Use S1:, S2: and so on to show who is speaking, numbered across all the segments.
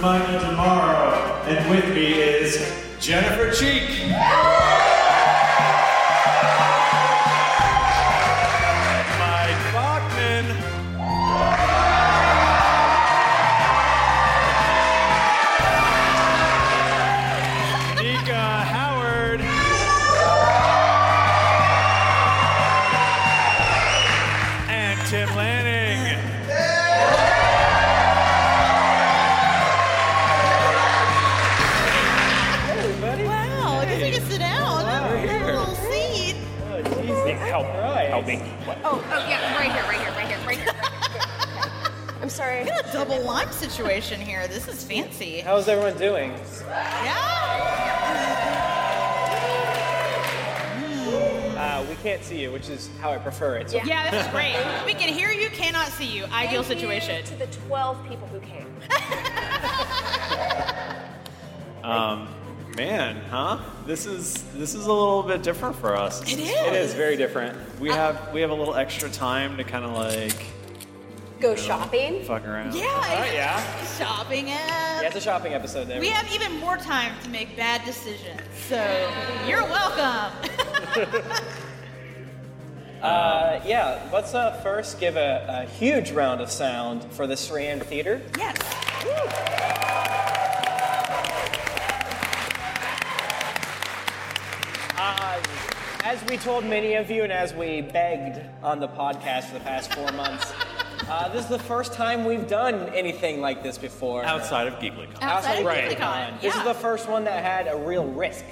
S1: Micah tomorrow, and with me is Jennifer Cheek. Mike Bachman. Nika Howard. And Tim Lanning.
S2: Wow, I guess we can sit down. Have a little seat.
S3: Oh, Help. Help me.
S4: Oh, oh yeah, right here, right here, right here, right here. I'm sorry.
S2: We got a double lime situation here. This is fancy.
S3: How's everyone doing?
S2: Yeah.
S3: Uh, we can't see you, which is how I prefer it. So
S2: Yeah, this is great. We can hear you, cannot see you. Ideal
S4: Thank you
S2: situation.
S4: To the 12 people who came.
S1: Um, Man, huh? This is this is a little bit different for us.
S2: It is.
S3: It is very different.
S1: We have we have a little extra time to kind of like
S4: Go shopping.
S1: fuck around.
S2: Yeah.
S3: Alright, yeah.
S2: Shopping
S3: Yeah, it's
S2: app.
S3: a shopping episode there.
S2: We have even more time to make bad decisions. So you're welcome.
S3: Uh, yeah, let's uh, first give a, a huge round of sound for the Saran Theater.
S2: Yes.
S3: Uh, As we told many of you, and as we begged on the podcast for the past four months, uh, this is the first time we've done anything like this before.
S1: Outside of GeeklyCon.
S2: Outside of
S3: Right.
S2: GeeklyCon,
S3: This is
S2: yeah.
S3: the first one that had a real risk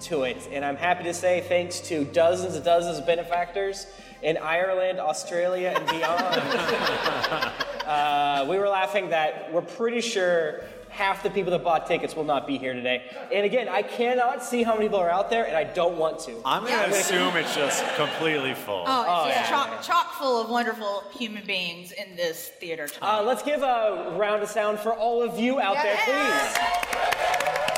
S3: to it, and I'm happy to say thanks to dozens and dozens of benefactors in Ireland, Australia, and beyond. Uh, we were laughing that we're pretty sure half the people that bought tickets will not be here today. And again, I cannot see how many people are out there, and I don't want to.
S1: I'm gonna
S2: Yeah.
S1: assume it's just completely full.
S2: Oh, it's
S3: yeah.
S2: just chock, chock full of wonderful human beings in this theater.
S3: Uh,
S2: tonight.
S3: let's give a round of sound for all of you out there,
S2: Yes.
S3: please.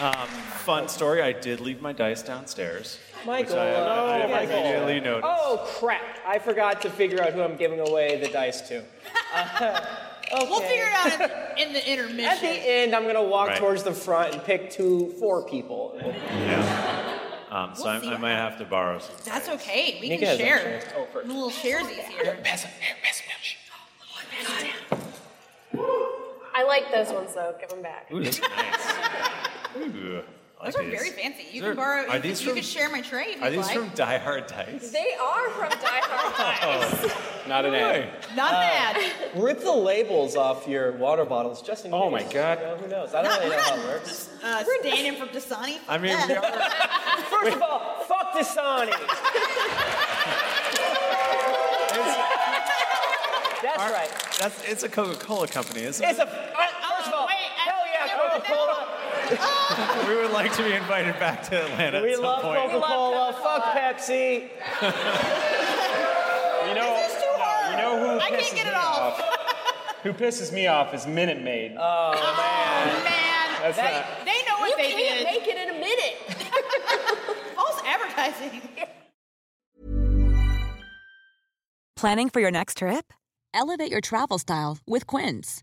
S1: Um, Fun story. I did leave my dice downstairs.
S3: Michael.
S1: Which I, uh, I,
S3: oh,
S1: I
S3: Michael.
S1: immediately noticed.
S3: Oh, crap. I forgot to figure out who I'm giving away the dice to.
S2: We'll figure it out in, in the intermission.
S3: At the end, I'm going to walk
S1: Right.
S3: towards the front and pick two, four people.
S1: Yeah. Um, so
S2: Oh, We'll
S1: I,
S2: see
S1: I
S2: what
S1: might have to borrow some.
S2: That's okay. We
S3: Nika
S2: can
S3: has
S2: share.
S3: extra. Oh, first.
S2: Little sharesies here.
S4: I like those ones though. Give them back.
S1: Ooh, this is nice. Ooh, I like
S2: Those are
S1: these.
S2: very fancy. You
S1: These
S2: can
S1: are-
S2: borrow.
S1: Are
S2: you,
S1: these
S2: you
S1: from?
S2: can share my tray if
S1: Are
S2: you'd
S1: these
S2: like.
S1: from Die Hard Dice?
S4: They are from Die Hard
S1: Oh.
S4: Dice.
S5: Not an ad.
S2: Not
S3: Uh,
S2: bad.
S3: Rip the labels off your water bottles just in case.
S5: Oh my God.
S3: You know, who knows? I don't really know how it works.
S2: Uh, standing from Dasani.
S1: I mean,
S2: Yeah.
S1: we are,
S3: First of all, fuck Dasani. That's right.
S1: that's it's a Coca-Cola company, isn't it?
S3: It's a. uh, First of all,
S2: wait, I-
S3: hell yeah,
S2: I-
S3: Coca Cola.
S1: We would like to be invited back to Atlanta
S3: We
S1: at some
S3: love
S1: point.
S3: Coca Cola. Fuck Pepsi.
S5: You know,
S2: This is too
S1: uh,
S2: hard.
S5: you know who
S2: I can't
S5: pisses
S2: get it
S5: me
S2: off.
S5: who pisses me off is Minute Maid.
S2: Oh, man.
S5: That's
S2: They,
S5: not-
S2: they know what
S4: You
S2: they
S4: can't
S2: did.
S4: make it in a minute.
S2: False advertising.
S6: Planning for your next trip? Elevate your travel style with Quince.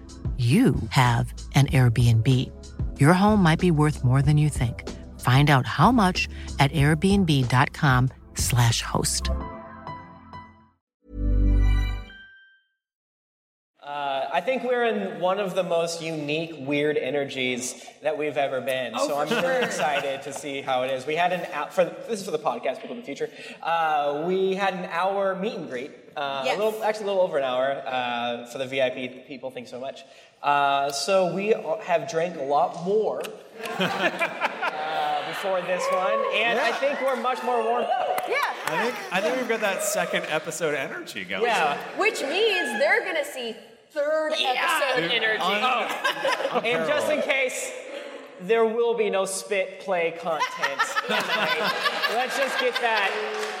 S7: you have an Airbnb. Your home might be worth more than you think. Find out how much at airbnb.com/slash host.
S3: Uh, I think we're in one of the most unique, weird energies that we've ever been. so I'm really excited to see how it is. We had an hour, for, this is for the podcast people in the future. Uh, we had an hour meet and greet. Uh,
S2: Yes.
S3: a little, actually, a little over an hour uh, for the VIP people. Thanks so much. Uh, so we all have drank a lot more uh, before this one, and I think we're much more warmed up.
S4: Yeah.
S1: I think I think we've got that second episode energy going.
S3: Yeah.
S4: Which means they're gonna see third episode energy.
S2: Oh,
S3: And just in case, there will be no spit play content tonight. Let's just get that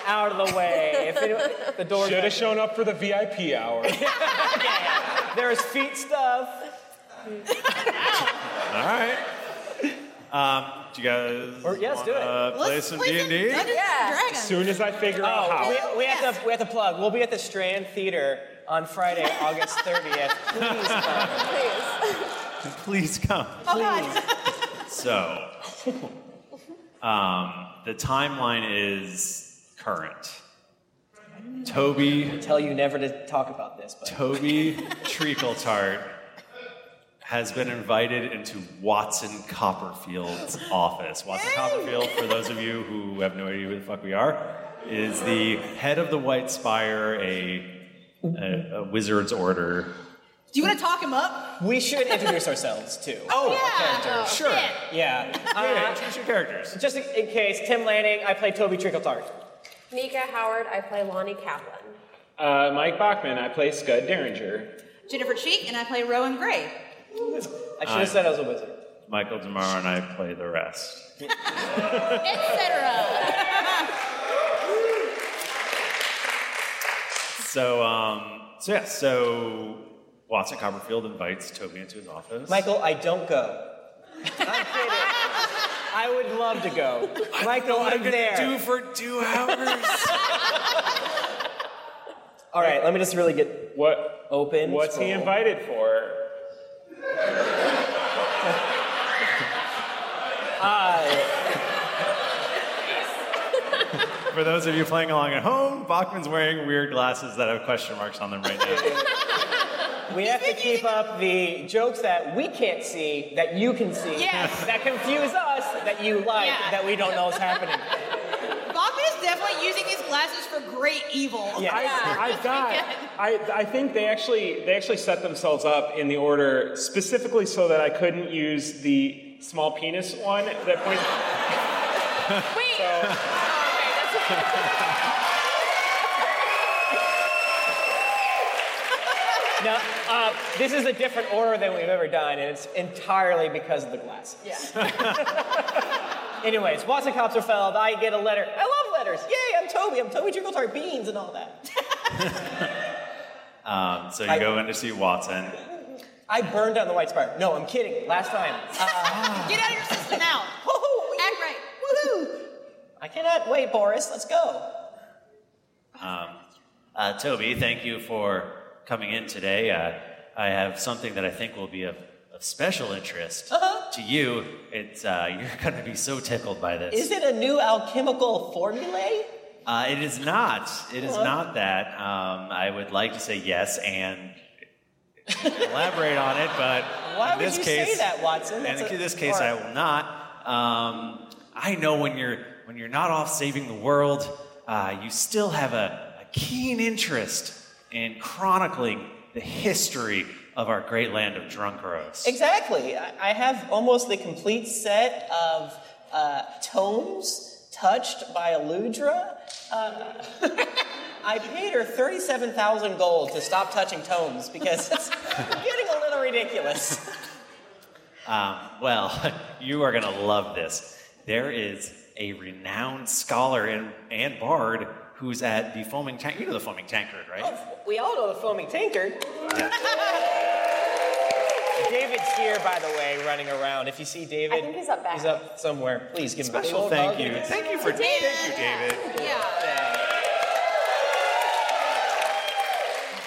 S3: out of the way. If it, the door,
S5: Should have shown up for the VIP hour.
S3: there's feet stuff.
S1: All right. Um, do you guys
S3: Or- yes, do it.
S1: wanna play
S2: Let's
S1: some
S2: play some
S1: D&D?
S2: Dungeons and
S4: Yeah.
S5: As
S2: Dragons.
S5: soon as I figure out how.
S3: Oh, We, we have to we have to plug. We'll be at the Strand Theater on Friday, August 30th.
S4: Please.
S1: Please
S3: Please come.
S1: come.
S2: Oh God.
S1: So, um, the timeline is current. Toby
S3: Tell you never to talk about this, but
S1: Toby Treacle Tart has been invited into Watson Copperfield's office. Watson Copperfield, for those of you who have no idea who the fuck we are, is the head of the White Spire, a, a, a wizard's order.
S2: Do you want to talk him up?
S3: we should introduce ourselves too.
S1: Oh,
S2: Yeah.
S1: Sure.
S2: Shit.
S3: Yeah.
S1: Yeah,
S3: Uh,
S1: introduce your characters.
S3: just in, in case, Tim Lanning. I play Toby Trickletart.
S4: Nika Howard, I play Lonnie Kaplan.
S5: Uh, Mike Bachman, I play Scud Derringer.
S2: Jennifer Cheek and I play Rowan Gray.
S3: I
S5: Uh,
S3: should have said I was a wizard.
S1: Michael Damaro and I play the rest.
S2: Etc.
S1: So, um, so yeah, so Watson Copperfield invites Toby into his office.
S3: Michael, I don't go. I'm kidding. I would love to go. Michael, I'm there.
S1: for two hours.
S3: All right, let me just really get
S5: What?
S3: open.
S5: What's he
S3: Scroll.
S5: invited for?
S1: For those of you playing along at home, Bachman's wearing weird glasses that have question marks on them right now.
S3: We have to keep up the jokes that we can't see, that you can see,
S2: Yes.
S3: that confuse us, that you like,
S2: Yeah.
S3: that we don't know is happening.
S2: Bachman is definitely using these glasses for great evil.
S3: Yeah.
S5: I, I got. I, I think they actually they actually set themselves up in the order specifically so that I couldn't use the small penis one that points.
S4: Wait. Oh, okay, that's-
S3: Now, uh, this is a different order than we've ever done, and it's entirely because of the glasses. Anyways, Watson Copserfeld, I get a letter. I love letters. Yay, I'm Toby. I'm Toby Jiggletart Beans and all that.
S1: Um, so you go in to see Watson.
S3: I burned down the White Spire. No, I'm kidding. Last time. Uh,
S5: Ah.
S2: Get out of your system now.
S3: Woohoo!
S2: Act right.
S3: Woohoo! I cannot wait, Boris. Let's go.
S1: Um, uh, Toby, thank you for coming in today. Uh, I have something that I think will be of, of special interest
S3: Uh-huh.
S1: to you. It's uh, you're going to be so tickled by this.
S3: Is it a new alchemical formulae?
S1: Uh, it is not. It is not that. Um, I would like to say yes and elaborate on it, but
S3: Why
S1: in
S3: would
S1: this
S3: you
S1: case,
S3: say that, Watson?
S1: And
S3: That's a-
S1: in this case,
S3: or-
S1: I will not. Um, I know when you're when you're not off saving the world, uh, you still have a, a keen interest and chronicling the history of our great land of drunk roasts.
S3: Exactly. I I have almost the complete set of uh, tomes touched by Eludra. Uh, I paid her 37,000 gold to stop touching tomes because it's getting a little ridiculous.
S1: Um, well, you are going to love this. There is a renowned scholar and, and bard who's at the Foaming Tank. You know the Foaming Tankard, right?
S3: We all know the foaming tankard. David's here, by the way, running around. If you see David,
S4: I think he's up back.
S3: He's up somewhere. Please give him a big
S1: Special
S3: old
S1: thank
S3: hug.
S1: you. Thank you for thank you, David.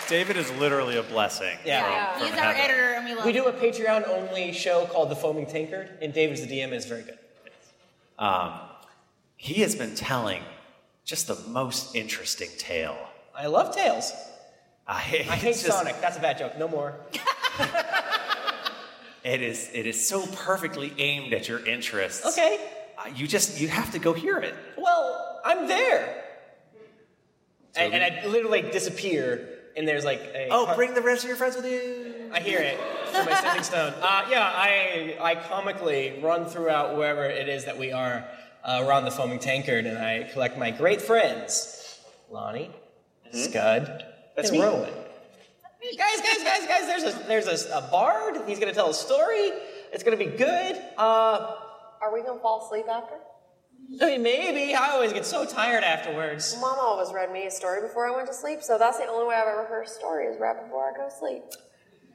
S1: David is literally a blessing.
S3: Yeah.
S1: from- from heaven.
S2: and we love
S3: We do a Patreon only show called The Foaming Tankard, and David's the DM is very good.
S1: Um, he has been telling just the most interesting tale.
S3: I love Tails.
S1: I, hate
S3: I hate Sonic. That's a bad joke. No more.
S1: It is it is so perfectly aimed at your interests.
S3: Okay.
S1: Uh, you just you have to go hear it.
S3: Well, I'm there. And, and I literally disappear, and there's like a.
S1: Oh, bring the rest of your friends with you.
S3: I hear it from my stepping stone. Uh, yeah, I, I comically run throughout wherever it is that we are uh, around the foaming tankard, and I collect my great friends Lonnie,
S1: Hmm?
S3: Scud,
S5: That's
S3: and
S5: me.
S3: Rowan. Guys, guys, guys, guys, there's a, there's a, a bard. He's going to tell a story. It's going to be good. Uh,
S4: Are we gonna fall asleep after?
S3: I mean, maybe. I always get so tired afterwards.
S4: Mom always read me a story before I went to sleep, so that's the only way I've ever heard stories right before I go to sleep.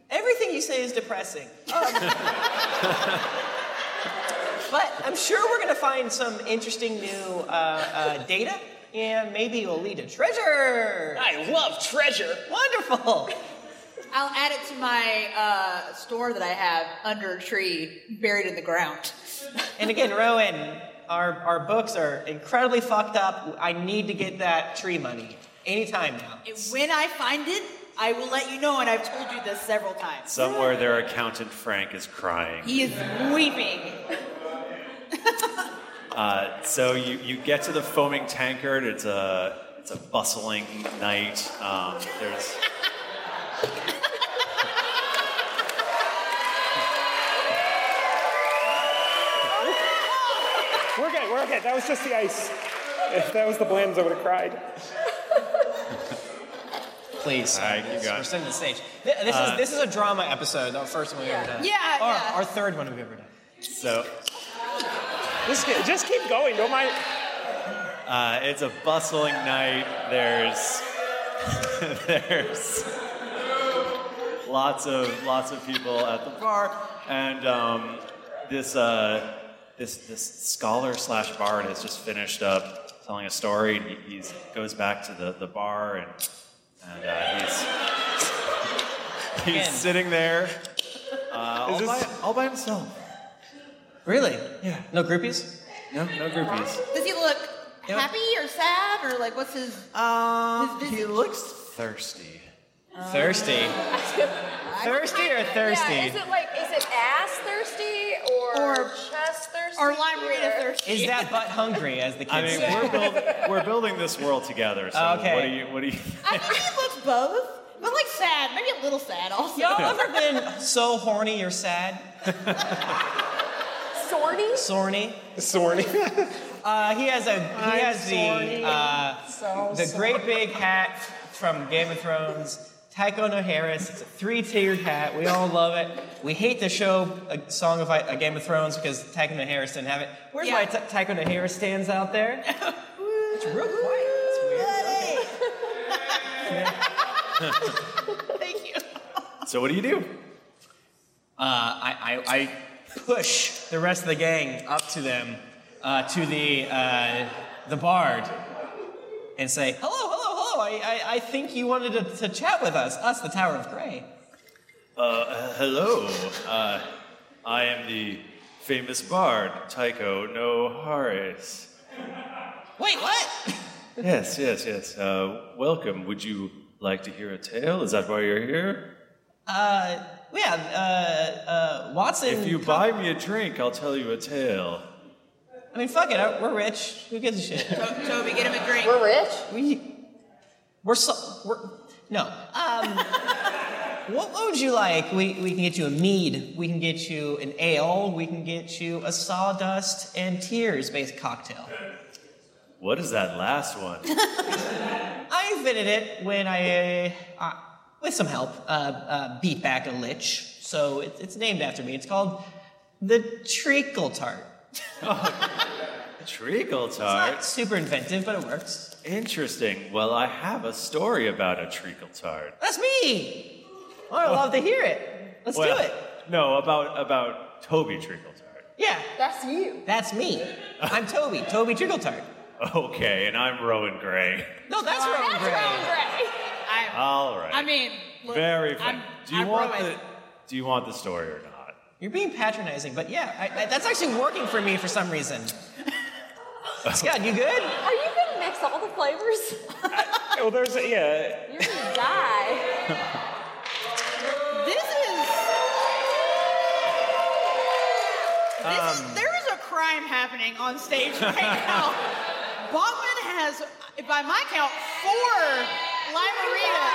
S3: Everything you say is depressing. Um, but I'm sure we're going to find some interesting new uh, uh, data, and maybe it'll lead to treasure. I love treasure. Wonderful.
S2: I'll add it to my uh, store that I have under a tree, buried in the ground.
S3: And again, Rowan, our, our books are incredibly fucked up. I need to get that tree money anytime now.
S2: And when I find it, I will let you know, and I've told you this several times.
S1: Somewhere their accountant Frank is crying.
S2: He is weeping.
S1: Uh, so you, you get to the foaming tankard. It's a it's a bustling night. Um, there's
S5: We're good. We're okay. That was just the ice. If that was the blams, I would have cried.
S3: Please.
S1: All right, you got
S3: We're
S1: it.
S3: setting the stage. Th- This,
S1: Uh,
S3: is, this is a drama episode, the first one we've ever done.
S2: Yeah,
S3: Our,
S2: yeah.
S3: our third one we've ever done.
S1: so
S5: Just, ke- just keep going. Don't mind.
S1: uh, it's a bustling night. There's there's lots of lots of people at the bar, and um, this uh, this this scholar slash bard has just finished up telling a story. And he he's, goes back to the, the bar and and uh, he's he's
S3: Again.
S1: sitting there uh, all,
S5: Is this-
S1: by, all by himself.
S3: Really?
S1: Yeah.
S3: No groupies?
S1: No no groupies.
S2: Does he look
S3: Yeah.
S2: happy or sad or like what's his?
S1: Um,
S2: His
S1: he
S2: visage.
S1: looks thirsty.
S3: Thirsty. thirsty or thirsty?
S4: Yeah, is it like, is it ass thirsty or,
S2: Or-
S4: chest thirsty?
S2: or lime rita thirsty?
S3: Is that butt hungry, as the kids
S1: I mean,
S3: say?
S1: we're, build, we're building this world together. So
S3: Okay.
S1: what do you what do you?
S2: I think he looks both, but like sad, maybe a little sad also.
S3: Y'all ever been so horny you're sad?
S4: Sorny?
S3: Sorny?
S5: Sorny.
S3: Uh, he has a he has the uh, the great big hat from Game of Thrones. Tycho no Harris. It's a three-tiered hat. We all love it. We hate the show a Song of I- a Game of Thrones because Tycho no Harris didn't have it. Where's
S2: Yeah.
S3: my Ty Tycho no Harris stands out there? it's real quiet. That's weird.
S2: Thank you.
S1: So what do you do?
S3: Uh, I, I, I push the rest of the gang up to them, uh, to the uh, the bard, and say, "Hello, hello, hello! I, I, I think you wanted to, to chat with us, us, the Tower of Grey."
S1: Uh, hello. Uh, I am the famous bard Tycho No Harris.
S3: Wait, what?
S1: Yes, yes, yes. Uh, welcome. Would you like to hear a tale? Is that why you're here?
S3: Uh, yeah, uh, uh, Watson.
S1: If you buy me a drink, I'll tell you a tale.
S3: I mean, fuck it. I- We're rich. Who gives a shit?
S2: To- Toby, get him a drink.
S4: We're rich?
S3: we, we're so we're. No. Um, what, what would you like? We, we can get you a mead, we can get you an ale, we can get you a sawdust and tears based cocktail.
S1: What is that last one?
S3: I invented it when I, uh, with some help, uh, uh, beat back a lich. So it, it's named after me. It's called the treacle tart.
S1: treacle
S3: It's
S1: tart.
S3: not super inventive, but it works.
S1: Interesting. Well, I have a story about a treacle tart.
S3: That's me. Oh, I love to hear it. Let's
S1: Well,
S3: do it.
S1: No, about about Toby treacle tart.
S3: Yeah. That's you. That's me. I'm Toby. Toby Trickletart.
S1: Okay, and I'm Rowan Gray.
S3: No, that's
S2: wrong. That's wrong, Gray. I,
S1: All right.
S2: I mean, look,
S1: very
S2: I'm-
S1: funny. Do you
S2: I'm
S1: want
S2: Rowan.
S1: the Do you want the story or not?
S3: You're being patronizing, but yeah, I, I, that's actually working for me for some reason. Scott, you good?
S8: Are you gonna mix all the flavors?
S5: Well, there's a, yeah.
S8: You're gonna die.
S2: This is. This
S1: Um.
S2: is, there is a crime happening on stage right now. Bachman has, by my count, four Limerita.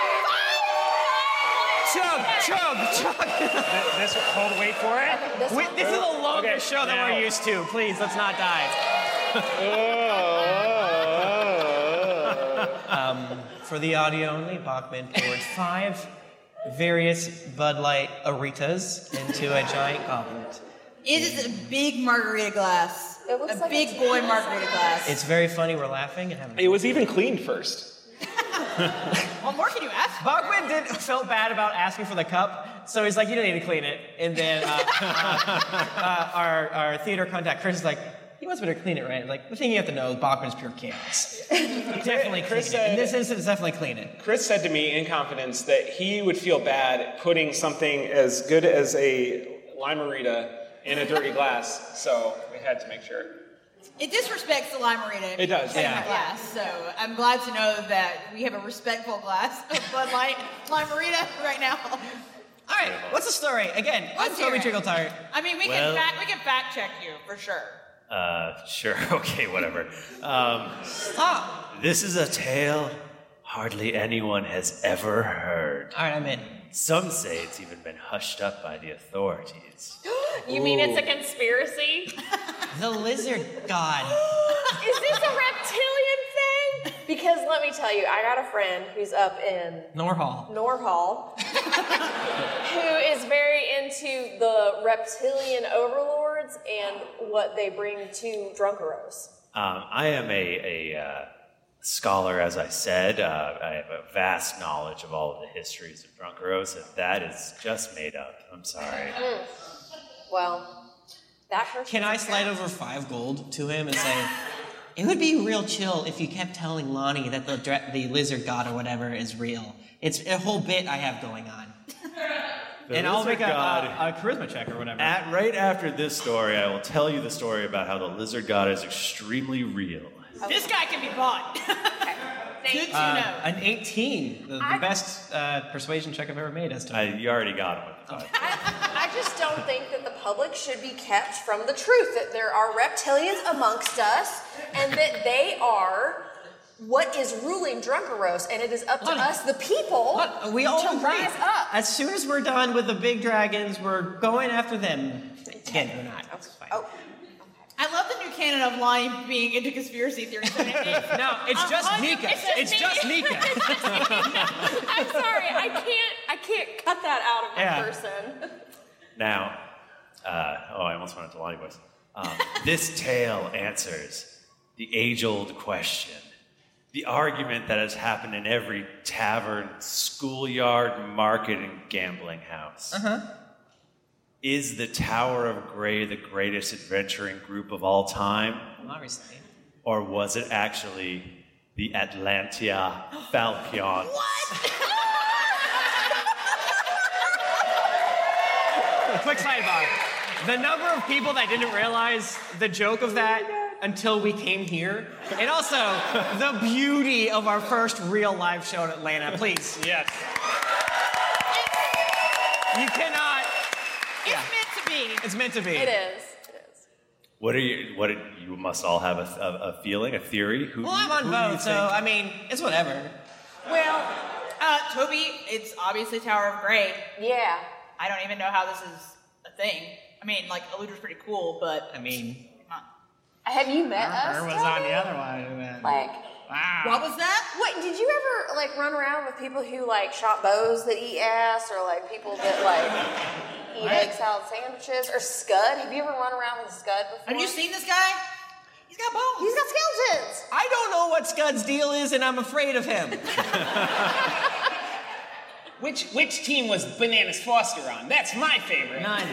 S3: Chug, chug, chug.
S5: this, hold, wait for it.
S3: This, Wait, this is a longer show than we're used to. Please, let's not die. um, for the audio only, Bachman poured five various Bud Light Aritas into a giant goblet.
S2: It is a big margarita glass. It looks a big boy margarita glass.
S3: It's very funny. We're laughing and having.
S5: It was even cleaned first.
S2: What more can you ask?
S3: Bachman did felt bad about asking for the cup, so he's like, "You don't need to clean it." And then uh, uh, uh, our our theater contact Chris is like, "He wants me to clean it, right?" Like the thing you have to know, is Bachman's pure chaos. definitely clean
S5: Chris
S3: it.
S5: said-
S3: In this instance, definitely clean it.
S5: Chris said to me in confidence that he would feel bad putting something as good as a limerita in a dirty glass, so we had to make sure.
S2: It disrespects the Limerita.
S5: It does, yeah.
S2: Glass, so I'm glad to know that we have a respectful glass of Bud Light Limerita right now.
S3: All right, what's the story? Again, I'm
S2: Let's hear
S3: Toby
S2: it.
S3: Trickletart.
S2: I mean, we
S1: Well-
S2: can fact we can fact check you for sure.
S1: Uh, sure. Okay, whatever. Um,
S3: Stop.
S1: This is a tale hardly anyone has ever heard.
S3: All right, I'm in.
S1: Some say it's even been hushed up by the authorities.
S8: You mean it's a
S1: Ooh.
S8: conspiracy?
S3: The lizard god.
S8: Is this a reptilian thing? Because let me tell you, I got a friend who's up in
S3: Norhall.
S8: Norhall who is very into the reptilian overlords and what they bring to Drunkaros.
S1: Um, I am a, a uh, scholar, as I said. Uh, I have a vast knowledge of all of the histories of Drunkaros, and that is just made up. I'm sorry.
S8: Mm. Well, that person.
S3: Can I slide over five gold to him and say, it would be real chill if you kept telling Lonnie that the, dra- the lizard god or whatever is real? It's a whole bit I have going on.
S1: The
S3: and I'll
S1: lizard
S3: make a,
S1: god-
S3: a, a charisma check or whatever.
S1: uh, At, right after this story, I will tell you the story about how the lizard god is extremely real.
S2: This guy can be bought. Good to
S3: Uh,
S2: know.
S3: An 18, the, the best uh, persuasion check I've ever made as to.
S1: I, you already got him. with the five.
S8: I just don't think that the public should be kept from the truth that there are reptilians amongst us and that they are what is ruling Drunkaros, and it is up to us, the people,
S3: We all
S8: to
S3: agree.
S8: rise up.
S3: As soon as we're done with the big dragons, we're going after them. Again, we're not. It's fine.
S8: Oh.
S2: I love the new canon of Lonnie being into conspiracy theories. no,
S3: it's just Nika. It's just Nika.
S8: I'm sorry, I can't. I can't cut that out of my
S1: Yeah.
S8: person.
S1: Now, uh, oh, I almost went into Lonnie voice. Um, this tale answers the age-old question, the argument that has happened in every tavern, schoolyard, market, and gambling house.
S3: Uh-huh.
S1: Is the Tower of Grey the greatest adventuring group of all time,
S3: Obviously.
S1: or was it actually the Atlantia Falcon?
S3: Quick sidebar. The number of people that didn't realize the joke of that until we came here, and also the beauty of our first real live show in Atlanta. Please. Yes. You cannot. It's
S2: meant to be.
S3: It's meant to be.
S8: It is.
S1: What are you? What are- you must all have a, a, a feeling, a theory. Who,
S3: Well, I'm
S1: who
S3: on
S1: do you
S3: both, so
S1: think-
S3: I mean, it's whatever.
S8: Well,
S2: Uh, Toby, it's obviously Tower of Grey.
S4: Yeah.
S2: I don't even know how this is a thing. I mean, like, Eludra's pretty cool, but.
S3: I mean,
S4: Have you met us?
S3: Her was
S4: Toby?
S3: on the other one. man.
S4: Like,
S3: wow.
S2: What was that?
S4: What did you ever like run around with people who like shot bows that eat ass, or like people that like eat egg salad sandwiches, or scud? Have you ever run around with a scud before?
S2: Have you seen this guy? He's got bones.
S4: He's got skeletons.
S3: I don't know what Scud's deal is, and I'm afraid of him.
S9: Which which team was Bananas Foster on? That's my favorite. None.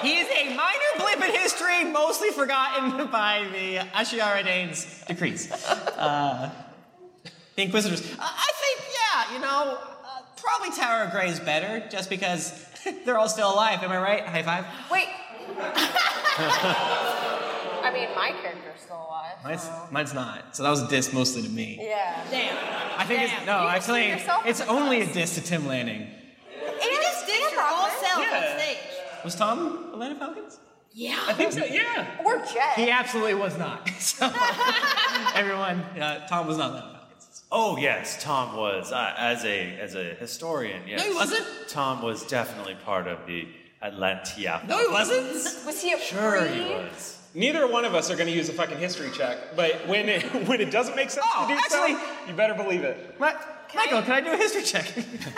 S3: he is a minor blip in history, mostly forgotten by the Ashiara Danes decrees. Uh, the Inquisitors. I- Uh, I think, yeah, you know, uh, probably Tower of Grey is better, just because they're all still alive. Am I right? High five.
S4: Wait. I mean, my character's still alive.
S3: Mine's, mine's not. So that was a diss mostly to me.
S4: Yeah.
S2: Damn.
S3: I think it's no, actually, it's only a diss to Tim Lanning.
S2: You just did your own self on stage.
S3: Was Tom Atlanta Falcons?
S2: Yeah.
S3: I think so. Yeah.
S4: Or Jet.
S3: He absolutely was not. So, everyone, uh, Tom was not that.
S1: Oh yes, Tom was uh, as a as a historian. Yes,
S3: he wasn't.
S1: Tom was definitely part of the Atlantia.
S4: Was he a
S1: Sure, he
S4: pre-
S1: was.
S5: Neither one of us are going to use a fucking history check, but when it, when it doesn't make sense to do so, you better believe it.
S3: Oh, Michael, can I do a history check?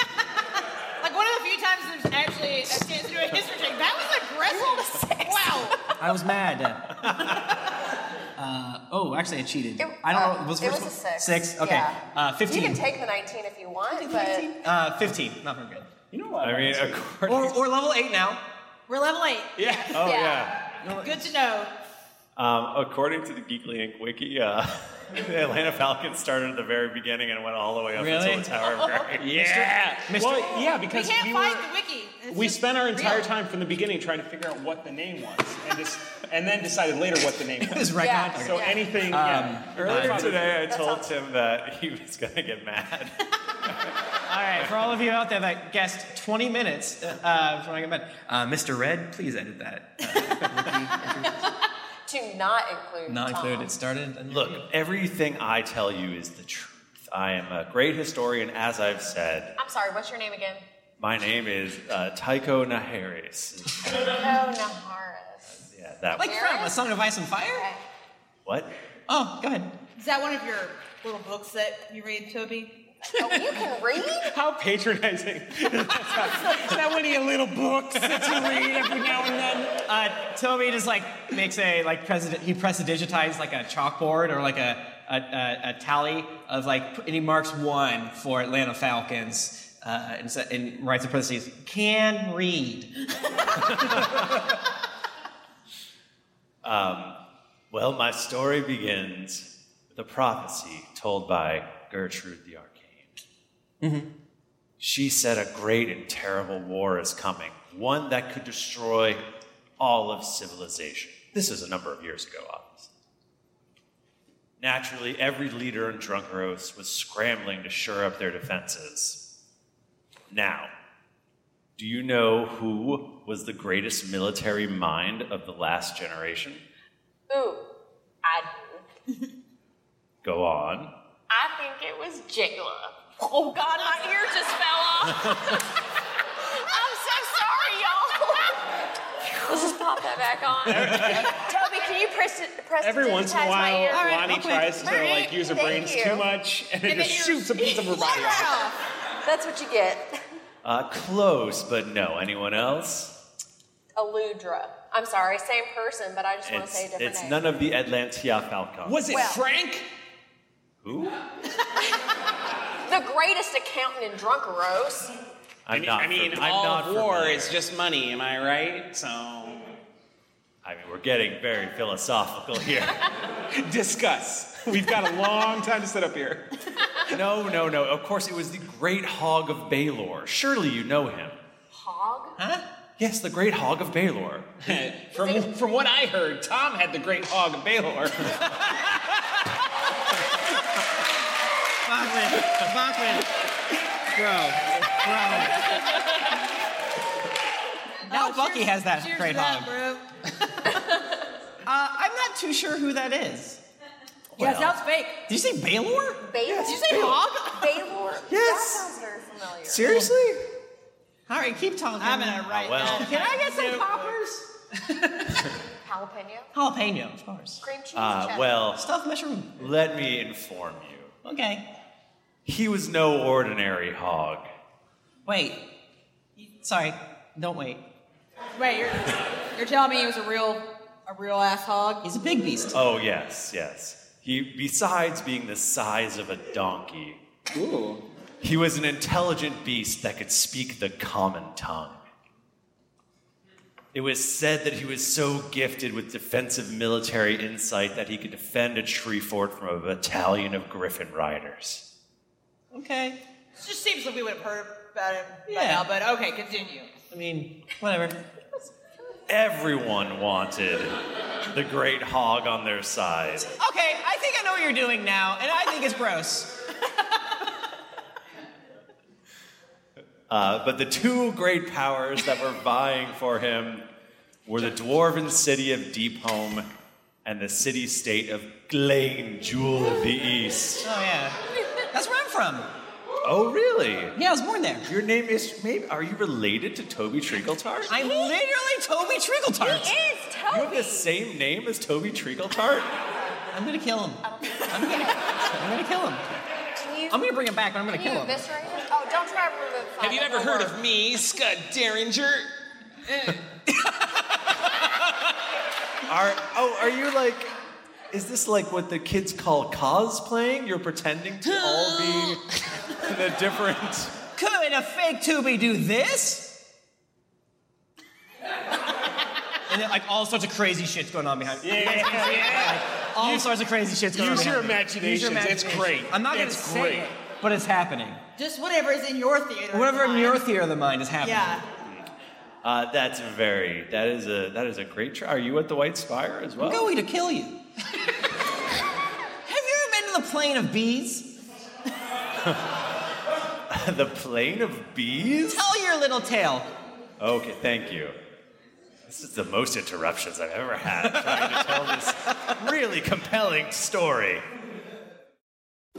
S2: Like, one of the few times there's actually a chance to do a history check. That was aggressive. Wow.
S3: I was mad. Uh, oh, actually, I cheated. I don't know. uh, Was the
S4: it
S3: first
S4: was a
S3: one?
S4: six.
S3: Okay.
S4: Yeah.
S3: Uh, Fifteen.
S4: You can take the 19 if you want, but
S3: uh, Fifteen. Not very good. You know what?
S1: I mean, according
S3: or, or level eight now.
S2: We're level eight.
S1: Yeah. Oh yeah.
S2: Good to know.
S1: Um, according to the Geekly Inc. wiki, uh, the Atlanta Falcons started at the very beginning and went all the way up
S5: Really?
S1: until the Tower of Grey.
S5: Yeah. Well, yeah, because
S2: we can't
S5: we
S2: find
S5: were-
S2: the wiki. It's
S5: We
S2: just
S5: spent our entire
S2: real.
S5: time from the beginning trying to figure out what the name was, and, dis- and then decided later what the name was.
S3: was right
S5: yeah.
S3: on.
S5: So
S3: Yeah.
S5: anything. yeah.
S3: Um,
S1: Earlier
S3: That's
S1: today, I
S3: all-
S1: told Tim that he was going to get mad.
S3: All right, for all of you out there that guessed 20 minutes uh, before I get mad, uh, Mr. Red, please edit that.
S4: to not include.
S3: Not
S4: Tom.
S3: included. It started.
S1: Look, everything I tell you is the truth. I am a great historian, as I've said.
S4: I'm sorry. What's your name again?
S1: My name is uh, Tycho Naharis.
S4: Oh, Naharis.
S1: Yeah, that
S3: Like from A Song of Ice and Fire?
S1: What?
S3: Oh, go ahead.
S2: Is that one of your little books that you read, Toby?
S4: Oh, you can read?
S5: How patronizing. Is that one of your little books that you read every now and then?
S3: Uh, Toby just like makes a like president. He press digitized like a chalkboard or like a a, a, a tally of like, and he marks one for Atlanta Falcons. Uh, and, so, and writes in parentheses, can read.
S1: Um, well, my story begins with a prophecy told by Gertrude the Arcane. She said a great and terrible war is coming, one that could destroy all of civilization. This is a number of years ago, obviously. Naturally, every leader in Drunkeros was scrambling to shore up their defenses. Now, do you know who was the greatest military mind of the last generation?
S4: Ooh, I
S1: Go on.
S4: I think it was Jayla. Oh God, my ear just fell off. I'm so sorry, y'all. Let's just pop that back on. Toby, can you press it? Press
S5: Every once in a
S4: digitize my
S5: while,
S4: ear?
S5: Lonnie tries to like use her
S4: Thank
S5: brains
S4: you.
S5: too much, and it
S4: And
S5: just
S4: it-
S5: shoots a piece of her body off.
S4: Yeah. That's what you get.
S1: Uh, close, but no. Anyone else?
S4: Aludra. I'm sorry, same person, but I just want to say a
S1: It's,
S4: different
S1: it's
S4: name.
S1: none of the Atlantia Falcons.
S9: Was it
S4: Well.
S9: Frank?
S1: Who?
S4: the greatest accountant in Drunkeros.
S1: I'm
S9: mean-
S1: not.
S9: I mean,
S1: fam- I'm
S9: all
S1: not
S9: of war
S1: familiar.
S9: is just money. Am I right? So
S1: I mean, we're getting very philosophical here.
S5: Discuss. We've got a long time to sit up here.
S1: no, no, no. Of course, it was the Great Hog of Baylor. Surely you know him.
S4: Hog?
S1: Yes, the Great Hog of Baylor.
S9: from from what I heard, Tom had the great hog of Baylor.
S3: Bachman, Bachman, bro, bro. Now Bucky has that
S2: Oh, Cheers
S3: great
S2: to that,
S3: hog.
S2: bro.
S3: Uh, I'm not too sure who that is.
S2: Yeah, sounds fake.
S3: Did you say Baylor?
S4: Baylor?
S2: Did you say hog?
S4: Baylor? Network.
S10: Yes.
S4: That sounds very familiar.
S10: All right, keep talking. I'm gonna
S1: Oh,
S10: write.
S4: well.
S10: that. Can I get some poppers?
S4: Jalapeno.
S3: Jalapeno, of course.
S4: Cream cheese.
S1: Uh, well,
S3: stuffed mushroom.
S1: Let me inform you.
S3: Okay.
S1: He was no ordinary hog.
S3: Wait. Sorry. Don't wait.
S2: Wait, you're, you're telling me he was a real, a real ass hog?
S3: He's a big beast.
S1: Oh yes, yes. He, besides being the size of a donkey,
S3: Ooh.
S1: he was an intelligent beast that could speak the common tongue. It was said that he was so gifted with defensive military insight that he could defend a tree fort from a battalion of griffin riders.
S3: Okay.
S2: It just seems like we would have heard about it by
S3: Yeah.
S2: now, but okay, continue.
S3: I mean, whatever.
S1: Everyone wanted the great hog on their side.
S3: Okay, I think I know what you're doing now, and I think it's gross.
S1: Uh, but the two great powers that were vying for him were the dwarven city of Deepholm and the city state of Glane, Jewel of the East.
S3: Oh yeah. That's where I'm from.
S1: Oh, really?
S3: Yeah, I was born there.
S1: Your name is maybe. Are you related to Toby Trinkletart?
S3: I'm literally Toby Trickletart.
S1: He
S3: is
S1: You have the same name as Toby Trinkletart?
S3: I'm gonna kill him. I'm gonna, I'm gonna kill him.
S4: Can you,
S3: I'm gonna bring him back, but I'm gonna
S4: can
S3: kill
S4: you
S3: him.
S4: eviscerate him? Oh, don't try to remove
S5: Have you ever heard of me, Scud Derringer?
S1: Are oh, are you like? Is this like what the kids call cosplaying? You're pretending to all be the different.
S3: Could a fake Toby do this? and then, like all sorts of crazy shit's going on behind.
S11: Yeah, yeah, yeah.
S3: Like, all sorts of crazy shit's going
S11: use
S3: on.
S11: your
S3: behind me. Use your
S11: imaginations, it's
S3: imagination.
S11: great.
S3: I'm not
S11: It's
S3: gonna say
S11: great.
S3: it, but it's happening.
S2: Just whatever is in your theater.
S3: Whatever in your theater of the mind is happening.
S2: Yeah.
S1: Uh, that's very. That is a. That is a great. Try. Are you at the White Spire as well?
S3: I'm going to kill you. Have you ever been to the plane of bees?
S1: the plane of bees?
S3: Tell your little tale.
S1: Okay, thank you. This is the most interruptions I've ever had trying to tell this really compelling story.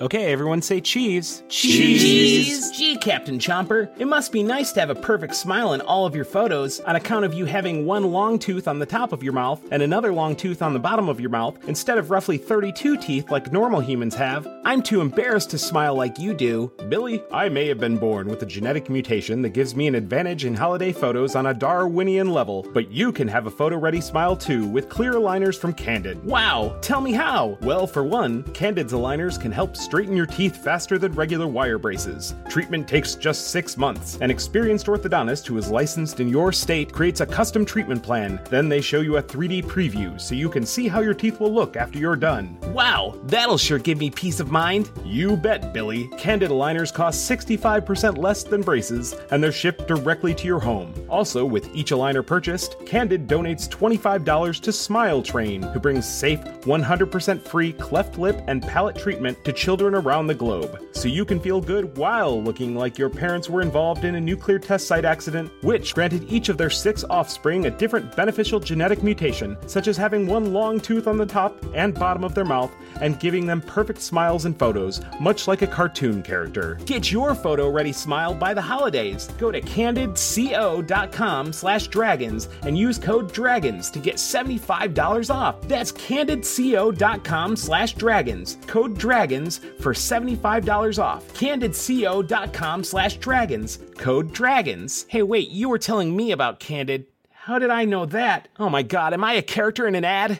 S11: Okay, everyone say cheese.
S5: Cheese. Gee, Captain Chomper, it must be nice to have a perfect smile in all of your photos on account of you having one long tooth on the top of your mouth and another long tooth on the bottom of your mouth instead of roughly 32 teeth like normal humans have. I'm too embarrassed to smile like you do. Billy, I may have been born with a genetic mutation that gives me an advantage in holiday photos on a Darwinian level, but you can have a photo ready smile too with clear aligners from Candid. Wow, tell me how! Well, for one, Candid's aligners can help straighten your teeth faster than regular wire braces. Treatment takes just six months. An experienced orthodontist who is licensed in your state creates a custom treatment plan. Then they show you a 3D preview so you can see how your teeth will look after you're done. Wow, that'll sure give me peace of mind. You bet, Billy. Candid aligners cost 65% less than braces, and they're shipped directly to your home. Also, with each aligner purchased, Candid donates $25 to Smile Train, who brings safe, 100% free cleft lip and palate treatment to children around the globe, so you can feel good while looking like your parents were involved in a nuclear test site accident, which granted each of their six offspring a different beneficial genetic mutation, such as having one long tooth on the top and bottom of their mouth and giving them perfect smiles in photos, much like a cartoon character. Get your photo ready smile by the holidays. Go to candidco.com slash dragons and use code dragons to get $75 off. That's candidco.com slash dragons. Code dragons for $75 off. candidco.com slash dragons. Code dragons. Hey, wait, you were telling me about Candid. How did I know that? Oh my god, am I a character in an ad?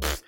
S3: Pfft,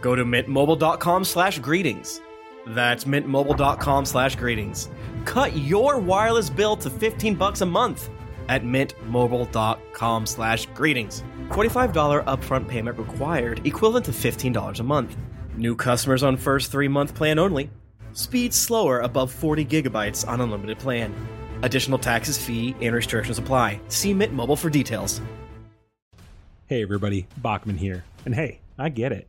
S3: go to mintmobile.com/greetings. slash greetings. That's mintmobile.com slash greetings. Cut your wireless bill to 15 bucks a month at mintmobile.com slash greetings. $45 upfront payment required, equivalent to $15 a month. New customers on first three month plan only. Speed slower above 40 gigabytes on unlimited plan. Additional taxes, fee, and restrictions apply. See Mint Mobile for details.
S5: Hey, everybody, Bachman here. And hey, I get it.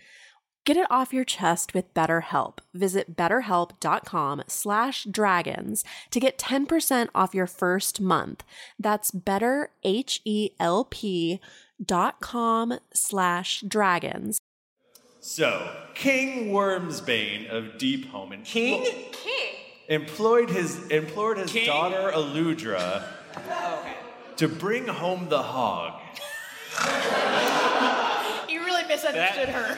S12: Get it off your chest with BetterHelp. Visit betterhelp.com slash dragons to get 10% off your first month. That's betterhelp.com slash dragons.
S1: So, King Wormsbane of Deep Home and
S12: King?
S4: King.
S1: employed his implored his daughter Eludra to bring home the hog.
S2: You really misunderstood her.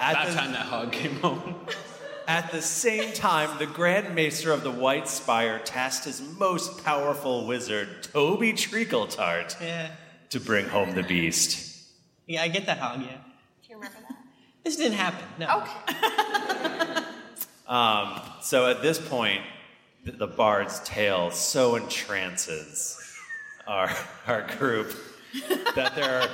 S1: At the time that hog came home. At the same time, the Grand Maester of the White Spire tasked his most powerful wizard, Toby Treacletart,
S13: Yeah.
S1: to bring home the beast.
S13: Yeah, I get that hog, yeah.
S4: Do you remember that?
S13: This didn't happen, no. Okay.
S1: Um, so at this point, th- the bard's tale so entrances our, our group that there are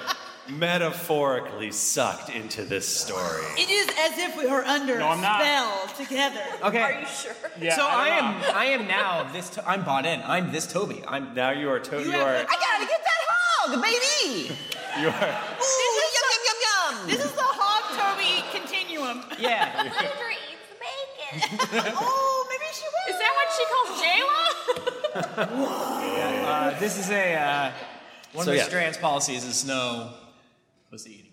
S1: metaphorically sucked into this story.
S2: It is as if we were under
S1: No,
S2: a
S1: I'm not.
S2: spell together.
S3: Okay.
S2: Are you sure?
S3: so I, am. I am now this. To- I'm bought in. I'm this Toby. I'm
S1: now you are Toby. You
S2: I
S1: are
S2: gotta get that hog, baby.
S1: you are
S2: yum, yum, yum, yum. This is the hog Toby continuum.
S3: Yeah.
S12: Deirdre eats bacon.
S2: oh, maybe she will.
S12: Is that what she calls Jayla?
S3: Uh, this is a uh, one
S14: So,
S3: of
S14: yeah.
S3: the Strand's policies is no pussy eating.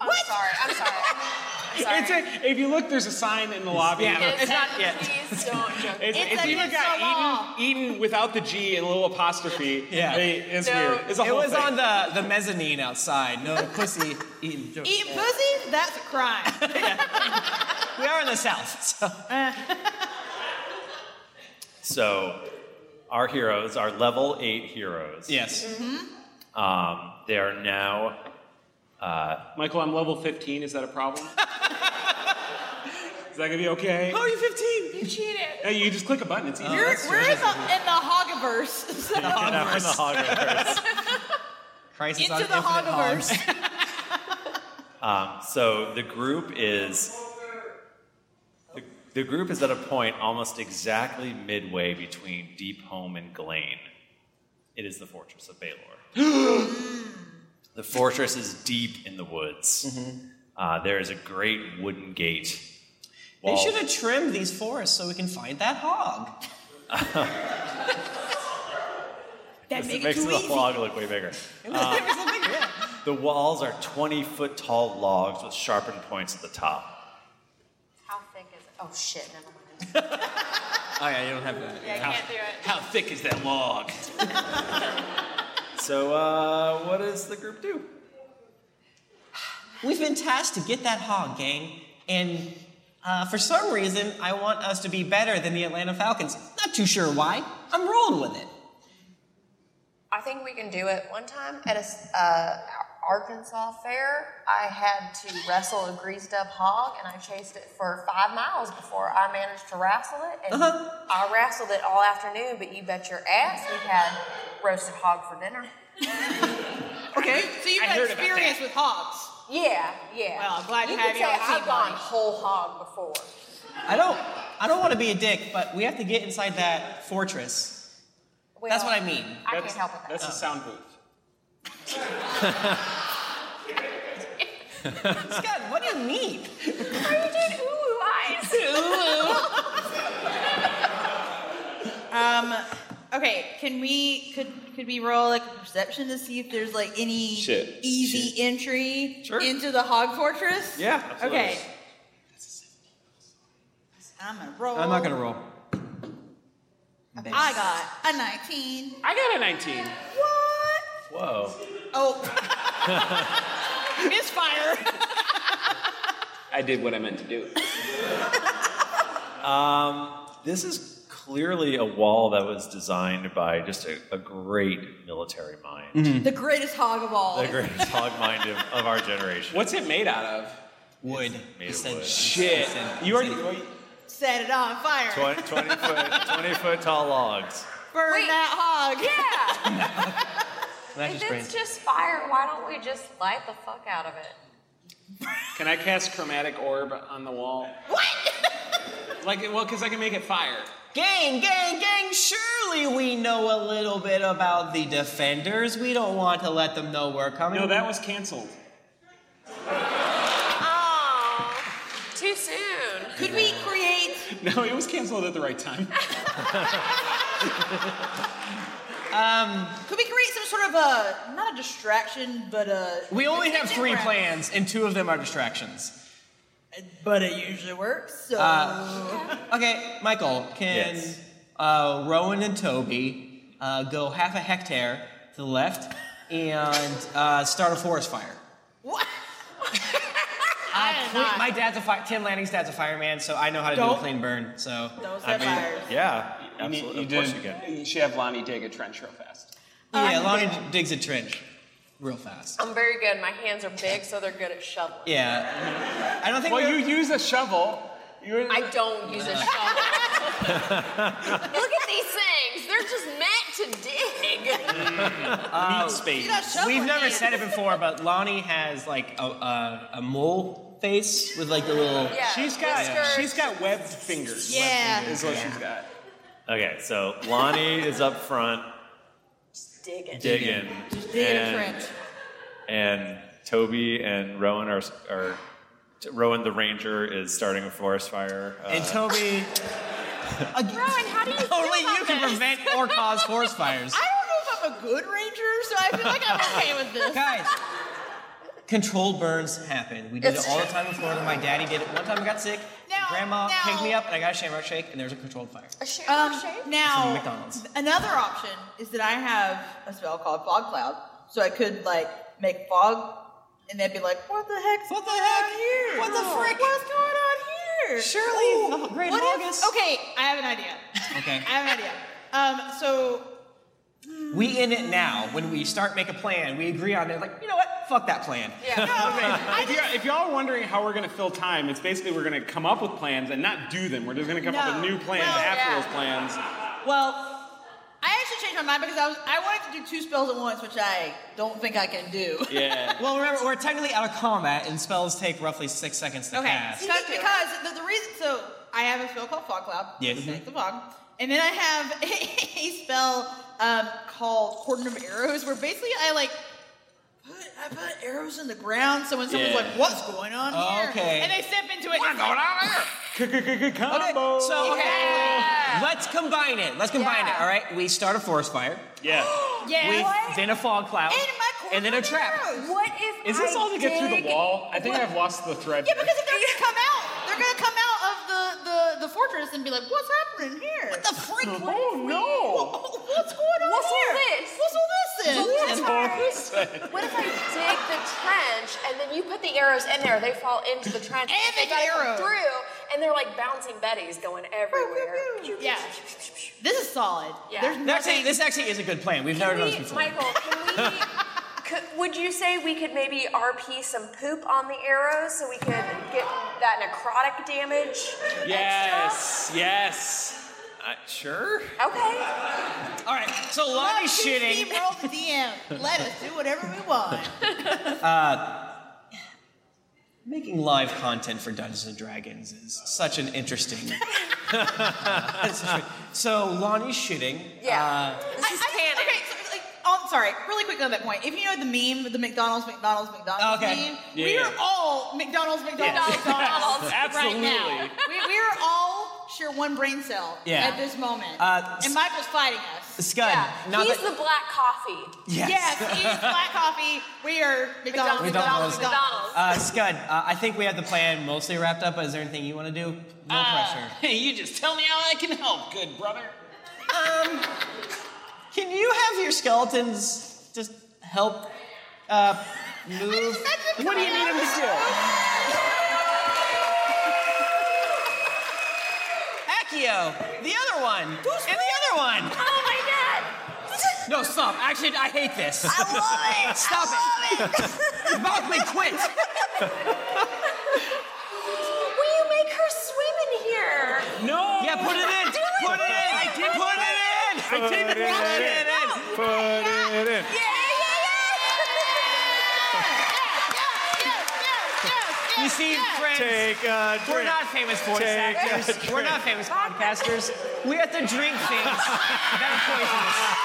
S4: I'm sorry. I'm sorry. I'm sorry.
S5: It's a, if you look, there's a sign in the lobby.
S3: Yeah, it's not yet.
S4: Please don't joke.
S5: It's, it's, even got eaten, eaten without the G and a little apostrophe.
S3: Yeah,
S5: They- it's weird. It's a
S3: it
S5: whole
S3: was
S5: thing.
S3: on the, the mezzanine outside. No pussy eating. jokes.
S2: Eating pussy? That's a crime.
S3: We are in the south. So.
S2: Uh,
S1: So, our heroes, our level eight heroes.
S3: Yes.
S1: Um, they are now. Uh,
S5: Michael, I'm level 15. Is that a problem? Is that gonna be okay?
S2: Oh,
S3: How are you 15?
S2: You cheated.
S5: Hey, you just click a button. It's easy.
S2: You're, we're in the, in the Hoggiverse. So.
S5: Hoggiverse. In the Hoggiverse.
S3: Crisis
S2: Into the Hoggiverse.
S1: um, so the group is. The, the group is at a point almost exactly midway between Deep Home and Glane. It is the fortress of Baylor. The fortress is deep in the woods.
S3: Mm-hmm.
S1: Uh, there is a great wooden gate.
S3: They
S1: walled-
S3: should have trimmed these forests so we can find that hog.
S1: Because it makes the log look way bigger. Um, the walls are 20 foot tall logs with sharpened points at the top.
S4: How thick is it? Oh shit, never mind.
S3: Oh, yeah, you don't have that.
S4: Yeah, I can't do it.
S1: How thick is that log? so, uh, what does the group do?
S3: We've been tasked to get that hog, gang, and uh, for some reason, I want us to be better than the Atlanta Falcons. Not too sure why. I'm rolling with it.
S4: I think we can do it. One time at a uh, Arkansas fair, I had to wrestle a greased up hog, and I chased it for five miles before I managed to wrestle it. And
S2: Uh-huh.
S4: I wrestled it all afternoon, but you bet your ass we had roasted hog for dinner.
S2: okay, so you've
S4: I
S2: had
S4: heard about
S2: experience with hogs.
S4: Yeah, yeah.
S2: Well, I'm glad to
S4: you
S2: have
S4: could
S2: you
S4: say
S2: on the
S4: I've
S2: team,
S4: gone
S2: Bonnie.
S4: whole hog before.
S3: I don't. I don't want to be a dick, but we have to get inside that fortress. That's what I mean. Oh.
S4: I can't help with that.
S5: That's a sound booth.
S3: Scott, what do you mean?
S4: Are you doing ooh eyes?
S2: Um, okay, can we could could we roll like a perception to see if there's like any
S1: Shit.
S2: easy entry into the hog fortress?
S1: Yeah, absolutely.
S2: Okay. I'm gonna roll.
S3: I'm not gonna roll.
S2: I got a 19.
S5: I got a 19.
S1: Whoa.
S2: Oh, misfire.
S5: I did what I meant to do.
S1: Um, this is clearly a wall that was designed by just a, a great military mind.
S2: the greatest hog of all.
S1: The greatest hog mind of, of our generation.
S5: What's it made out of?
S3: Wood.
S1: Made of wood.
S5: Shit. You already.
S2: Set it on fire.
S1: 20, 20 foot, 20 foot tall logs.
S2: Burn that hog.
S4: Yeah.
S1: That's
S4: if it's just fire, why don't we just light the fuck out of it?
S5: Can I cast chromatic orb on the wall? What? like, well, because I can make it fire.
S3: Gang, gang, gang, surely we know a little bit about the defenders. We don't want to let them know we're coming.
S5: No, that was canceled.
S4: Too soon.
S2: Could we create?
S5: No, it was canceled at the right time.
S3: Um,
S2: Could we create some sort of a not a distraction, but a?
S3: we only have
S2: distraction
S3: three
S2: round?
S3: plans, and two of them are distractions.
S2: but it usually works. So
S3: Uh, okay, Michael, can
S2: Yes.
S3: uh, Rowan and Toby uh, go half a hectare to the left and uh, start a forest fire? What? my dad's a fi- Tim Lanning's dad's a fireman, so I know how to do
S5: Don't-
S3: a clean burn. So
S2: Don't
S5: set I mean, fires.
S1: yeah,
S5: absolutely. You, did, you, should have Lonnie dig a trench real fast.
S3: yeah,
S4: Um,
S3: Lonnie digs a trench real fast.
S4: I'm very good. My hands are big, so they're good at shoveling.
S3: Yeah, I don't think.
S5: Well,
S3: we're-
S5: you use a shovel.
S4: I don't use a shovel. Look at these things. They're just meant to
S8: to dig.
S2: Oh.
S3: Uh,
S5: space.
S3: We've never said it before, but Lonnie has like a, a, a mole face with like the little.
S8: Yeah,
S5: she's got
S8: whiskers.
S5: she's got webbed fingers.
S8: Yeah.
S5: Webbed fingers is what
S8: Yeah.
S5: she's got.
S1: Okay, so Lonnie is up front
S8: Digging.
S1: digging.
S15: Digging a
S1: and-
S15: trench.
S1: And Toby and Rowan are, are Rowan the ranger is starting a forest fire. uh,
S3: And Toby,
S2: Rowan, how do you feel
S3: only
S2: about
S3: you can
S2: this?
S3: prevent or cause forest fires.
S2: I don't know if I'm a good ranger, so I feel like I'm okay with this.
S3: Guys. Controlled burns happen. We did
S2: It's
S3: it all the
S2: true.
S3: time in Florida. My daddy did it one time. I got sick.
S2: Now-
S3: grandma
S2: now-
S3: picked me up, and I got a shamrock shake, and there was a controlled fire.
S2: Um,
S3: From
S2: now,
S3: McDonald's.
S2: another option is that I have a spell called Fog Cloud, so I could like make fog, and they'd be like, "What the heck? What the heck here?
S3: What the frick?
S2: What's going on here?"
S3: Surely the Great
S2: what if-
S3: August.
S2: okay, I have an idea.
S3: Okay.
S2: I have an idea. Um, so
S3: We in it now. When we start make a plan, we agree on it. Like you know what? Fuck that plan.
S5: if, you, if y'all are wondering how we're going to fill time, it's basically we're going to come up with plans and not do them. We're just going to come up
S2: No.
S5: with new plans
S2: Well,
S5: after
S2: yeah.
S5: those plans.
S2: Well, I actually changed my mind because I was I wanted to do two spells at once, which I don't think I can do.
S5: Yeah.
S3: well, remember we're technically out of combat, and spells take roughly six seconds to
S2: Okay,
S3: cast.
S2: because, because the, the reason so I have a spell called Fog Cloud.
S3: Yes.
S2: which makes the fog, and then I have a, spell um, called Cordon of Arrows, where basically I like put I put arrows in the ground, so when someone's
S3: Yeah.
S2: like, "What's going on
S3: Oh,
S2: here?"
S3: okay.
S2: and they step into it.
S3: What's
S2: it's like-
S3: going on Okay, so okay, let's combine it. Let's combine it. All right, we start a forest fire.
S5: Yeah.
S2: Yeah.
S3: We,
S2: What?
S3: then a fog cloud. And then a trap.
S8: What if
S5: Is this
S8: I
S5: all to get through
S8: dig-
S5: the wall? I think I've lost the thread.
S2: Yeah, because if they're gonna come out, they're gonna come out of the, the, the fortress and be like, "What's happening here? What the freak?
S5: Oh no!
S2: What's going on
S8: What's all
S2: here?
S8: this?
S2: What's all this? Is?
S8: What if, I, what if I dig the trench and then you put the arrows in there? They fall into the trench and they gotta come
S2: arrows.
S8: through, and they're like bouncing Betty's going everywhere.
S2: Yeah, this is solid.
S8: Yeah.
S2: There's
S3: Actually, this actually is a good plan. We've never done this
S8: We-
S3: before.
S8: Michael, can we? could, would you say we could maybe RP some poop on the arrows so we could get that necrotic damage?
S5: Yes. Yes.
S1: Uh, sure.
S8: Okay.
S3: All right. So Lonnie's shitting.
S2: Roll the DM. Let us do whatever we want.
S3: Uh, making live content for Dungeons and Dragons is such an interesting. so Lonnie's shitting.
S2: Yeah.
S3: Uh,
S2: This is canon. Okay, so, like, oh, sorry. Really quick on that point. If you know the meme, the McDonald's, McDonald's, McDonald's
S3: Okay.
S2: meme, we
S3: Yeah.
S2: are all McDonald's,
S3: Yes.
S2: McDonald's, McDonald's
S3: Yes.
S2: right now.
S3: Absolutely.
S2: We, we are all share one brain cell
S3: Yeah.
S2: at this moment.
S3: Uh,
S2: and Michael's fighting us.
S3: Scud, now
S8: He's
S3: that-
S8: the black coffee.
S3: Yes.
S2: he is black coffee. We are McDonald's,
S3: McDonald's,
S2: McDonald's, McDonald's.
S3: Uh, Scud, uh, I think we have the plan mostly wrapped up. Is there anything you want to do? No
S8: Uh,
S3: pressure.
S5: Hey, you just tell me how I can help, good brother.
S3: Um, can you have your skeletons just help uh, move?
S5: What do you need him to do?
S3: Accio, the other one, and the other one.
S8: Oh my god!
S3: No, stop! Actually, I hate this.
S8: I love it.
S3: Stop it! Balkman, quit!
S8: Will you make her swim in here?
S5: No.
S3: Yeah, put it in.
S8: Do it.
S3: Put it in. I did put it in. I did put it in.
S1: Put it in.
S3: You see, friends,
S1: Take a
S3: we're
S1: drink.
S3: not famous voice
S1: Take a
S3: actors. We're not famous podcasters. We have to drink things that are poisonous.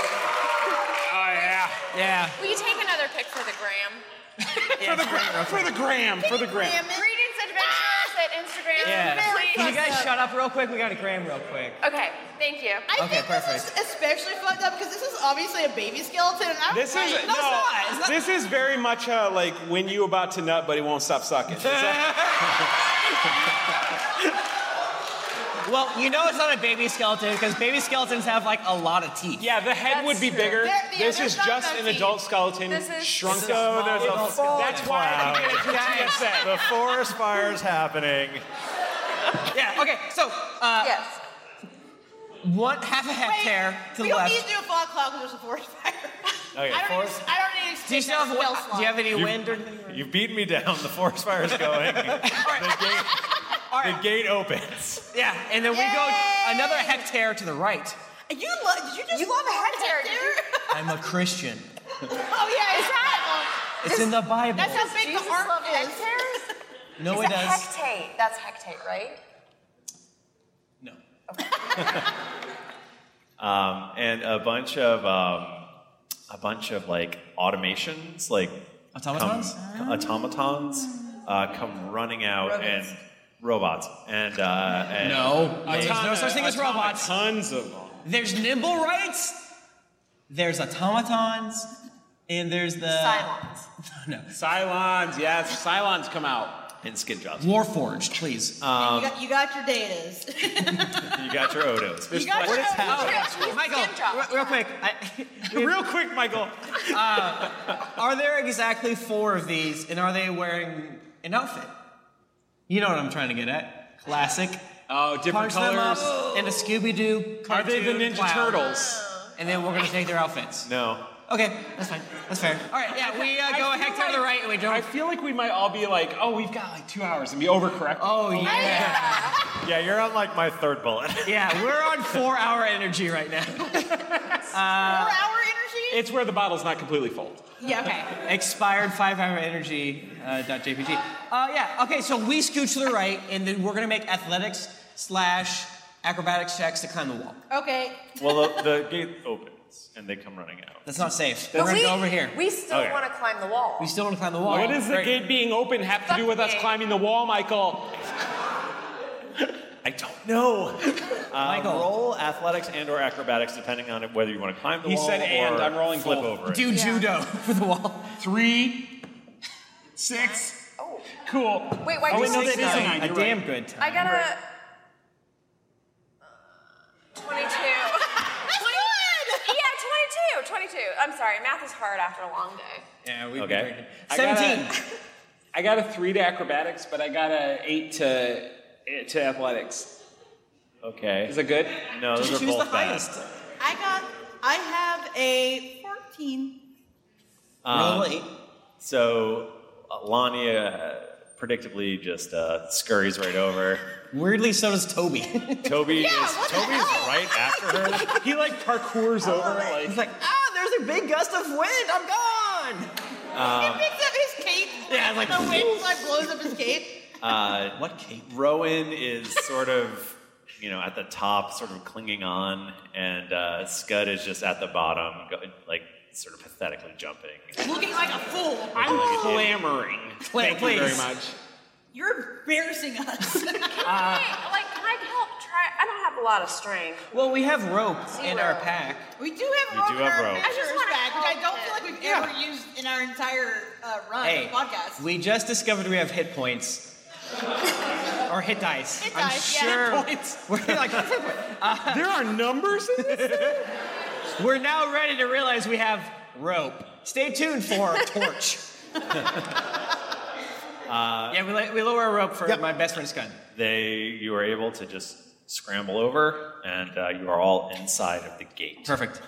S5: Oh yeah.
S3: Yeah.
S8: Will you take another pic for the gram?
S5: For the gram. For the gram. For the gram.
S8: Greetings, adventurers at Instagram.
S3: Yeah.
S8: Please.
S3: Can you guys shut up real quick? We got a gram real quick.
S8: Okay, thank you.
S2: I
S3: Okay,
S2: think this is especially fucked up because this is obviously a baby skeleton. And I'm
S5: This is
S2: like,
S5: no. This is very much uh, like when you about to nut, but he won't stop sucking. It's
S3: Well, you know it's not a baby skeleton because baby skeletons have like a lot of teeth.
S5: Yeah, the head would be bigger. this is just an adult skeleton
S3: This is-
S5: shrunk
S3: This is
S5: down.
S3: a there's a
S5: That's
S3: full
S5: why
S1: cloud.
S5: I made it to
S3: Guys.
S5: TSA.
S1: The forest fire's happening.
S3: Yeah. Okay. So. Uh, yes. One half a hectare to
S2: we
S3: the
S2: don't
S3: left.
S2: need to do a fog cloud because there's a forest fire.
S1: Okay,
S2: I, don't need,
S1: forest-
S2: I don't need to
S3: do you
S2: take
S3: still
S2: that
S3: have
S2: spell
S3: wind?
S2: slot.
S3: Do you have any
S1: You-
S3: wind or anything?
S1: You've beaten me down. The forest fire's going. the, game, The gate opens.
S3: Yeah, and then we go another hectare to the right.
S2: You love? Did you just you love a head
S3: I'm a Christian.
S2: Oh yeah, is that?
S3: It's in the Bible.
S2: That's how big the ark is.
S3: No,
S8: it's
S3: it
S8: a
S3: does.
S8: hectare. That's hectare, right?
S1: Um, and a bunch of um, a bunch of like automations, like
S3: Automatons?
S1: come, automatons, uh, come running out and robots and, uh, and
S3: No, there's no such thing as
S1: Automa-
S3: robots.
S5: Tons of them.
S3: There's nimble rights. There's automatons, and there's the no
S5: Cylons. Yes, Cylons come out.
S1: And skin jobs.
S3: Warforged, please. Um,
S2: you, got, you got your datas.
S1: you got your Odos.
S2: You got your
S3: Oh, Michael, re- real quick. I, real quick, Michael. Uh, are there exactly four of these, and are they wearing an outfit? You know what I'm trying to get at. Classic.
S5: Oh, different
S3: Punch them up
S5: colors.
S3: in a Scooby Doo.
S5: Are they the Ninja Turtles?
S3: And then we're gonna take their outfits.
S1: No.
S3: Okay, that's fine. That's fair. All right, yeah, we uh, go a hectare to the right and we don't.
S5: I feel like we might all be like, oh, we've got like two hours and be overcorrect.
S3: Oh,
S5: yeah.
S1: Yeah, you're on like my third bullet.
S3: yeah, we're on four hour energy right now.
S2: four hour energy?
S5: It's where the bottle's not completely full.
S2: Yeah, okay.
S3: Expired five hour energy uh, dot JPG. Uh, yeah, okay, so we scooch to the right and then we're gonna make athletics slash acrobatics checks to climb the wall.
S2: Okay.
S1: well, the, the gate opens and they come running out.
S3: That's not safe.
S1: But
S3: we're gonna
S1: we-
S3: go over here.
S8: We still
S1: Okay.
S8: want to climb the wall.
S3: We still wanna climb the wall.
S5: What does the
S3: Great.
S5: gate being open have to do with us climbing the wall, Michael?
S1: I don't know. Uh, roll athletics and or acrobatics, depending on whether you want to climb the
S5: He
S1: wall.
S5: said and,
S1: or
S5: I'm rolling
S1: flip
S5: both.
S1: over. it.
S3: Do judo for the wall.
S5: Three, six.
S8: Oh.
S5: Cool.
S8: Wait, why did
S5: oh, wait,
S8: you
S5: no,
S8: say
S5: that is
S8: nine?
S5: a nine.
S3: A
S5: You're
S3: damn
S5: right.
S3: good time.
S8: I got a uh, 22. Uh, yeah, 22. 22. I'm sorry, math is hard after a long day.
S3: Yeah, we
S5: okay.
S3: I got a-
S5: I got a three to acrobatics, but I got a eight to eight to athletics.
S1: Okay.
S5: Is it good?
S1: No,
S2: Just
S1: those are
S2: choose
S1: both
S2: the
S1: bad.
S2: highest. I got. I have a 14.
S1: Um,
S2: Roll eight.
S1: So uh, Lonnie uh, predictably just uh, scurries right over.
S3: Weirdly, so does Toby.
S1: Toby
S3: Yeah,
S1: is
S3: what the
S1: Toby's right after her.
S5: He like parkours over. Like,
S3: He's like, ah, there's a big gust of wind. I'm gone.
S1: Um,
S2: Picks up his cape.
S3: Uh. Yeah, like-
S2: the wind like blows up his cape.
S1: uh, what cape? Rowan is sort of you know at the top, sort of clinging on, and uh, Scud is just at the bottom, go, like sort of pathetically jumping.
S2: Looking like a fool.
S5: I'm clamoring. Thank you very
S1: please.
S5: much.
S2: You're embarrassing us.
S8: Hey, like, can I help try? I don't have a lot of strength.
S3: Well, we have rope in our
S8: Zero.
S3: pack.
S2: we do have
S3: We
S2: rope
S3: do
S2: in
S3: have
S2: our
S3: rope. I just
S2: adventurer's
S8: wanna
S2: bag, which I
S8: help
S2: don't
S8: it.
S2: feel like we've ever used in our entire uh, run
S3: Hey,
S2: of podcast.
S3: we just discovered we have hit points. or hit dice.
S2: Hit
S3: I'm
S2: dice, yeah.
S3: sure.
S2: Hit
S3: We're like, there
S5: are numbers in this
S3: We're now ready to realize we have rope. Stay tuned for our torch. yeah, we, la- we lower our rope for my best friend's gun.
S1: Uh, They, you are able to just scramble over, and uh, you are all inside of the gate.
S3: Perfect.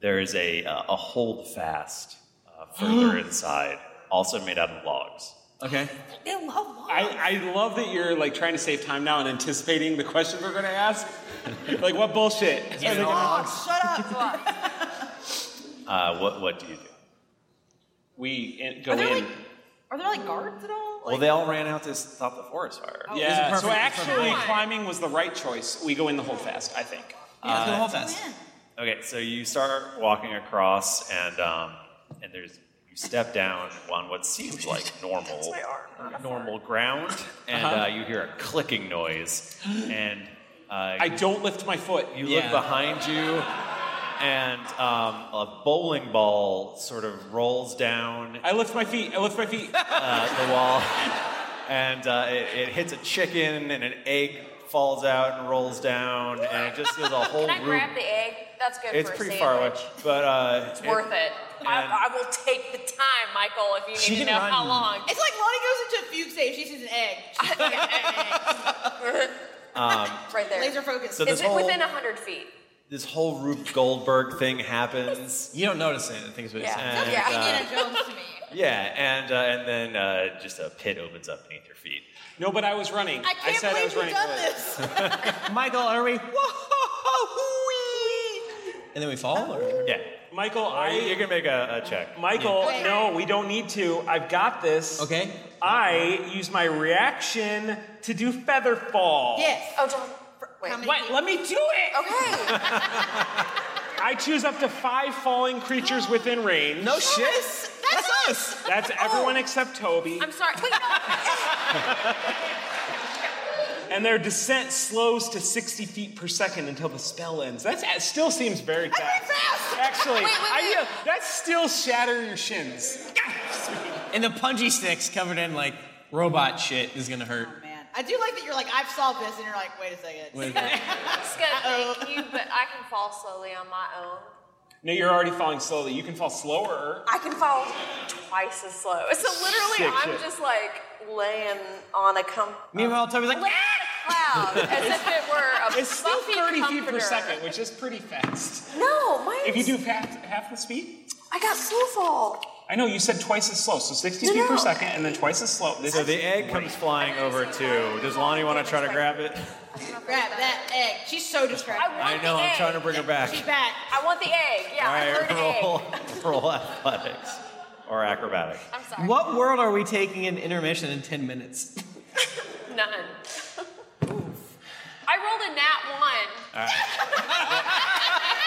S1: There is a uh, a hold fast uh, further inside, also made out of logs.
S3: Okay.
S5: I, I love that you're like trying to save time now and anticipating the questions we're gonna ask. like what bullshit?
S1: Yeah.
S5: Are they gonna-
S2: shut up.
S1: Uh, what what do you do?
S5: We in, go
S2: Are there,
S5: in.
S2: like, Are there like guards at all?
S1: well, they all ran out to stop the forest fire.
S5: Oh. yeah.
S1: Oh, This is
S5: So
S1: perfect. This is
S5: actually,
S1: perfect.
S5: climbing was the right choice. We go in the hold fast, I think.
S1: let's go Uh, hold
S3: fast.
S1: Okay, so you start walking across, and um, and there's you step down on what seems like normal normal ground, and uh
S5: Uh-huh.
S1: you hear a clicking noise, and uh,
S5: I don't lift my foot.
S1: You look behind you, and um, a bowling ball sort of rolls down.
S5: I lift my feet. I lift my feet.
S1: Uh, the wall, and uh, it, it hits a chicken, and an egg falls out and rolls down, and it just is a whole
S8: Can I
S1: room.
S8: grab the egg? That's good
S1: It's
S8: for
S1: pretty
S8: a
S1: far away,
S8: sandwich.
S1: but uh,
S8: It's worth it.
S1: and-
S8: I, I will take the time, Michael, if you
S1: She
S8: need to
S1: can
S8: know
S1: run.
S8: how long.
S2: It's like Lonnie goes into a fugue state. She sees an egg. She's like, "Egg."
S1: Um,
S8: right there.
S2: Laser focus.
S1: So
S8: Is
S1: this
S8: it
S1: whole-
S8: within 100 feet?
S1: this whole Rube Goldberg thing happens. uh,
S3: You don't notice it. I think it's what
S8: Yeah. Sounds like Indiana Jones to me.
S1: Yeah, and uh, and then uh, just a pit opens up beneath your feet.
S5: No, but I was running. I,
S2: can't
S5: said I was
S2: believe
S5: running.
S2: you've done
S5: for it.
S2: this.
S3: Michael, are we? And then we fall? Or?
S1: Yeah.
S5: Michael, I. You're
S1: going to make a, a check.
S5: Michael, no, we don't need to. I've got this.
S3: Okay.
S5: I use my reaction to do feather fall.
S4: Yes. Oh, don't. fr- Wait.
S5: Wait, let me do it.
S4: Okay.
S5: I choose up to five falling creatures within range.
S3: No shit.
S4: That's, Oh.
S3: us.
S5: That's everyone except Toby.
S4: I'm sorry. Wait,
S5: And their descent slows to 60 feet per second until the spell ends. That's, that still seems very fast. Actually, I, yeah, that's still shatter your shins.
S3: And the punji sticks covered in like robot shit is gonna
S4: Oh,
S3: hurt.
S2: I do like that you're like, I've solved this, and you're like, wait a second.
S3: Wait a second.
S4: I'm just gonna thank you, but I can fall slowly on my own.
S5: No, you're already falling slowly. You can fall slower.
S4: I can fall twice as slow. So literally,
S5: Sick
S4: I'm
S5: shit.
S4: just like laying on a com-
S3: Meanwhile, Toby's like, "Ah,
S4: laying on a cloud as if it were a
S5: It's still
S4: fluffy
S5: 30 feet per
S4: comforter.
S5: second, which is pretty fast.
S4: No, mine.
S5: If you do half, half the speed?
S4: I got slow fall.
S5: I know, you said twice as slow, so 60
S4: No,
S5: feet per
S4: no.
S5: second and then twice as slow. This
S1: So
S5: is
S1: the egg
S5: great.
S1: comes flying over too. Does Lonnie want to try to grab it?
S2: Grab that egg. She's so distracted.
S1: I know. I'm trying to bring her back.
S2: She's back.
S4: I want the egg. Yeah,
S1: All
S4: I heard
S1: right,
S4: egg.
S1: roll, roll athletics or acrobatics.
S4: I'm sorry.
S3: What world are we taking in intermission in 10 minutes?
S4: None. I rolled a nat one.
S1: All right.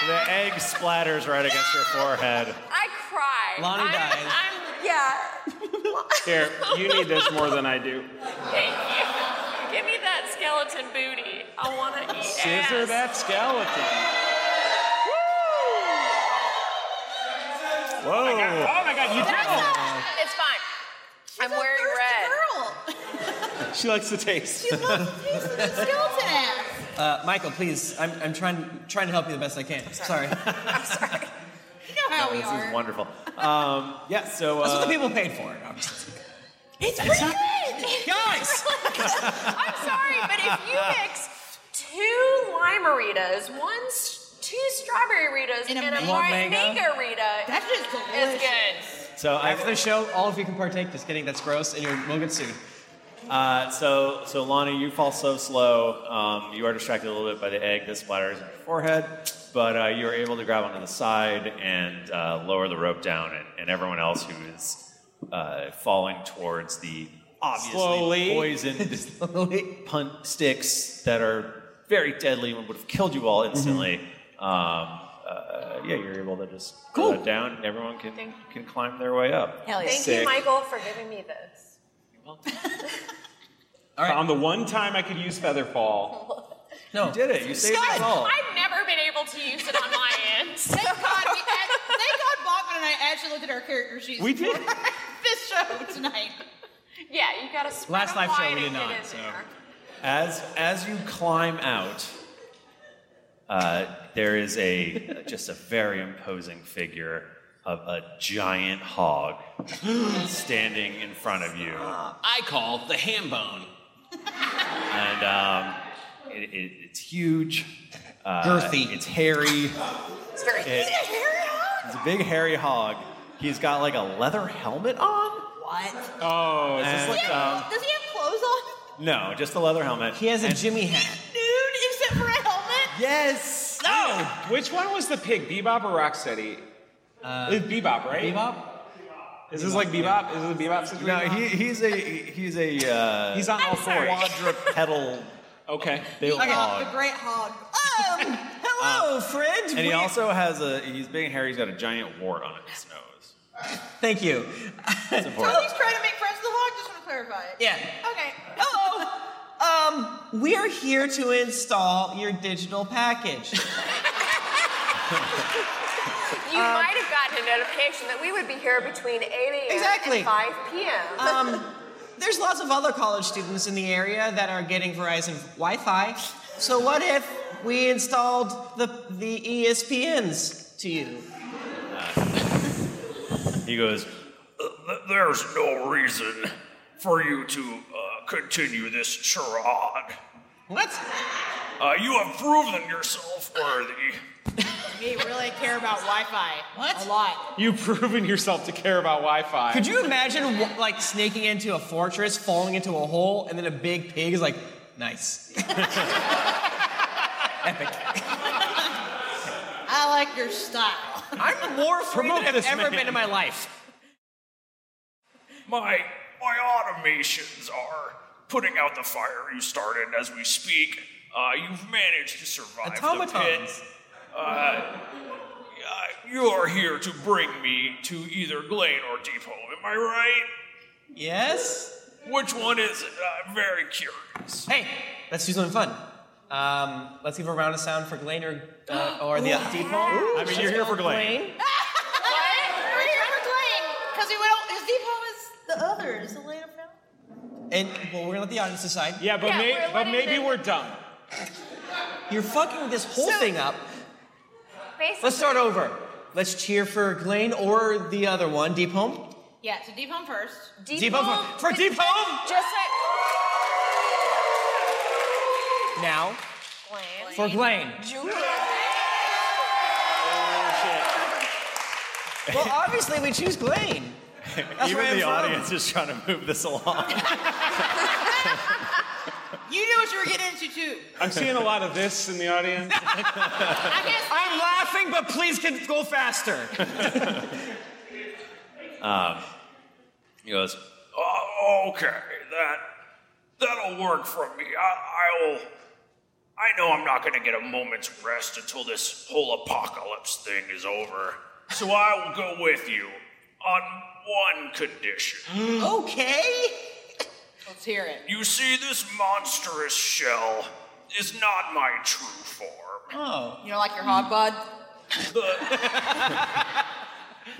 S1: The egg splatters right against your forehead.
S4: I cried.
S1: Lonnie
S4: I'm,
S1: dies.
S4: I'm, yeah.
S5: Here, you need this more than I do.
S4: Thank you. Give me that skeleton booty. I want to eat
S5: Scissor
S4: ass.
S5: that skeleton. Whoa. Oh my god, oh my god you did
S4: It's fine. I'm wearing red.
S5: it. She likes the taste.
S4: She loves
S2: Skeleton ass.
S3: Uh, Michael, please, I'm, I'm trying, trying to help you the best I can. sorry.
S2: You know how
S1: Oh,
S2: we
S1: This
S2: are.
S1: is wonderful. Um, yeah, so. Uh,
S3: That's what the people paid for.
S2: It's pretty good.
S3: Guys.
S4: I'm sorry, but if you mix two limeritas, one s- two strawberry ritas, and a,
S3: mango. One
S4: mango,
S3: mango.
S4: rita,
S2: that's just
S4: It's good.
S1: So
S3: after the show, all of you can partake. Just kidding, that's gross, and you will get sued.
S1: Uh, so, so Lonnie, you fall so slow. Um, you are distracted a little bit by the egg that splatters on your forehead, but uh, you are able to grab onto the side and uh, lower the rope down, and, and everyone else who is uh, falling towards the obviously
S5: Slowly.
S1: poisoned punt sticks that are very deadly and would have killed you all instantly. Um, uh, yeah, you're able to just cool. that down. Everyone can can climb their way up.
S4: Thank you,
S1: Sick.
S4: Michael, for giving me this.
S5: On the one time I could use feather fall.
S3: No.
S1: You did it. You saved
S4: Guys,
S1: us all.
S4: I've never been able to use it on my end.
S2: Thank God, we act- thank God Bachman and I actually looked at our character sheets.
S4: We did.
S2: before this show tonight.
S4: Yeah, you gotta spread
S1: Last
S4: them
S1: live show,
S4: wide
S1: we
S4: and
S1: did
S4: get
S1: not,
S4: in
S1: so.
S4: there.
S1: As as you climb out, uh, there is a just a very imposing figure of a giant hog standing in front of you,
S16: I call the ham bone.
S1: and um, it, it, it's huge, uh,
S3: Girthy.
S1: it's hairy.
S4: It's very
S1: It-
S4: Is it hairy?
S1: It's a big hairy hog. He's got like a leather helmet on.
S2: What?
S1: Oh,
S2: Does he,
S16: um,
S3: um,
S2: have, does he have clothes on?
S1: no, just a leather helmet. He
S3: has a Jimmy hat.
S2: Nude, except for a helmet?
S1: Yes.
S5: No. Which one was the pig? Bebop or Rocksteady? Uh, it's Bebop, right? Bebop. Is this like Bebop? Is this a Bebop situation?
S1: No, he, he's a he's a uh,
S5: He's on all fours.
S1: quadrupedal.
S5: okay,
S1: big hog.
S2: The great hog. Um, hello,
S3: friend.
S1: And he also has a he's big and hairy. He's got a giant wart on his nose.
S3: Thank you.
S1: It's important.
S2: Tony's trying to make friends with the hog. Just want to clarify it.
S3: Yeah.
S2: Okay.
S3: Hello. Um, we're here to install your digital package.
S4: You might have gotten a notification that we would be here between 8 a.m.
S3: Exactly.
S4: and 5 p.m.
S3: Um, there's lots of other college students in the area that are getting Verizon Wi-Fi. So what if we installed the the E ESPNs to you?
S1: He goes,
S11: Th- There's no reason for you to uh, continue this charade.
S3: What?
S11: Uh, you have proven yourself worthy.
S2: We really care about Wi-Fi. What? A lot.
S5: You've proven yourself to care about Wi-Fi.
S3: Could you imagine wh- like snaking into a fortress, falling into a hole, and then a big pig is like, nice. Epic.
S2: I like your style.
S3: I'm more afraid than I've ever been in my life.
S11: My my automations are putting out the fire you started as we speak. Uh, you've managed to survive the pit.
S3: Automatons.
S11: Uh, you are here to bring me to either Glane or Depot. Am I right?
S3: Yes.
S11: Which one is it? I'm very curious.
S3: Hey, let's do something fun. Um, let's give a round of sound for Glane or, uh, or the
S2: Ooh.
S3: depot.
S2: Ooh,
S5: I mean, you're here for Glane.
S2: We're here for Glenn because we went. Because Depot is the other. Is the land of
S3: And well, we're gonna let the audience decide.
S5: Yeah, but Yeah, may- we're but letting maybe them-
S3: we're dumb. You're fucking this whole thing up.
S8: Basically,
S3: Let's start over. Let's cheer for Glane or the other one, Deep Home.
S2: Yeah. So Deep Home first.
S3: Deep Home Home- for Deep Home?
S2: Just like.
S3: Now, for Glane. Well, obviously we choose Glane. That's where
S1: Even
S3: I'm
S1: the
S3: from.
S1: audience is trying to move this along.
S2: You knew what you were getting into too.
S5: I'm seeing a lot of this in the audience.
S3: I'm laughing, but please can go faster.
S1: Um,
S11: He goes, oh, okay, that that'll work for me. I, I'll. I know I'm not going to get a moment's rest until this whole apocalypse thing is over. So I will go with you on one condition.
S3: okay.
S2: Let's hear it.
S11: You see, this monstrous shell is not my true form.
S3: Oh.
S2: You don't like your hog bod?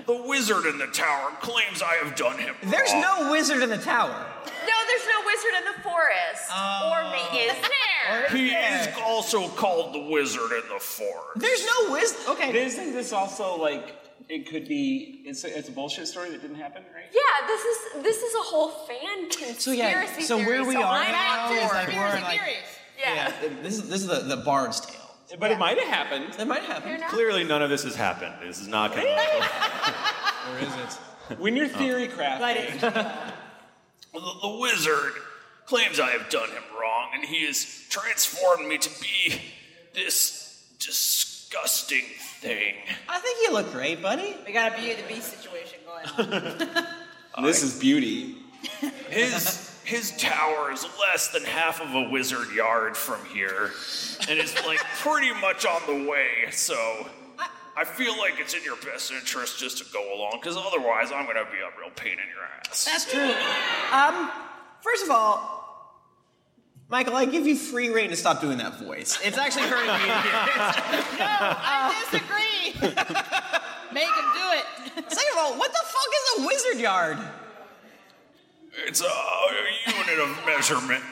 S11: The wizard in the tower claims I have done him.
S3: There's no wizard in the tower.
S4: No, there's no wizard in the forest. Or me, is there?
S11: He is also called the wizard in the forest.
S3: There's no wisdom. Okay.
S5: Isn't this also like it could be? It's a, it's a bullshit story that didn't happen, right?
S4: Yeah, this is this is a whole fan conspiracy
S3: So yeah, so
S4: theory.
S3: where we
S4: so
S3: are
S4: I'm
S3: now
S4: out
S3: is
S4: for
S3: like we're
S4: conspiracy
S3: like-
S4: theories.
S3: Yeah. This is this is the, the bard's tale. But it might have happened. It might have happened.
S1: Clearly, none of this has happened. This is not going to.
S3: Or is it?
S5: When your theory
S1: Oh.
S5: crap.
S11: The, the wizard claims I have done him wrong, and he has transformed me to be this disgusting thing.
S3: I think you look great, buddy.
S2: We got a Beauty and the Beast situation going on.
S5: this is beauty.
S11: His his tower is less than half of a wizard yard from here, and is like pretty much on the way. So I feel like it's in your best interest just to go along, because otherwise I'm gonna be a real pain in your ass.
S3: That's true. Um, first of all, Michael, I give you free reign to stop doing that voice. It's actually hurting me. no,
S2: I disagree. Make him do it.
S3: Second of all, what the fuck is a wizard yard?
S11: It's a, a unit of measurement.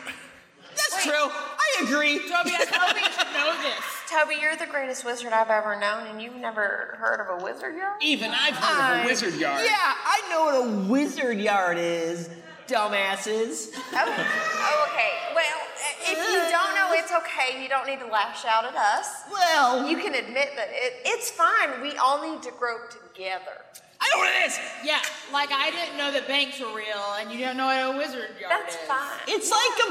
S3: That's true. I agree.
S2: Toby, I Toby should know this.
S4: Toby, you're the greatest wizard I've ever known, and you've never heard of a wizard yard?
S3: Even I've
S4: heard of a
S5: wizard yard.
S3: Yeah, I know what a wizard yard is, dumbasses.
S4: Oh, okay. Well, if you don't know, it's okay. You don't need to lash out at us.
S3: Well,
S4: you can admit that it, it's fine. We all need to grow together.
S3: I know what it is.
S2: Yeah, like I didn't know that banks were real, and you don't know what a wizard yard
S4: That's
S2: is.
S4: fine.
S3: It's like a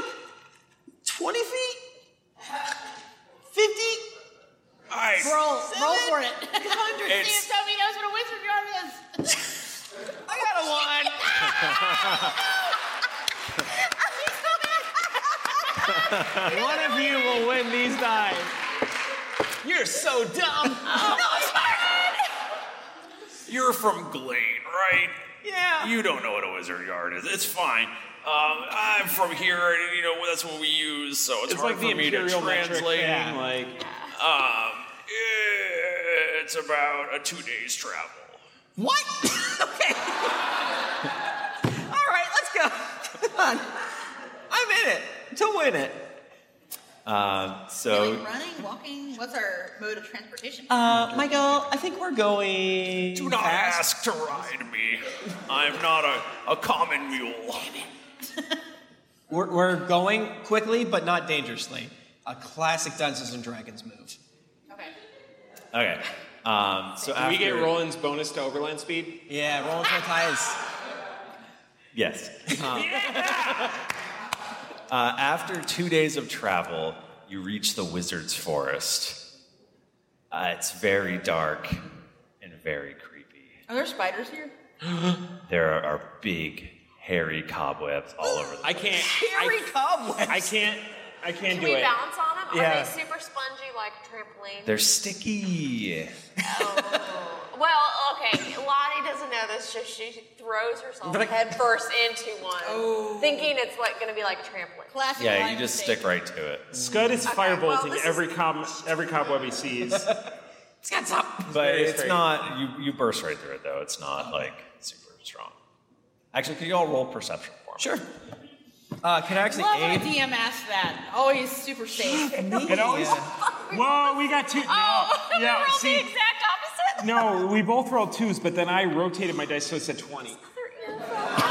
S3: 20 feet? 50?
S11: I
S2: roll, roll for it.
S3: It's-
S2: See if Toby knows what a wizard yard is.
S3: I got a one. One of you will win these nine. You're so dumb.
S11: You're from Glane, right?
S3: Yeah.
S11: You don't know what a wizard yard is. It's fine. Um, I'm from here, and you know that's what we use, so it's,
S5: It's
S11: hard
S5: like
S11: for
S5: the
S11: me to
S5: imperial metric
S11: translate.
S5: thing,
S11: Like, um, eh, it's about a two days travel.
S3: What? okay. All right, let's go. Come on. I'm in it to win it.
S1: Um, so
S2: Running, walking. What's our mode of transportation?
S3: Uh, Michael, I think we're going.
S11: Do not ask to ride me. I'm not a, a common mule.
S3: We're, we're going quickly, but not dangerously. a classic Dungeons and Dragons move.
S1: Okay. Um, so
S5: Can we get
S1: after-
S5: Roland's bonus to overland speed?
S3: Yeah, Roland's no ties.
S1: Yes. Um, uh, after two days of travel, you reach the wizard's forest. Uh, it's very dark and very creepy.
S2: Are there spiders here?
S1: There are, are big, hairy cobwebs all over the
S5: I can't.
S2: Hairy cobwebs.
S5: I can't. I can't
S4: Can
S5: do
S4: we
S5: it.
S4: bounce on them? Are
S1: Yeah.
S4: they super spongy like trampoline?
S1: They're sticky.
S4: Well, okay. Lottie doesn't know this, so she throws herself
S1: But I-
S4: headfirst into one, thinking it's like going to be like trampoline.
S2: Oh. Classic.
S1: Yeah, you just stick right to it.
S5: Scud is
S4: Okay, well,
S5: firebolting
S4: this is-
S5: every cob every cobweb he sees.
S4: Scott's up.
S1: But
S5: very
S1: it's
S5: straight.
S1: not, you, you burst right through it though. It's not like super strong. Actually, could you all roll perception for me? Sure.
S3: Uh, can I actually
S2: Love when a DM asks that. Always super safe. Oh,
S5: It always.
S3: Oh,
S5: Whoa, we got two. no, yeah. see,
S4: exact opposite.
S5: no, we both rolled twos, but then I rotated my dice so it's a twenty.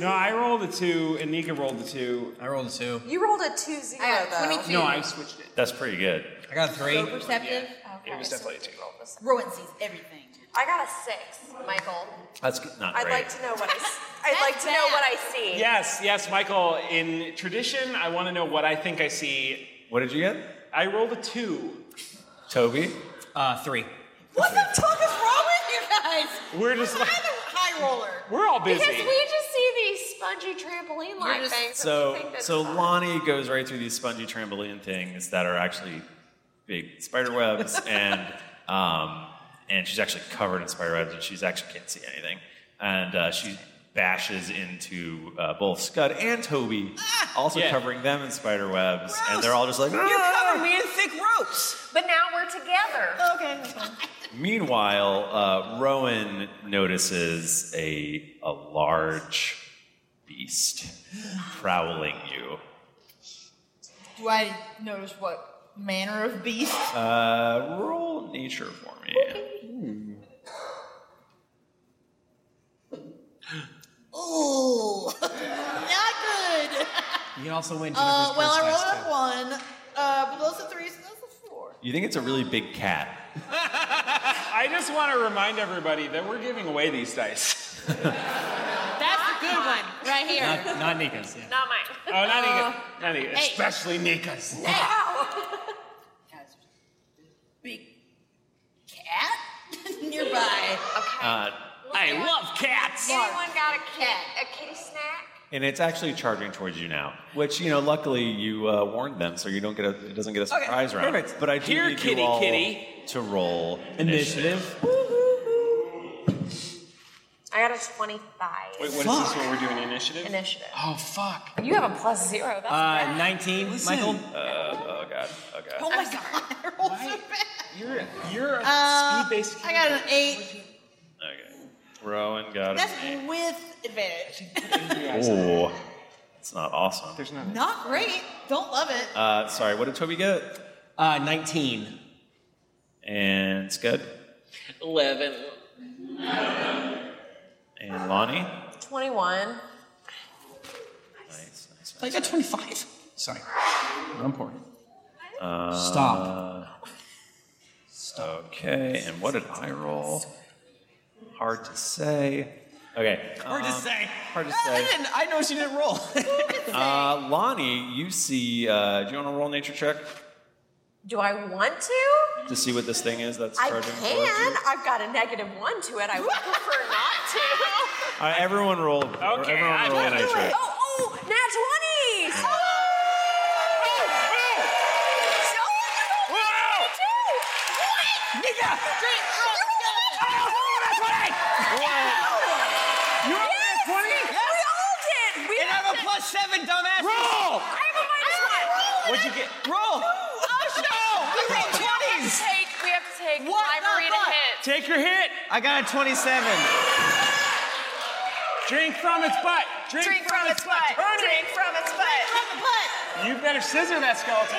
S5: No, I rolled a two, and Nika rolled a two.
S3: I rolled a two.
S8: You rolled a two zero though.
S5: No, I switched it.
S1: That's pretty good.
S3: I got a three.
S2: So perceptive.
S5: It was definitely a two.
S2: Rowan sees everything.
S4: I got a six, Michael.
S1: That's g- not
S4: I'd
S1: great.
S4: like to know what I. s- I'd like to know what I see.
S5: Yes, yes, Michael. In tradition, I want to know what I think I see.
S1: What did you get?
S5: I rolled a two.
S1: Toby?
S3: Uh, three.
S2: What the fuck is wrong with you guys?
S5: We're just
S2: I'm a high roller.
S5: We're all
S4: Because we just see these spongy trampoline like things. and we
S1: So,
S4: think that's
S1: so
S4: fun.
S1: Lonnie goes right through these spongy trampoline things that are actually big spider webs, and um, and she's actually covered in spider webs, and she's actually can't see anything, and uh, she bashes into uh, both Scud and Toby, also covering them in spider webs, and they're all just like. "Ah!"
S4: covered me in thick ropes. But now we're together.
S2: Oh,
S4: Okay.
S1: Meanwhile, uh, Rowan notices a a large beast prowling you.
S2: Do I notice what manner of beast?
S1: Uh, roll nature for me.
S2: Ooh, not good.
S3: You also win
S2: Uh, well, I rolled a one, uh, but those are threes. So that's a four.
S1: You think it's a really big cat?
S5: I just want to remind everybody that we're giving away these dice.
S2: That's a good one right here.
S5: not Nika's. Yeah.
S4: Not mine. Uh,
S5: Oh, not Nika. Not Nika.
S2: hey.
S5: Especially Nika's.
S2: cat nearby.
S1: Uh,
S4: I love
S5: cats.
S4: Anyone got a cat? A kitty snack?
S1: and it's actually charging towards you now, which you know, luckily you uh, warned them, so you don't get a, it doesn't get a
S5: Okay,
S1: surprise round.
S5: perfect.
S1: But I do
S5: Here,
S1: need
S5: kitty,
S1: you all
S5: kitty.
S1: to roll
S5: Initiative.
S4: I got a 25.
S5: Wait, what is this when we're doing initiative?
S4: Initiative.
S5: Oh, fuck.
S4: You have a plus zero. That's
S3: Uh, 19, Michael.
S1: Uh, oh god. Oh god.
S2: Oh my god, Uh, I rolled so bad.
S5: You're you're a speed-based.
S2: I got an eight.
S1: Rowan got
S2: That's
S1: it.
S2: with advantage.
S1: Oh, it's not awesome. There's
S5: not.
S2: Not great. Don't love it.
S1: Uh, sorry, what did Toby get?
S3: Uh, 19.
S1: And Scud
S17: 11.
S1: and Lonnie.
S8: 21.
S3: I got 25. Sorry. I'm poor.
S1: Uh,
S3: Stop.
S1: Okay, and what did I roll? Hard to say. Okay.
S3: Hard to
S1: um,
S3: say.
S1: Hard to say.
S3: I, didn't, I know she didn't roll.
S1: Uh, Lonnie, you see. Uh, do you want to roll nature check
S8: Do I want to?
S1: to see what this thing is that's
S8: I
S1: charging? towards you?
S8: can. I've got a negative one to it. I would prefer not to.
S1: All right, Uh, everyone rolled. Okay, everyone
S8: I-
S1: rolled
S8: Let's do
S1: nature.
S8: it. Oh, oh, nat twenties. Oh,
S3: Oh,
S5: You have a nat 20?
S3: and I have a plus seven, dumbass.
S8: I
S5: Roll!
S8: have a minus one.
S5: What'd you get?
S8: Oh
S3: Roll. no! We rolled
S8: We have to
S3: 20s.
S8: take. We have to take. my
S4: the
S8: marina
S4: fuck?
S8: hit.
S5: Take your hit.
S3: I got a 27.
S5: Drink from its butt. Drink,
S8: Drink from its butt.
S5: Turn it.
S8: Drink from its butt.
S5: You better scissor that skeleton.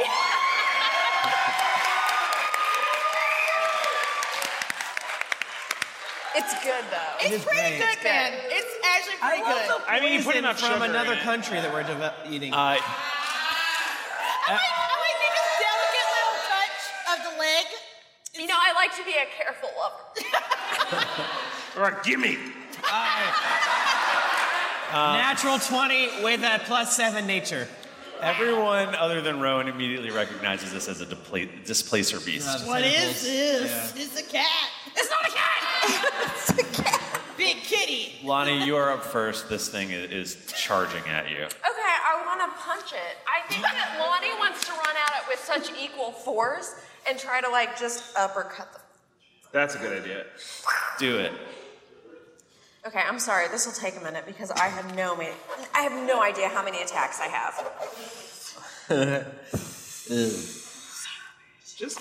S8: It's good though.
S2: It's pretty good, man. It's actually pretty good.
S3: I mean, you put
S5: enough
S3: from
S5: sugar in
S3: another
S5: it.
S3: Uh, country that we're deve- eating.
S1: Uh,
S2: I like, Oh, I like the just delicate little touch of the leg.
S4: You know, I like to be a careful lover.
S11: All right, gimme.
S3: Natural 20 with a plus 7 nature.
S1: Everyone other than Rowan immediately recognizes this as a depla- displacer beast.
S2: What is this? It's a cat. It's not a cat. it's a cat. Big kitty.
S1: Lonnie, you are up first. This thing i- is charging at you.
S4: Okay, I want to punch it. I think that Lonnie wants to run at it with such equal force and try to like just uppercut the.
S5: That's a good idea.
S1: Do it.
S4: Okay, I'm sorry. This will take a minute because I have no ma- I have no idea how many attacks I have.
S5: Just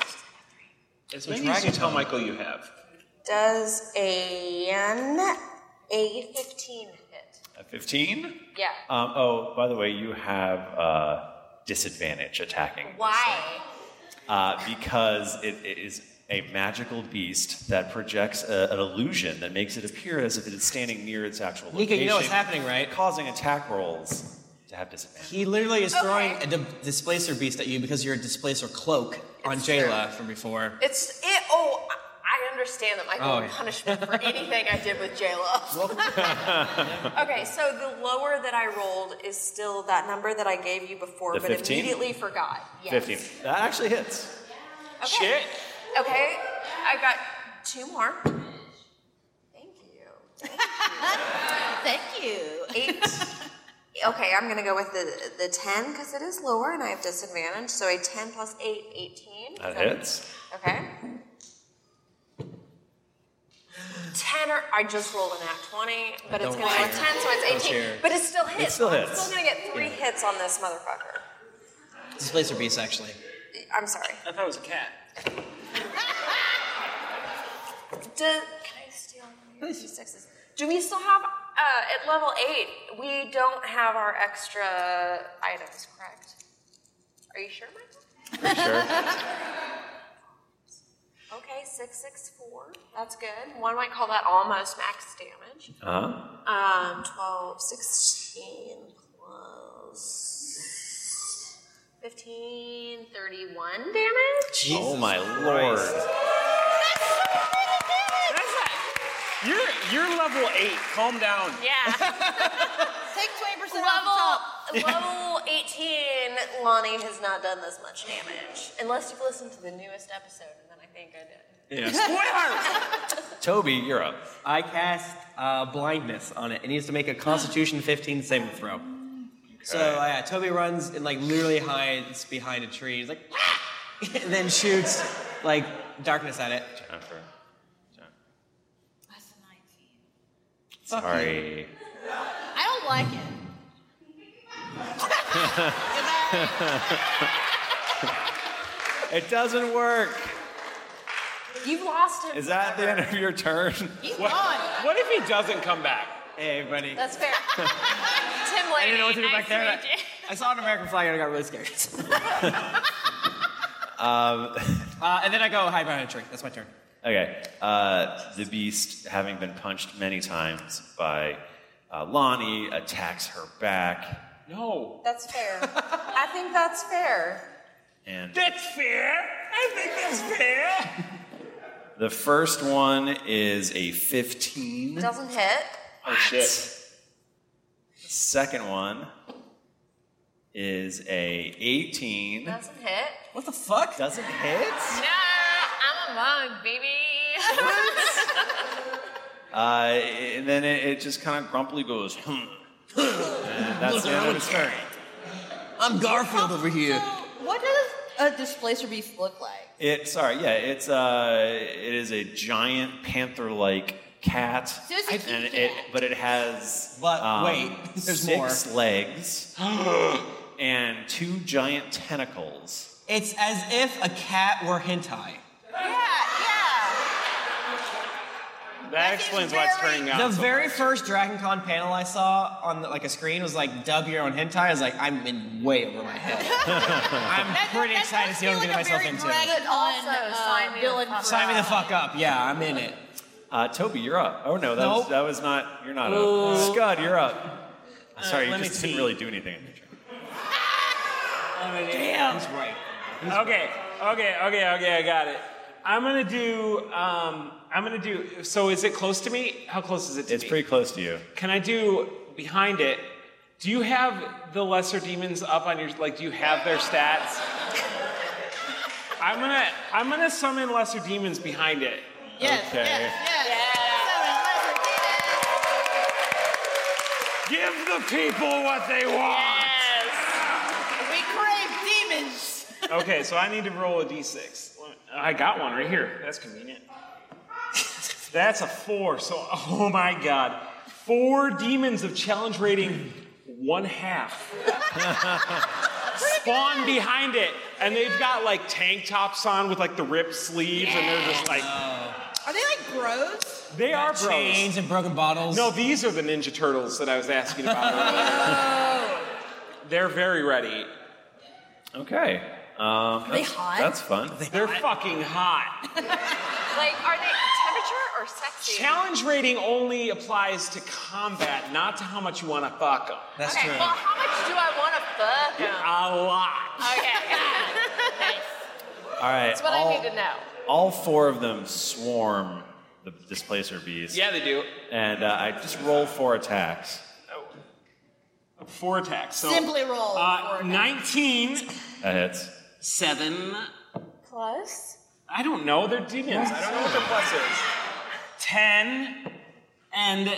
S5: as
S4: The
S5: many as you
S4: dragon
S5: tell Michael you have.
S4: Does an a 15 hit?
S1: A 15?
S4: Yeah.
S1: Um, oh, by the way, you have uh, disadvantage attacking
S4: Why?
S1: uh, because it, it is a magical beast that projects a, an illusion that makes it appear as if it is standing near its actual location.
S3: Nika, you know what's happening,
S1: right? Causing attack rolls to have disadvantage.
S3: He literally is throwing a di- displacer beast at you because you're a displacer cloak on Jayla from before.
S4: It's it. Oh, I I understand that Michael
S3: Oh,
S4: will
S3: yeah.
S4: punish me for anything I did with Jayla. okay, so the lower that I rolled is still that number that I gave you before,
S1: The
S4: but
S1: 15?
S4: immediately forgot. Yes.
S1: 15. That actually hits.
S4: Okay. Shit. Okay, I got two more.
S2: Thank you.
S4: Eight. okay, I'm gonna go with the the ten because it is lower and I have disadvantage. So a ten plus eight, 18.
S1: That hits.
S4: Okay. Ten or I just rolled an at twenty, but
S1: I
S4: it's
S1: don't
S3: Oh,
S4: gonna go with
S1: care.
S4: ten, so
S1: Don't
S4: it's eighteen.
S1: care.
S4: But it still hits.
S3: It still
S4: I'm
S3: hits.
S4: still gonna get three
S3: Yeah.
S4: hits on this motherfucker.
S3: Displacer beast, actually.
S4: I'm sorry.
S5: I thought it was a cat.
S4: Do, can I steal one of your D6s? Do we still have uh, at level eight? We don't have our extra items, correct? Are you sure, Michael? okay, six six four. That's good. One might call that almost max damage.
S1: Uh-huh.
S4: Um, 12, 16 plus 15, 31 damage.
S1: oh my lord.
S5: You're you're level eight. Calm down.
S4: Yeah.
S2: Take twenty percent
S4: level
S2: off the top.
S4: level eighteen. Lonnie has not done this much damage, unless you've listened to the newest episode, and then I think I did.
S1: Toby, you're up.
S3: I cast uh, blindness on it. It needs to make a Constitution 15 saving throw. So uh, yeah, Toby runs and like literally hides behind a tree. He's like, "Ah!" and then shoots like darkness at it.
S1: Jennifer.
S2: That's a 19.
S1: Sorry.
S2: I don't like it.
S1: it doesn't work.
S4: You've lost him.
S1: Is that the end of your turn?
S5: What, what if he doesn't come back?
S3: Hey, everybody.
S4: That's fair. Tim Lady,
S3: I didn't know what to do back there.
S4: nice to meet you.
S3: I saw an American flag and I got really scared.
S1: Um,
S3: uh, and then I go hide behind a tree. That's my turn.
S1: Okay. Uh, the beast, having been punched many times by uh, Lonnie, attacks her back.
S5: No.
S4: That's fair. I think that's fair.
S1: And
S5: That's fair. I think that's fair.
S1: the first one is a 15.
S4: Doesn't hit.
S1: Oh, shit. The second one is a 18.
S4: Doesn't hit.
S3: What the fuck?
S1: Doesn't hit?
S4: No, I'm a monk, baby.
S1: Uh, and then it, it just kind of grumpily goes, hmm. And that's the end of its turn.
S3: I'm Garfield over here.
S2: What does a displacer beast look like?
S1: It sorry, yeah, it's uh it is a giant panther-like cat.
S2: So it's a kitty
S1: and it but it has
S3: But
S1: um,
S3: wait, there's
S1: six
S3: more.
S1: legs and two giant tentacles.
S3: It's as if a cat were hentai.
S5: That, explains why it's turning out.
S3: The
S5: so
S3: very first Dragon Con panel I saw on the, like a screen was like dub your own hentai. I was like, I'm in way over my head. I'm pretty excited to see what I'm getting myself into.
S2: Dragon also
S4: sign me the fuck up.
S3: Sign me the fuck up. Yeah, I'm in it.
S1: Uh, Toby, you're up. Oh no, that was
S3: Nope.
S1: that was not you're not
S3: Ooh.
S1: up. Scud, you're up. Sorry,
S3: let
S1: you
S3: me
S1: just didn't really do anything.
S3: Uh,
S5: on it.
S2: Damn.
S5: He's right. okay, okay, okay, okay. I got it. I'm gonna do. Um, I'm gonna do. So is it close to me? How close is it to
S1: It's
S5: me?
S1: pretty close to you.
S5: Can I do behind it? Do you have the lesser demons up on your like? Do you have their stats? I'm gonna I'm gonna summon lesser demons behind it.
S2: Yes,
S5: Okay.
S11: Give the people what they want.
S2: We crave demons.
S5: okay, so I need to roll a d6. I got one right here. That's convenient. That's a four. So, oh my god, four demons of challenge rating one half spawn behind it, and they've got like tank tops on with like the ripped sleeves, and they're just like.
S2: Are they like bros?
S5: They are bros.
S2: chains
S5: and broken bottles. No, these are the Ninja Turtles that I was asking about earlier. They're very ready.
S1: Okay. Um, are
S4: they hot?
S1: That's fun.
S5: They're fucking hot.
S4: Like, are they temperature or sexy?
S5: Challenge rating only applies to combat, not to how much you want to fuck them. That's
S4: okay, well, how much do I want to fuck?
S5: A lot.
S4: Okay. nice.
S1: All right.
S4: That's what
S1: all,
S4: I need to know.
S1: all four of them swarm the displacer beast.
S5: Yeah, they do.
S1: And uh, I just roll four attacks.
S5: Oh, Four attacks. So,
S2: Simply roll.
S5: Uh, 19.
S1: That hits.
S5: Seven.
S4: Plus?
S5: I don't know. They're demons. I don't know what the plus is. Ten. And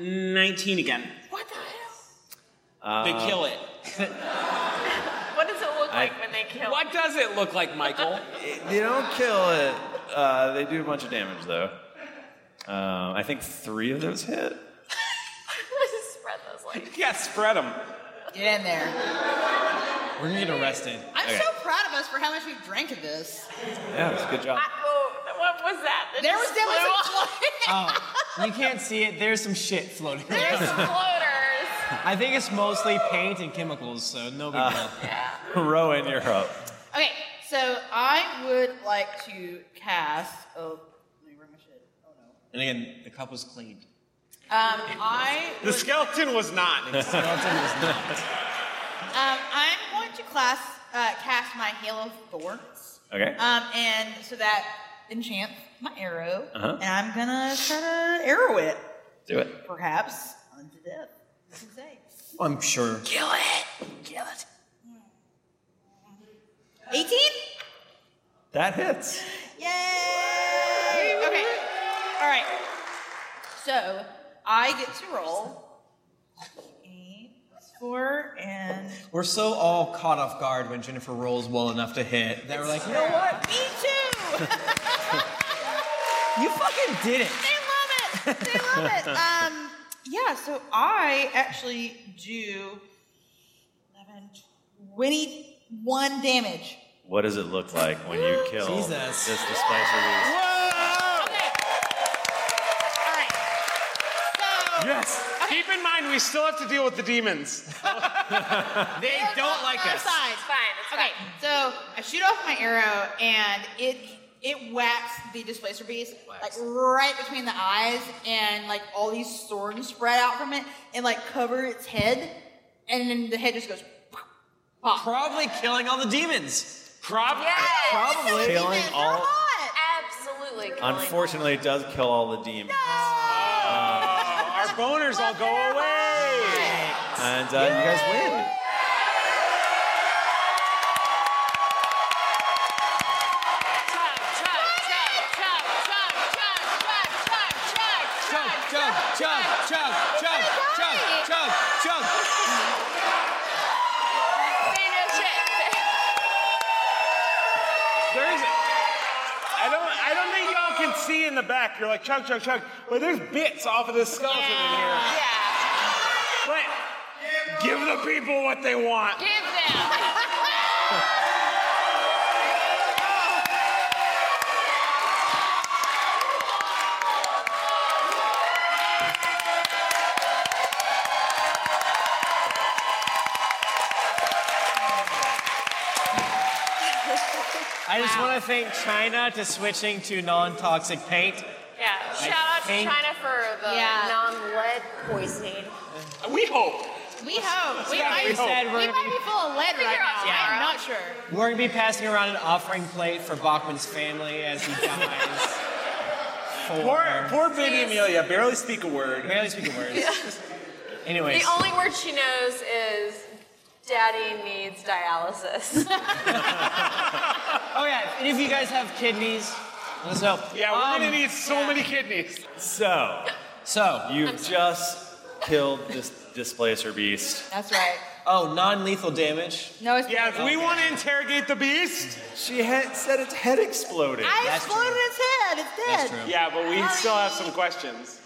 S5: 19 again. They
S1: Um,
S5: kill it.
S4: What does it look
S1: I-
S4: like when they kill?
S5: What does it look like, Michael?
S1: They don't kill it. Uh, they do a bunch of damage, though. Um, I think three of those hit.
S4: Let's spread those like.
S5: yeah, spread them.
S2: Get in there.
S3: We're gonna get arrested.
S2: I'm so proud of us for how much we've drank of this.
S1: Yeah, it's good job.
S4: Oh, what was that? that
S2: There was
S4: just
S2: definitely
S4: flew
S2: some
S4: off?
S3: Oh, you can't see it. There's some shit floating.
S4: There's some floaters.
S3: I think it's mostly paint and chemicals, so no big
S1: Uh,
S3: deal.
S5: Uh,
S1: Rowan, you're up.
S2: Okay, so I would like to cast. Oh, let me bring my shit.
S3: And again, the cup was cleaned.
S2: Um, I
S5: The skeleton was not. The
S3: skeleton was not.
S2: um, I'm going to class uh, cast my Halo of Thorns.
S1: Okay.
S2: Um, and so that enchants my arrow,
S1: Uh-huh.
S2: and I'm gonna try to arrow it,
S1: Do it.
S2: perhaps unto death.
S3: I'm sure.
S2: Kill it. Kill it. Eighteen.
S1: That hits.
S2: Yay! Okay. All right. So I get to roll four and
S3: We're so all caught off guard when Jennifer rolls well enough to hit that we're like, you know what?
S2: Me too.
S3: You fucking did it.
S2: They love it. They love it. Um, yeah. So I actually do 11, 21 damage.
S1: What does it look like when you kill
S3: Jesus.
S1: this displacer beast?
S5: Yes. Keep in mind, we still have to deal with the demons. they don't like
S2: Our side. okay, so I shoot off my arrow and it it whacks the displacer beast like right between the eyes and like all these thorns spread out from it and like cover its head and then the head just goes pop.
S3: Probably killing all the demons.
S5: Probably.
S3: Probably.
S1: Killing all.
S4: Absolutely.
S1: Unfortunately, it does kill all the demons. Um,
S5: Our boners all go away.
S1: And uh, you guys win.
S3: Chug, chug, chug, chug, chug, chug, chug, chug.
S5: There's. I don't. I don't think y'all can see in the back. You're like chug, chug, chug. But there's bits off of this skeleton in here. But give the people what they want.
S4: Give them.
S3: I just want to thank China to switching to non-toxic paint.
S4: Yeah.
S3: I
S4: Shout out to
S3: think-
S4: China for the
S2: Yeah.
S4: non-lead poisoning.
S5: We hope.
S2: We hope. We
S3: Yeah,
S2: might,
S3: we said we're
S2: we
S3: gonna
S2: might be full of lead right now.
S3: tomorrow.
S2: I'm not sure.
S3: We're gonna be passing around an offering plate for Bachman's family as he dies.
S18: Poor, poor
S3: baby
S18: Amelia, barely speak a word. Barely
S3: speak a word. Anyways,
S4: The only word she knows is daddy needs dialysis.
S3: oh yeah, any of you guys have kidneys? Let us know. Um,
S5: Yeah, we're gonna need so many kidneys.
S1: So,
S3: so
S1: you've just killed this displacer beast.
S2: That's right.
S3: Oh, non-lethal damage.
S2: No, it's
S5: yeah. If we want to interrogate the beast,
S1: she had said its head exploded.
S2: I exploded its head. It's dead.
S5: Yeah, but we
S2: Sorry.
S5: still have some questions.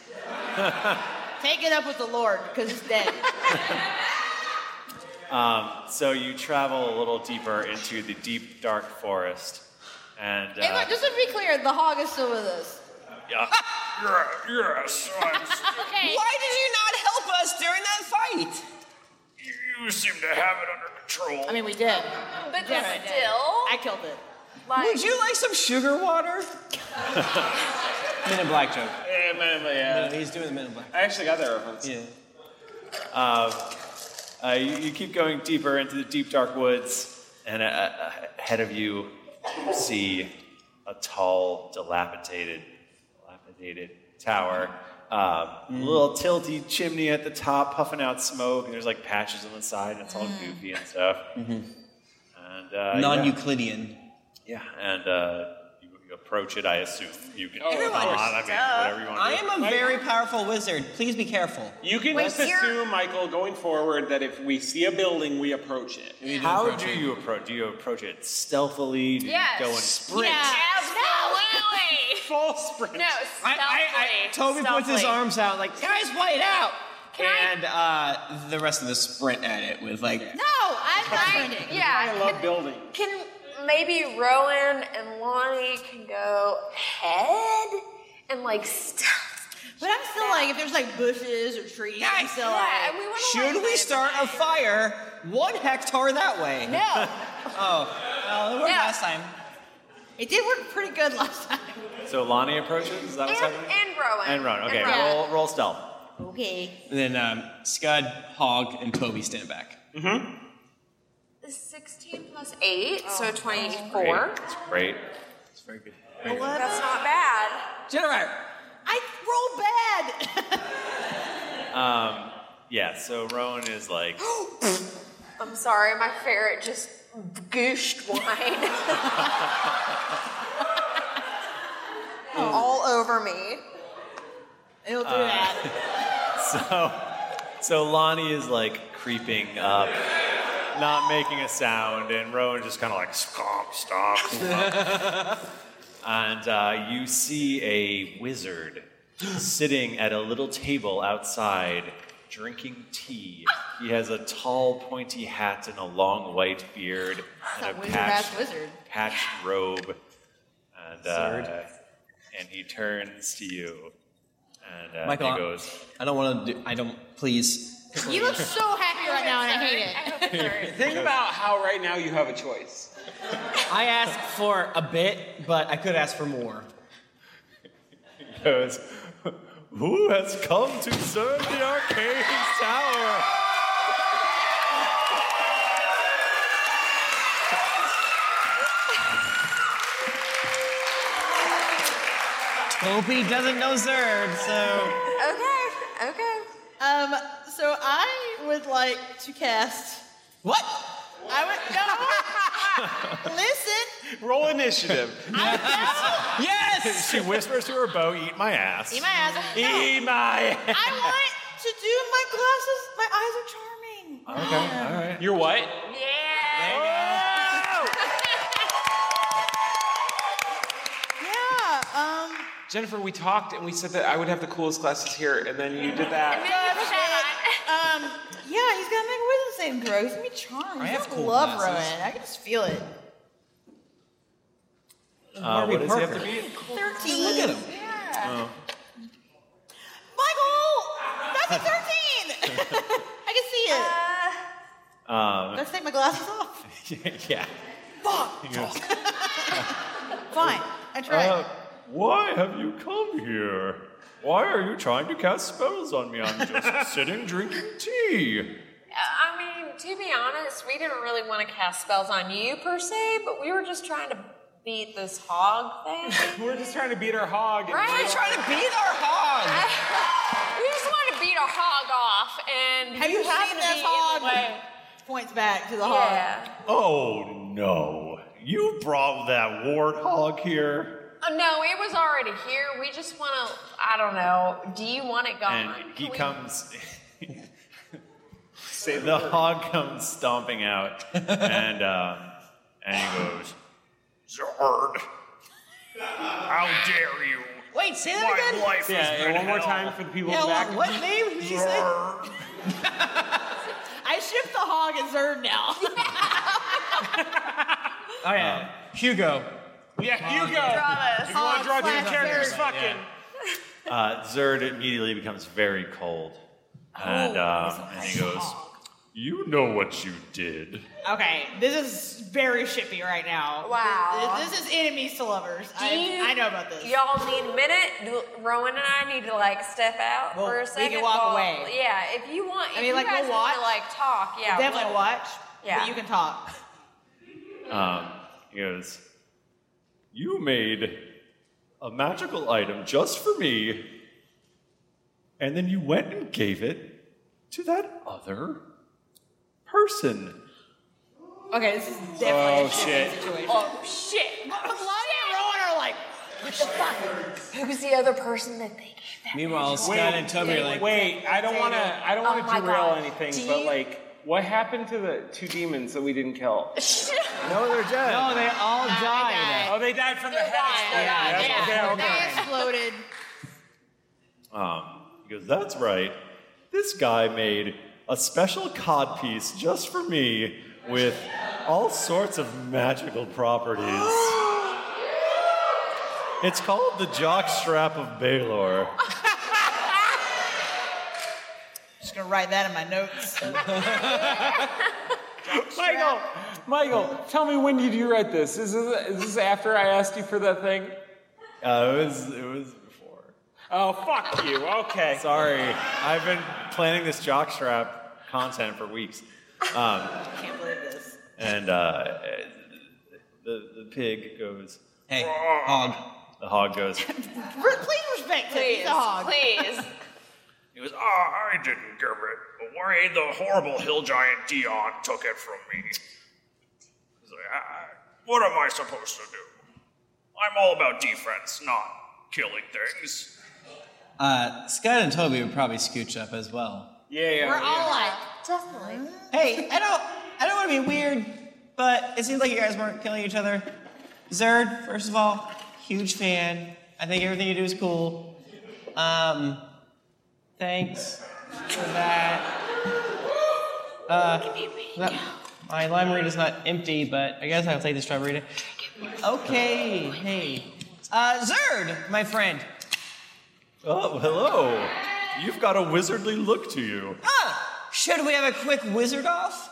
S2: Take it up with the Lord because it's dead.
S1: Um, so you travel a little deeper into the deep, dark forest, and
S2: and
S1: uh,
S2: look, just to be clear, the hog is still with us.
S1: yeah,
S11: Uh,
S1: yes, I'm
S2: Okay.
S15: Why did you not help us during that fight?
S11: You seem to have it under control.
S2: I mean, we did.
S4: But
S2: Yeah, I did.
S4: still,
S2: I killed it.
S15: Would you like some sugar water?
S3: Men in Black joke.
S5: Yeah, man, but yeah.
S3: No, he's doing the Men in Black.
S5: I actually got that reference.
S3: Yeah.
S1: Uh, uh, you, you keep going deeper into the deep, dark woods, and uh, uh, ahead of you, you see a tall, dilapidated, dilapidated tower. Um, Little tilty chimney at the top, puffing out smoke, and there's like patches on the side, and it's all goofy and stuff. And, uh, yeah.
S3: Non-Euclidean.
S1: Yeah, and uh, you, you approach it. I assume you can.
S3: Oh,
S1: come
S3: of course.
S1: on, I mean, whatever you want.
S3: I am a very powerful wizard. Please be careful.
S5: You can
S3: Wait,
S5: just
S3: here-
S5: assume, Michael, going forward, that if we see a building, we approach it.
S1: How do you approach? Do you approach it stealthily? Do
S5: Yes.
S1: You go and
S5: Sprint.
S4: Absolutely.
S5: Full sprint.
S4: No, stealthily.
S3: Toby puts his
S4: Stealthily.
S3: arms out like, guys, wait out!
S4: Can I-
S3: and uh, the rest of us sprint at it with like.
S4: No, I'm not. Yeah, I love
S5: building.
S4: Can maybe Rowan and Lonnie can go ahead and like stealth.
S2: But I'm still like, if there's like bushes or trees, I'm still like,
S4: we want
S3: Should we start a fire one hectare that way?
S2: No.
S3: oh, well, it worked last time.
S2: It did work pretty good last time.
S1: So Lonnie approaches. Is that what's
S2: And-
S1: happening?
S4: And Rowan.
S1: And Rowan. Okay,
S2: Rowan.
S1: roll roll stealth.
S2: Okay.
S3: And then um, Scud, Hog, and Toby stand back. Mm-hmm.
S4: 16 plus 8,
S2: Oh,
S4: so 24.
S1: Great. That's great. That's very good.
S4: That's not bad.
S3: Jennifer.
S2: I roll bad.
S1: Um, yeah. So Rowan is like,
S4: I'm sorry, my ferret just gooshed wine. All over me.
S2: It'll do
S1: Uh,
S2: that.
S1: so so Lonnie is like creeping up, not making a sound, and Rowan just kind of like stomp, stomp, stomp. and uh, you see a wizard sitting at a little table outside drinking tea. He has a tall, pointy hat and a long white beard and a
S2: Wizard ass
S1: patched
S2: wizard.
S1: patched robe, and uh, and he turns to you, and uh,
S3: Michael,
S1: he
S3: I-
S1: goes,
S3: I don't want to do. I don't. Please.
S2: You look so happy right now, and I hate it.
S5: Think about how right now you have a choice.
S3: I asked for a bit, but I could ask for more.
S1: he goes, "Who has come to serve the arcade tower?"
S3: Toby doesn't know Zerd, so.
S4: Okay, okay.
S2: Um, so I would like to cast.
S3: What?
S2: I would. No! Listen!
S5: Roll initiative.
S3: yes!
S1: She whispers to her beau, "Eat my ass."
S2: Eat my ass. No.
S1: Eat my ass.
S2: I want to do my glasses. My eyes are charming.
S1: Okay, all right.
S5: You're what?
S2: Yeah, um.
S5: Jennifer, we talked and we said that I would have the coolest glasses here, and then you did that.
S2: Um, yeah, he's gonna make a wisdom saving throw. He's gonna be charmed.
S5: I
S2: He's
S5: have
S2: gonna
S5: cool
S2: love
S5: glasses.
S2: Rowan. I can just feel it.
S1: Uh, what does he have to beat?
S2: Thirteen.
S1: Look at him. Oh.
S2: Yeah. Michael, that's a thirteen. I can see it.
S1: Oh. Um,
S2: Let's take my glasses off.
S1: yeah.
S2: Fuck.
S1: He goes,
S2: Fine. I tried.
S1: Uh, why have you come here? Why are you trying to cast spells on me? I'm just sitting drinking tea.
S4: to be honest, we didn't really want to cast spells on you per se, but we were just trying to beat this hog thing.
S5: We're just trying to beat our hog. and-
S4: Right. We're trying to beat our
S5: hog.
S4: we just wanted to beat a hog off, and
S2: Have you
S4: happen to
S2: seen this
S4: be
S2: hog?
S4: in the way.
S2: Points back to the
S4: Yeah.
S2: hog.
S1: Oh no! You brought that warthog here,
S4: Oh, no, it was already here. We just want to. I don't know. Do you want it gone?
S1: and he comes. the hog comes stomping out, and uh, and he goes,
S11: Zard. How dare you?
S3: Wait, say that
S11: My
S3: again.
S11: life has
S5: Yeah, yeah,
S11: been
S5: one more
S11: hell.
S5: time for the people
S3: Yeah,
S5: in the
S3: what-
S5: back.
S3: what name did you say?
S2: I shift the hog and Zerd now.
S3: Oh yeah, Hugo.
S5: Yeah, Hugo.
S2: Draw
S5: If you want to draw
S2: slash
S5: two characters,
S2: Zerd.
S5: fucking.
S1: uh, Zerd immediately becomes very cold, and
S5: Oh,
S1: uh, and he goes,
S11: You know what you did.
S2: okay, this is very shippy right now.
S4: Wow.
S2: This, this is enemies to lovers. I,
S4: you-
S2: I know about this.
S4: Y'all need a minute. Do- Rowan and I need to like step out
S2: Well,
S4: for
S2: we
S4: a
S2: can
S4: second.
S2: walk
S4: while-
S2: away.
S4: Yeah, if you want.
S2: I
S4: If
S2: mean,
S4: you
S2: like,
S4: guys
S2: we'll
S4: want to
S2: watch.
S4: like talk, yeah,
S2: We'll definitely
S4: we'll-
S2: watch.
S4: Yeah,
S2: But you can talk.
S1: um, he goes, you made a magical item just for me, and then you went and gave it to that other person.
S2: Okay, this is definitely
S1: Oh,
S2: a shippy
S1: shit.
S2: situation.
S4: Oh shit!
S2: But Melania and Rowan are like, what the fuck?
S4: Who was the other person that they?
S3: Meanwhile, Scott and Toby are like,
S5: wait, I don't want to, I don't
S4: Oh
S5: want to
S4: my
S5: derail
S4: God.
S5: anything,
S4: Do
S5: but
S4: you-
S5: like, what happened to the two demons that we didn't kill? no, they're dead.
S3: No, they all died.
S5: Oh, they died from the head.
S1: Yeah,
S5: explosion.
S1: yeah.
S5: Okay, okay.
S2: They exploded.
S1: Um, he goes, That's right. This guy made a special codpiece just for me with all sorts of magical properties. It's called the Jockstrap of Baylor.
S2: Just gonna write that in my notes.
S5: Michael, Michael, tell me when did you write this? Is this, is this after I asked you for that thing?
S1: Uh, it was it was before.
S5: Oh fuck you! Okay.
S1: Sorry, I've been planning this Jockstrap content for weeks. Um,
S2: Can't believe this.
S1: and uh, the the pig goes.
S3: Hey,
S1: hog. The hog goes.
S2: Please respect him. He's
S4: Please,
S2: a hog.
S4: please.
S11: He goes, Ah, I didn't give it away. The horrible hill giant Dion took it from me. He's like, "Ah, What am I supposed to do? I'm all about defense, not killing things.
S3: Uh, Scott and Toby would probably scooch up as well.
S5: Yeah, yeah.
S2: We're all like,
S4: definitely.
S3: Hey, I don't, I don't want to be weird, but it seems like you guys weren't killing each other. Zerd, first of all, huge fan. I think everything you do is cool. Um, thanks for that. Uh, that- my lime read is not empty, but I guess I'll take the strawberry. to- Okay, hey. Uh, Zerd, my friend.
S1: Oh, hello. You've got a wizardly look to you.
S3: Ah, should we have a quick wizard off?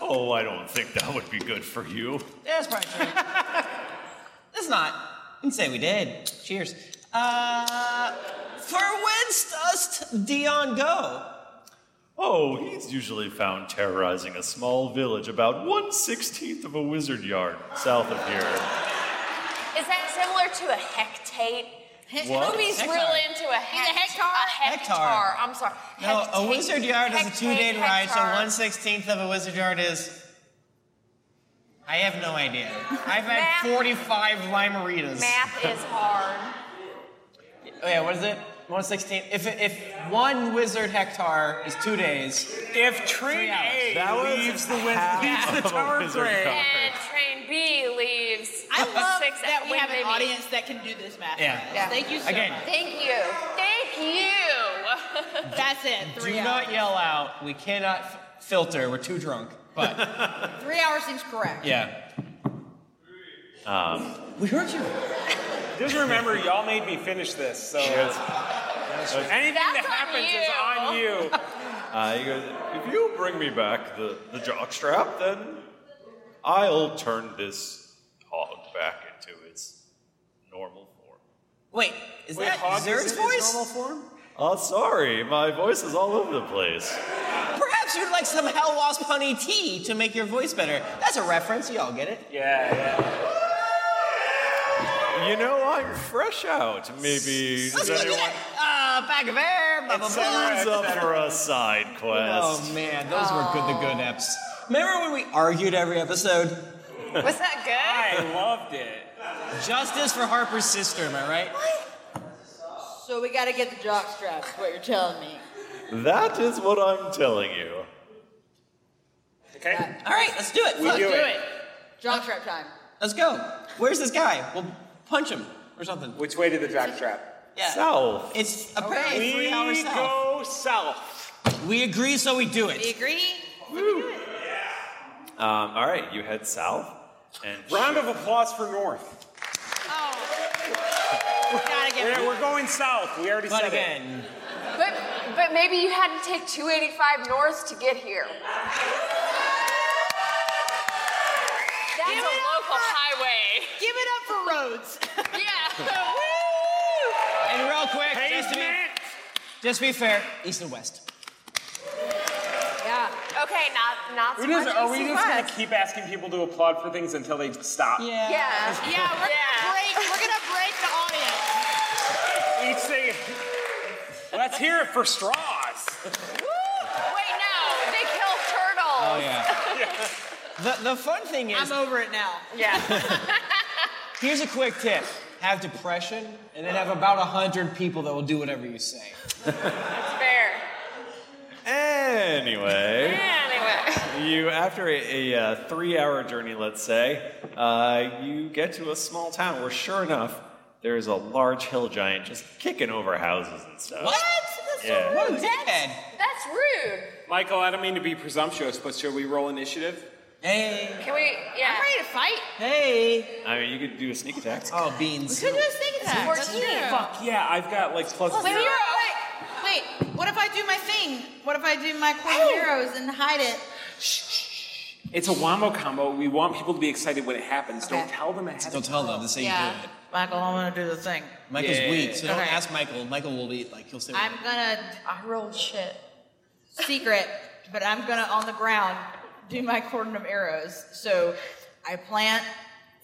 S1: Oh, I don't think that would be good for you.
S3: That's probably true. That's not. Didn't say we did. Cheers. Uh, for whence does Dion go?
S1: Oh, he's usually found terrorizing a small village about one sixteenth of a wizard yard south of here.
S4: Is that similar to a hectate?
S1: What?
S4: Toby's
S1: Hectare.
S4: real into a hectare. A hectare.
S3: Hectare.
S4: I'm sorry.
S3: No, a
S4: Hectate.
S3: wizard yard is a two-day
S4: Hectate,
S3: ride, so
S4: hectare.
S3: one sixteenth of a wizard yard is. I have no idea. I've had forty-five limeritas.
S4: Math is hard.
S3: Oh yeah, what is it? One sixteenth. If if one wizard hectare is two days.
S5: If train A
S3: That was
S5: leaves the
S3: half
S5: wind, leaves the
S3: of a
S5: tower
S3: wizard
S5: crane.
S4: And train B leaves.
S2: I love
S4: six E
S2: that
S4: at
S2: we have
S4: Windy
S2: an
S4: Beach.
S2: audience that can do this math.
S3: Yeah.
S2: for us.
S3: Yeah.
S2: Thank you so
S3: Again.
S2: much.
S4: Thank you. Thank you.
S2: That's it. Three
S3: Do
S2: hours.
S3: not yell out. We cannot f- filter. We're too drunk. But
S2: Three hours seems correct.
S3: yeah.
S1: Um,
S3: We heard you.
S5: Just remember, y'all made me finish this, so anything that happens is on you.
S1: uh, he goes, if you bring me back the, the jockstrap, then I'll turn this hog back into its normal form.
S3: Wait, is
S5: Wait,
S3: that
S5: Hog is
S3: Zerd's
S5: in his
S3: voice?
S5: normal
S1: Uh,
S5: form?
S1: Oh, sorry, my voice is all over the place.
S3: Perhaps Perhaps you'd like some hell wasp honey tea to make your voice better. That's a reference. You all get it.
S5: Yeah, yeah.
S1: You know, I'm fresh out. Maybe does anyone
S3: Uh, bag of air, blah, blah,
S1: signs
S3: blah.
S1: up for a side quest?
S3: Oh, man, those were good to good eps. Remember when we argued every episode?
S4: Was that good?
S5: I loved it.
S3: Justice for Harper's sister, am I right?
S2: So we gotta get the jock straps, is what you're telling me.
S1: That is what I'm telling you.
S5: Okay.
S3: All right, let's do it.
S2: We
S3: Fuck,
S2: do it. Jock strap time.
S3: Let's go. Where's this guy? We'll punch him or something.
S5: Which way did the jock strap?
S3: Yeah.
S1: South.
S3: It's apparently
S5: We
S3: three hours south.
S5: go south.
S3: We agree, so we do it.
S2: We agree.
S1: Um, all right, you head south, and
S5: Round of applause for North.
S2: Gotta get
S5: We're, we're going south. We already said
S3: again.
S4: But but maybe you had to take 285 north to get here. That's a local highway.
S2: Give it up for roads.
S4: yeah.
S3: And real quick, just to, be, just to be fair, east and west.
S4: Yeah. Okay, not not so
S5: Who does,
S4: much
S5: are we
S4: east and
S5: just going
S4: west.
S5: to keep asking people to applaud for things until they stop?
S3: Yeah.
S4: Yeah.
S2: Yeah, we're gonna break. We're gonna break the audience.
S5: Each thing. Let's hear it for straws.
S4: Wait, no, they kill turtles.
S3: Oh, yeah. The, the fun thing is,
S2: I'm over it now.
S4: Yeah.
S3: here's a quick tip. Have depression, and then have about 100 people that will do whatever you say.
S4: That's fair.
S1: Anyway,
S4: Anyway.
S1: you after a, a uh, three-hour journey, let's say, uh, you get to a small town where, sure enough, there is a large hill giant just kicking over houses and stuff.
S4: That's
S1: Yeah.
S4: so
S1: What
S4: rude. That's, that's rude.
S5: Michael, I don't mean to be presumptuous, but should we roll initiative?
S3: Hey.
S4: Can we? Yeah. I'm
S2: ready to fight.
S3: Hey.
S1: I mean, you could do a sneak attack.
S3: Oh, beans.
S2: Could do a sneak attack. That's true.
S5: Fuck yeah, I've got like plus
S2: Wait,
S5: zero.
S2: wait, wait, wait. Wait, What if I do my thing? What if I do my queen of heroes and hide it?
S5: It's a wombo combo. We want people to be excited when it happens. Don't
S2: Okay.
S5: tell them ahead.
S3: Don't tell them. Just say you do it.
S2: Michael, I want to do the thing.
S3: Michael's
S5: Yeah.
S3: weak, so don't
S2: Okay.
S3: ask Michael. Michael will be like, he'll say,
S2: I'm gonna. I roll shit. Secret, but I'm gonna on the ground do my cordon of arrows. So I plant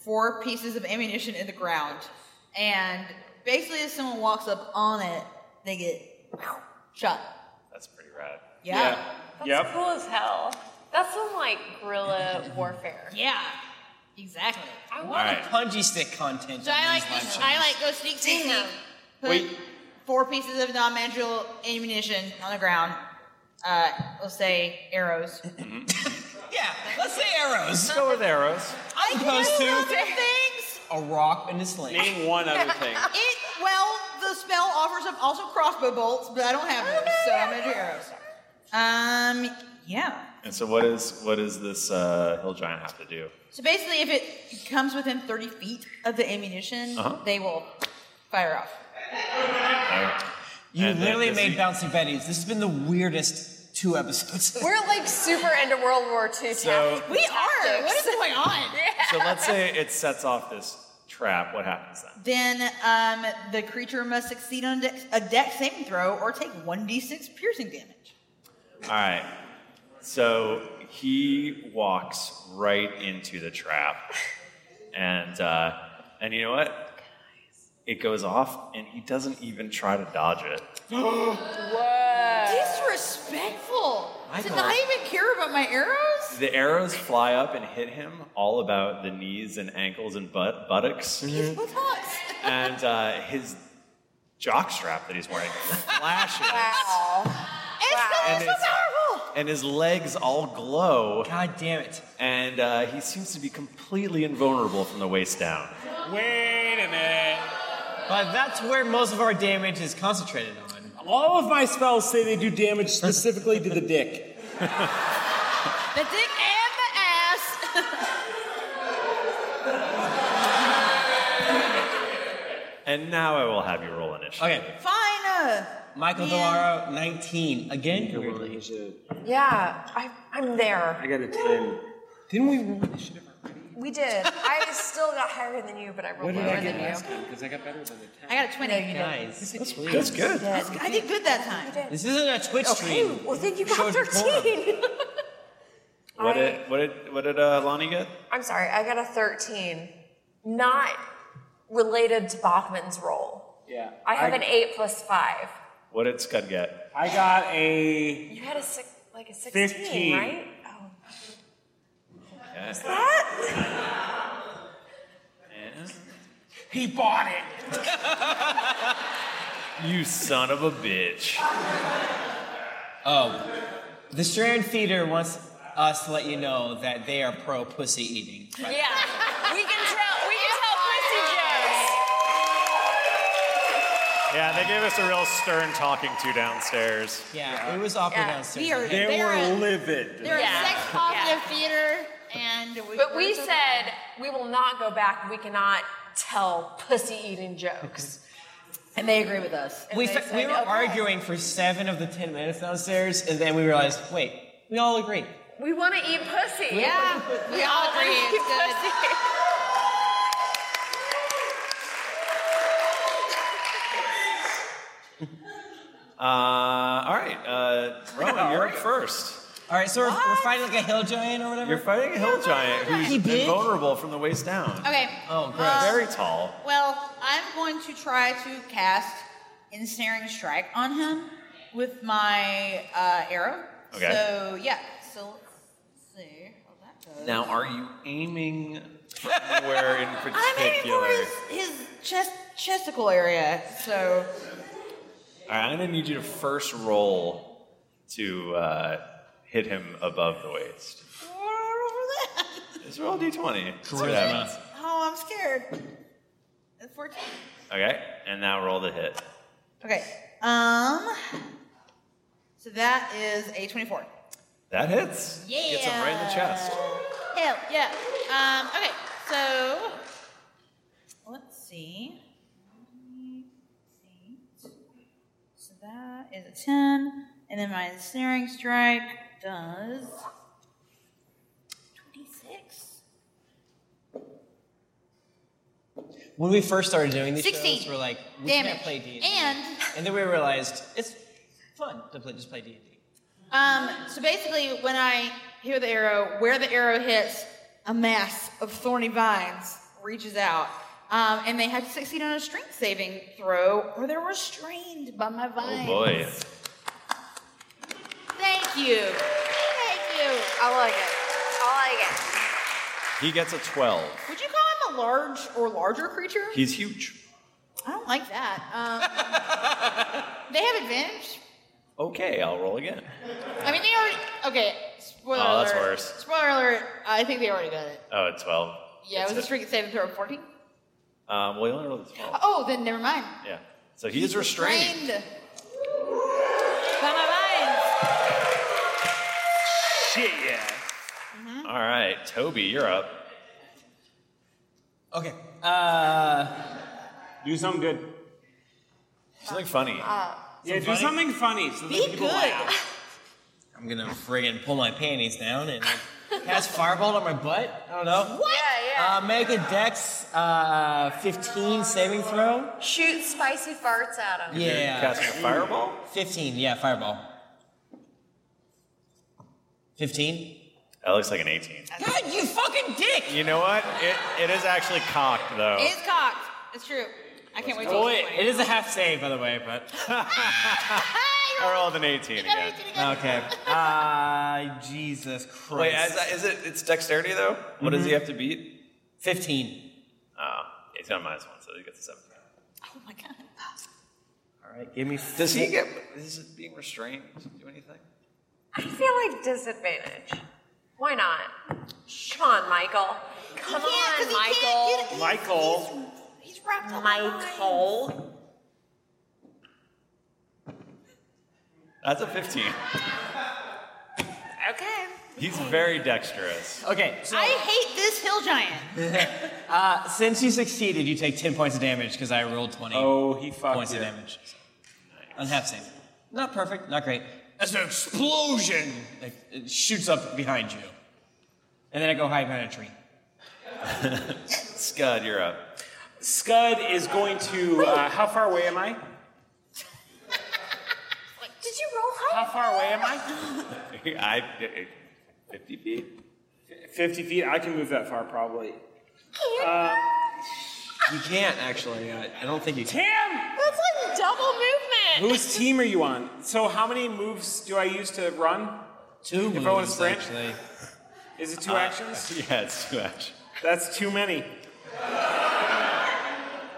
S2: four pieces of ammunition in the ground, and basically, if someone walks up on it, they get shot.
S1: That's pretty rad.
S2: Yeah.
S4: That's cool as hell. That's some like guerrilla warfare.
S2: Yeah. Exactly.
S4: I
S3: A
S4: want
S3: lot
S4: right.
S3: of punji stick content.
S2: So
S3: on
S2: I like
S3: these live shows.
S2: I like go sneak sneak sneak. Put
S5: Wait.
S2: Four pieces of non-magical ammunition on the ground. Uh, we'll say arrows.
S3: yeah, let's say arrows.
S1: Go with arrows.
S3: I opposed
S2: do lots of
S3: to
S2: things.
S3: a rock and a sling.
S5: Name one other thing.
S2: It well, the spell offers up also crossbow bolts, but I don't have those, so I'm gonna do arrows. Um, yeah.
S1: And so, what is what does this uh, hill giant have to do?
S2: So basically, if it comes within 30 feet of the ammunition,
S1: Uh-huh.
S2: they will fire off.
S3: You
S1: And e- then
S3: literally
S1: does
S3: made
S1: he-
S3: bouncy betties. This has been the weirdest two episodes.
S4: We're like super into World War II.
S1: So-
S4: tac-
S2: We are. What
S4: tactics.
S2: is going on?
S1: So let's say it sets off this trap. What happens then?
S2: Then um, the creature must succeed on dex- a dex saving throw or take 1d6 piercing damage.
S1: All right. So he walks right into the trap, and uh, and you know what? It goes off, and he doesn't even try to dodge it.
S2: Disrespectful! To not even care about my arrows?
S1: The arrows fly up and hit him all about the knees and ankles and butt buttocks,
S2: What talks?
S1: and uh, his jockstrap that he's wearing flashes,
S2: It's
S1: And
S2: not so
S1: it's-
S2: powerful!
S1: and his legs all glow,
S3: God damn it.
S1: and uh, he seems to be completely invulnerable from the waist down.
S5: Wait a minute.
S3: But that's where most of our damage is concentrated on.
S5: All of my spells say they do damage specifically to the dick.
S2: The dick and the ass!
S1: And now I will have you roll initiative.
S3: Okay,
S2: Fine! uh,
S3: Michael Delaro, 19. Again, weirdly.
S4: Yeah, I, I'm there.
S5: I got a 10. Didn't we roll initiative?
S4: We did. I still got higher than you, but I rolled
S5: What did
S4: lower
S5: I get
S4: than you.
S5: last time? Because I got better than the
S2: I got a 20.
S3: Nice. That's
S5: really That's good. good.
S2: That's- I did good that time.
S3: This isn't a Twitch stream.
S4: Well, then you
S3: Show
S4: got
S3: decorum.
S4: 13.
S1: What did what did what did uh, Lonnie get?
S4: I'm sorry, I got a 13. Not related to Bachman's roll.
S5: Yeah.
S4: I have
S1: I-
S4: an 8 plus 5.
S1: What did Scud get?
S5: I got a
S4: You had a six, like a 16,
S5: 15.
S4: right?
S1: Is
S5: He bought it.
S1: You son of a bitch.
S3: Oh, the Strand Theater wants us to let you know that they are pro pussy eating.
S4: Yeah. we can tell, we can tell pussy jokes.
S1: Yeah, they gave us a real stern talking to downstairs.
S3: Yeah, it was awkward
S2: Yeah.
S3: downstairs.
S2: We are- They they were are-
S1: livid.
S2: They're
S4: Yeah.
S2: a sex positive theater, and we.
S4: But
S2: we're
S4: we
S2: so-
S4: said we will not go back. We cannot tell pussy eating jokes.
S2: and they agree with us.
S3: We, fe- we were arguing for seven of the ten minutes downstairs, and then we realized, wait, we all agree.
S4: We want to eat pussy.
S2: Yeah, we all
S4: wanna
S2: agree.
S4: eat
S2: It's good.
S1: Uh, all right, uh, Rowan, you're up first.
S3: All right, so we're, we're fighting like a hill giant or whatever.
S1: You're fighting a hill giant
S3: He
S1: who's
S3: big?
S1: invulnerable from the waist down.
S2: Okay.
S3: Oh,
S2: gross. Uh,
S1: Very tall.
S2: Well, I'm going to try to cast ensnaring strike on him with my uh, arrow.
S1: Okay.
S2: So yeah. So let's see how that goes.
S1: Now, are you aiming for anywhere in
S2: I'm aiming
S1: particular?
S2: for his, his chest chesticle area. So
S1: All right, I'm going to need you to first roll to uh, hit him above the waist. Just roll d20. Let's see what happens.
S2: oh, I'm scared. It's 14.
S1: Okay, and now roll the hit.
S2: Okay. Um. So that is a 24.
S1: That hits. Gets him right in the chest. Oh,
S2: Hell yeah. Um, okay, so let's see. So that is a 10. And then my ensnaring strike does 26.
S3: When we first started doing these
S2: 16
S3: shows, we we're like, we
S2: Damage.
S3: can't play D.
S2: And
S3: And then we realized it's fun to play, just play D.
S2: Um, so basically, when I hear the arrow, where the arrow hits, a mass of thorny vines reaches out. Um, and they have to succeed on a strength saving throw, or they're restrained by my vines.
S1: Oh boy.
S2: Thank you. Thank you. I like it. I like it.
S1: He gets a 12.
S2: Would you call him a large or larger creature?
S1: He's huge.
S2: I don't like that. Um, they have advantage.
S1: Okay, I'll roll again.
S2: I mean, they already. Okay. Spoiler
S1: Oh, that's
S2: alert.
S1: worse.
S2: Spoiler alert. I think they already got it.
S1: Oh, a 12.
S2: Yeah, it was a strength saving throw of 14.
S1: Um, well, he only rolled a 12.
S2: Oh, then never mind.
S1: Yeah. So he is restrained.
S2: By my
S1: Shit, yeah. All right, Toby, you're up.
S3: Okay. Uh,
S5: do something good.
S1: Something funny.
S5: yeah, do
S3: funny?
S5: something funny so that people laugh.
S3: I'm gonna friggin' pull my panties down and like, cast fireball on my butt. I don't know.
S4: What? Yeah,
S3: Uh, make a dex uh, 15 saving throw.
S4: yeah. Shoot spicy farts at him.
S3: Yeah.
S1: Casting a fireball?
S3: 15, yeah, fireball. 15?
S1: That looks like an 18.
S3: God, you fucking dick!
S1: You know what? It, it is actually cocked, though.
S2: vines. It's cocked. It's true. I can't wait to
S3: Oh, it, it is a half save, by the way, but.
S1: I rolled an 18 again.
S3: Okay. Uh, Jesus Christ.
S1: Wait, is, that, is it? It's dexterity though. What does he have to beat?
S3: Fifteen.
S1: Oh, he's got a minus one, so he gets a seven.
S2: Oh my god.
S3: All right, give me.
S1: Does he get? Is it being restrained? Does it do anything?
S4: I feel like disadvantage. Why not? Sean Michael. Come on, Michael.
S5: Michael.
S2: He's wrapped up.
S4: Michael.
S1: That's a 15.
S4: Okay.
S1: He's very dexterous.
S3: Okay, so.
S2: I hate this hill giant.
S3: uh, since you succeeded, you take 10 points of damage because I rolled 20
S5: oh, he fucked
S3: points
S5: you.
S3: of damage. So. On half save. Not perfect, not great. As an explosion! Like, it shoots up behind you. And then I go hide behind a tree.
S1: Scud, you're up.
S5: Scud is going to. Uh, how far away am I?
S8: Did you roll high?
S5: How far away am I? uh,
S1: I, 50 feet?
S5: 50 feet. I can move that far probably. Uh, you can't, actually. I, I don't think you Tam!
S4: That's like double movement.
S5: Whose team are you on? So, how many moves do I use to run? Two if I want to
S1: moves,
S5: sprint? Is it two
S1: Uh,
S5: actions?
S1: Yeah, it's too much.
S5: That's too many.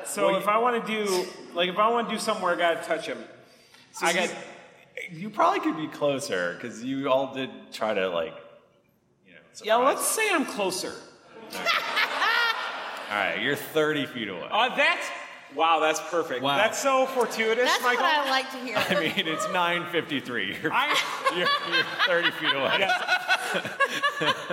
S5: So
S1: Well,
S5: if I want to do, like, if I want to do somewhere, I gotta touch him. I got.
S1: You probably could be closer because you all did try to like.
S5: Yeah, let's say I'm closer.
S1: All right, you're 30 feet away.
S5: Oh, that's wow. That's perfect.
S1: Uh, Wow.
S5: That's so fortuitous,
S2: That's
S5: Michael.
S2: what I like to hear.
S1: I mean, it's 9:53. You're,
S5: I-
S1: you're, you're 30 feet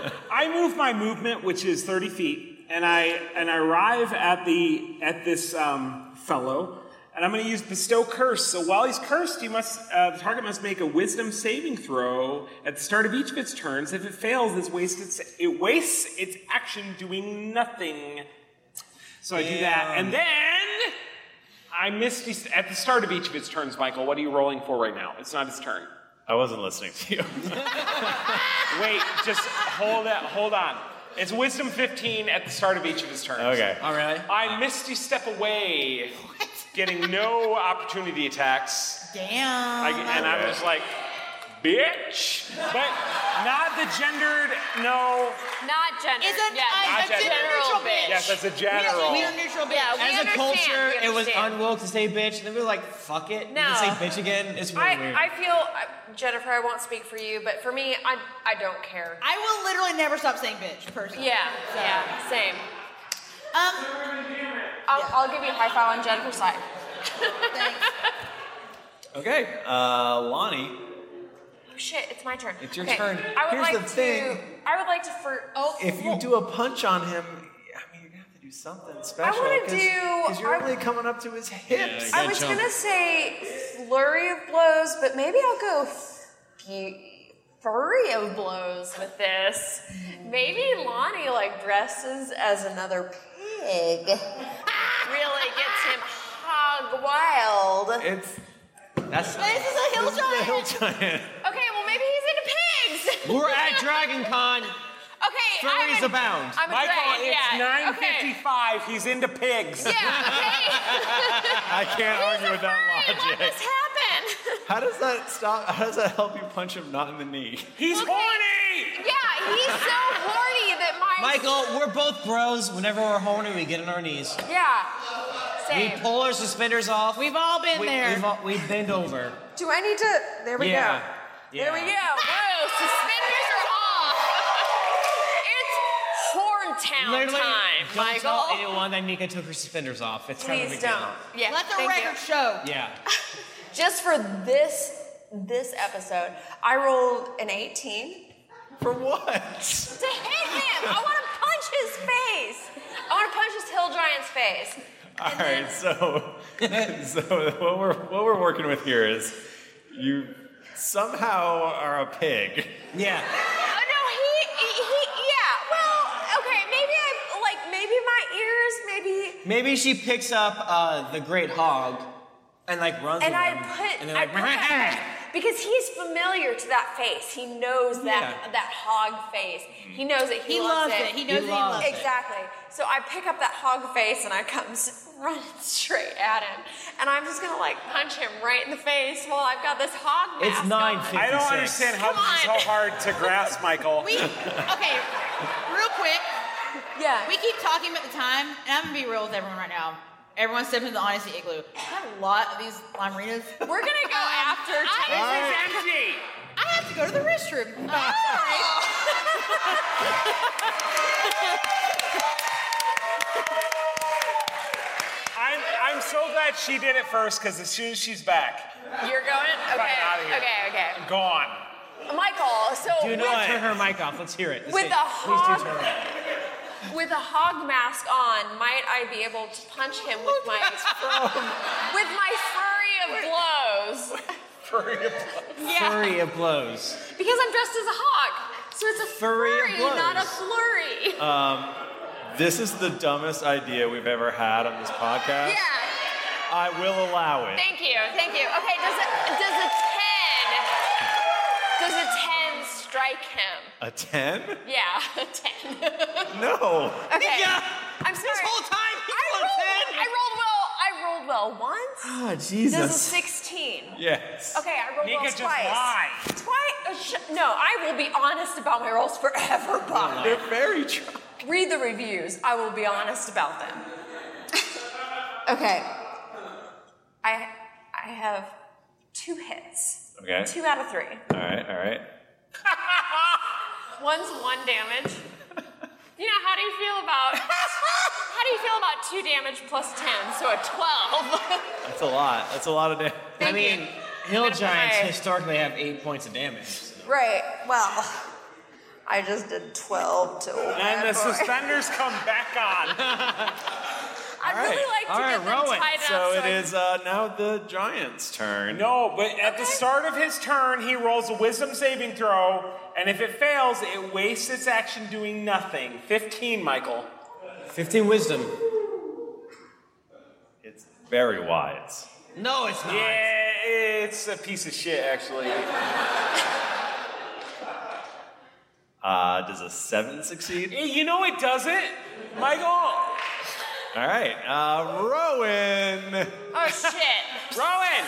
S1: away.
S5: I move my movement, which is 30 feet, and I and I arrive at the at this um, fellow, and I'm going to use bestow curse. So while he's cursed, he must uh, the target must make a Wisdom saving throw at the start of each of its turns. If it fails, it's wasted. sa- It wastes its action doing nothing. So I do that,
S11: Damn.
S5: and then I missed his- at the start of each of its turns. Michael, what are you rolling for right now? It's not his turn.
S1: I wasn't listening to you.
S5: Wait, just hold that. Hold on. It's wisdom 15 at the start of each of his turns.
S1: Okay.
S5: All right. I misty step away, getting no opportunity attacks.
S2: Damn.
S5: I, and I'm
S2: Okay.
S5: just like, bitch. But not the gendered. No.
S4: Not gender.
S2: It's a,
S4: yeah,
S2: I-
S5: not
S2: a
S5: gender.
S2: neutral bitch.
S5: Yes, that's a
S2: We are,
S5: general.
S2: we are neutral bitch.
S4: Yeah, we
S3: As a
S4: understand,
S3: culture,
S4: we
S3: it was
S4: understand.
S3: unwoke to say bitch, and then we were like, fuck it.
S4: No.
S3: We can say bitch again. It's really weird.
S4: I, I feel I- Jennifer. I won't speak for you, but for me, I I don't care.
S2: I will literally never stop saying bitch, personally.
S4: Yeah,
S2: So.
S4: yeah, same.
S2: Um,
S4: I'll, I'll give you a high five on Jennifer's side.
S1: Okay, uh, Lonnie.
S4: Oh shit! It's my turn.
S1: It's your
S4: Okay,
S1: turn.
S4: I would
S1: Here's
S4: like
S1: the
S4: to,
S1: thing.
S4: I would like to. For, oh,
S1: If you do a punch on him, I mean, you're gonna have to do something special.
S4: wanna
S1: 'cause-
S4: do-
S1: 'cause you're
S4: I-
S1: really coming up to his hips.
S4: I was gonna say flurry of blows, but maybe I'll go fu- flurry of blows with this. Maybe Lonnie like dresses as another pig, really gets him hog wild.
S1: It's
S3: that's
S4: This is a hill
S3: This is the
S4: giant.
S3: hill
S1: giant.
S4: Okay, well maybe he's into pigs.
S3: We're at Dragon Con.
S4: Okay,
S3: Flurries
S4: I'm a,
S3: abound.
S4: I'm a
S5: Michael,
S4: dragon,
S5: it's
S4: yeah.
S5: 955. He's into pigs.
S4: Yeah. Okay.
S1: I can't argue with that
S4: What
S1: logic.
S4: just happened?
S1: How does that stop? How does that help you punch him not in the knee?
S5: He's horny.
S4: Yeah, he's so horny that my
S3: Michael, we're both bros. Whenever we're horny, we get on our knees.
S4: Yeah.
S3: We
S4: Same.
S3: pull our suspenders off. We've all
S4: been there.
S3: We've all, we bend over.
S8: Do I need to? There we
S3: yeah.
S8: go.
S3: Yeah.
S4: There we go. Whoa, suspenders are off. it's Horn Town
S3: Literally,
S4: time,
S3: don't
S4: Michael.
S3: tell anyone that Nika took her suspenders off. It's kind of a
S4: Please
S3: big deal.
S4: don't. Yeah.
S2: Let the
S4: thank
S2: record
S4: you.
S2: show.
S3: Yeah.
S8: Just for this this episode, I rolled an 18
S1: for what?
S4: To hit him. I want to punch his face. I want to punch this hill giant's face.
S1: All right, so so what we're what we're working with here is you somehow are a pig.
S3: Yeah.
S4: Oh no, he, he, he yeah. Well, okay, maybe I like maybe my ears, maybe
S3: Maybe she picks up uh, the great hog and like runs
S4: and
S3: with
S4: I
S3: him,
S4: put,
S3: and then
S4: I
S3: like
S4: put that- because he's familiar to that face. He knows that
S3: Yeah.
S4: that hog face. He knows that he,
S2: He
S4: loves,
S2: loves it. He knows He that he loves loves it. it.
S4: exactly. So I pick up that hog face and I come s- running straight at him, and I'm just gonna like punch him right in the face while I've got this hog.
S3: It's
S4: mask
S3: nine
S4: on.
S3: fifty.
S5: I don't understand how this is so hard to grasp, Michael.
S2: Okay, real quick.
S4: Yeah.
S2: We keep talking about the time, and I'm gonna be real with everyone right now. Everyone step into the honesty igloo. I have a lot of these limerinas.
S4: We're gonna go after.
S2: I,
S5: This is empty.
S2: I have to go to the restroom. Ah! I'm
S5: I'm, I'm so glad she did it first because as soon as she's back,
S4: You're going?
S5: Fuck
S4: Okay.
S5: outta here.
S4: Okay. Okay.
S5: gone.
S4: Michael, so
S3: Do
S4: with,
S3: not turn her mic off. Let's hear it. Let's
S4: with
S3: see.
S4: a
S3: Please do
S4: hog-
S3: turn her off.
S4: with a hog mask on, might I be able to punch him with my with my flurry of blows?
S5: Furry of
S4: blows. Yeah.
S3: Flurry of blows.
S4: Because I'm dressed as a hog, so it's a
S3: Flurry
S4: flurry,
S3: of blows. Oh,
S4: not a flurry.
S1: Um, This is the dumbest idea we've ever had on this podcast. Yeah. I will allow it.
S4: Thank you, thank you. Okay, does it does a ten does a ten strike him?
S1: A 10?
S4: Yeah, a ten.
S1: No.
S4: Okay. I'm sorry. This whole time I rolled, I rolled well. I rolled well once.
S19: Ah,
S4: This is
S19: Jesus.
S4: sixteen.
S1: Yes.
S4: Okay, I rolled
S19: Nika
S4: rolls
S19: just
S4: twice.
S19: lied.
S4: Twice? uh, sh- no, I will be honest about my rolls forever, Bob.
S1: They're very true.
S4: Read the reviews. I will be honest about them.
S8: Okay.
S4: I I have two hits.
S1: Okay.
S4: Two out of three.
S1: All right, all right.
S4: One's one damage. You know, how do you feel about how do you feel about two damage plus ten, so a twelve?
S1: That's a lot. That's a lot of damage.
S3: I mean, hill giants
S4: my-
S3: historically have eight points of damage.
S8: Right. Well, I just did 12 to old
S5: And the
S8: bad boy.
S5: suspenders come back on.
S4: I'd really like to
S1: all right,
S4: get them
S1: Rowan.
S4: tied
S1: so
S4: up.
S1: it is uh, now the giant's turn.
S5: No, but at the start of his turn, he rolls a wisdom saving throw, and if it fails, it wastes its action doing nothing. 15, Michael.
S3: 15 wisdom.
S1: Very wise.
S3: No, it's not.
S5: Yeah, it's a piece of shit, actually.
S1: Uh, does a seven succeed?
S5: you know it doesn't, Michael.
S1: All right, uh, Rowan.
S4: Oh shit.
S5: Rowan!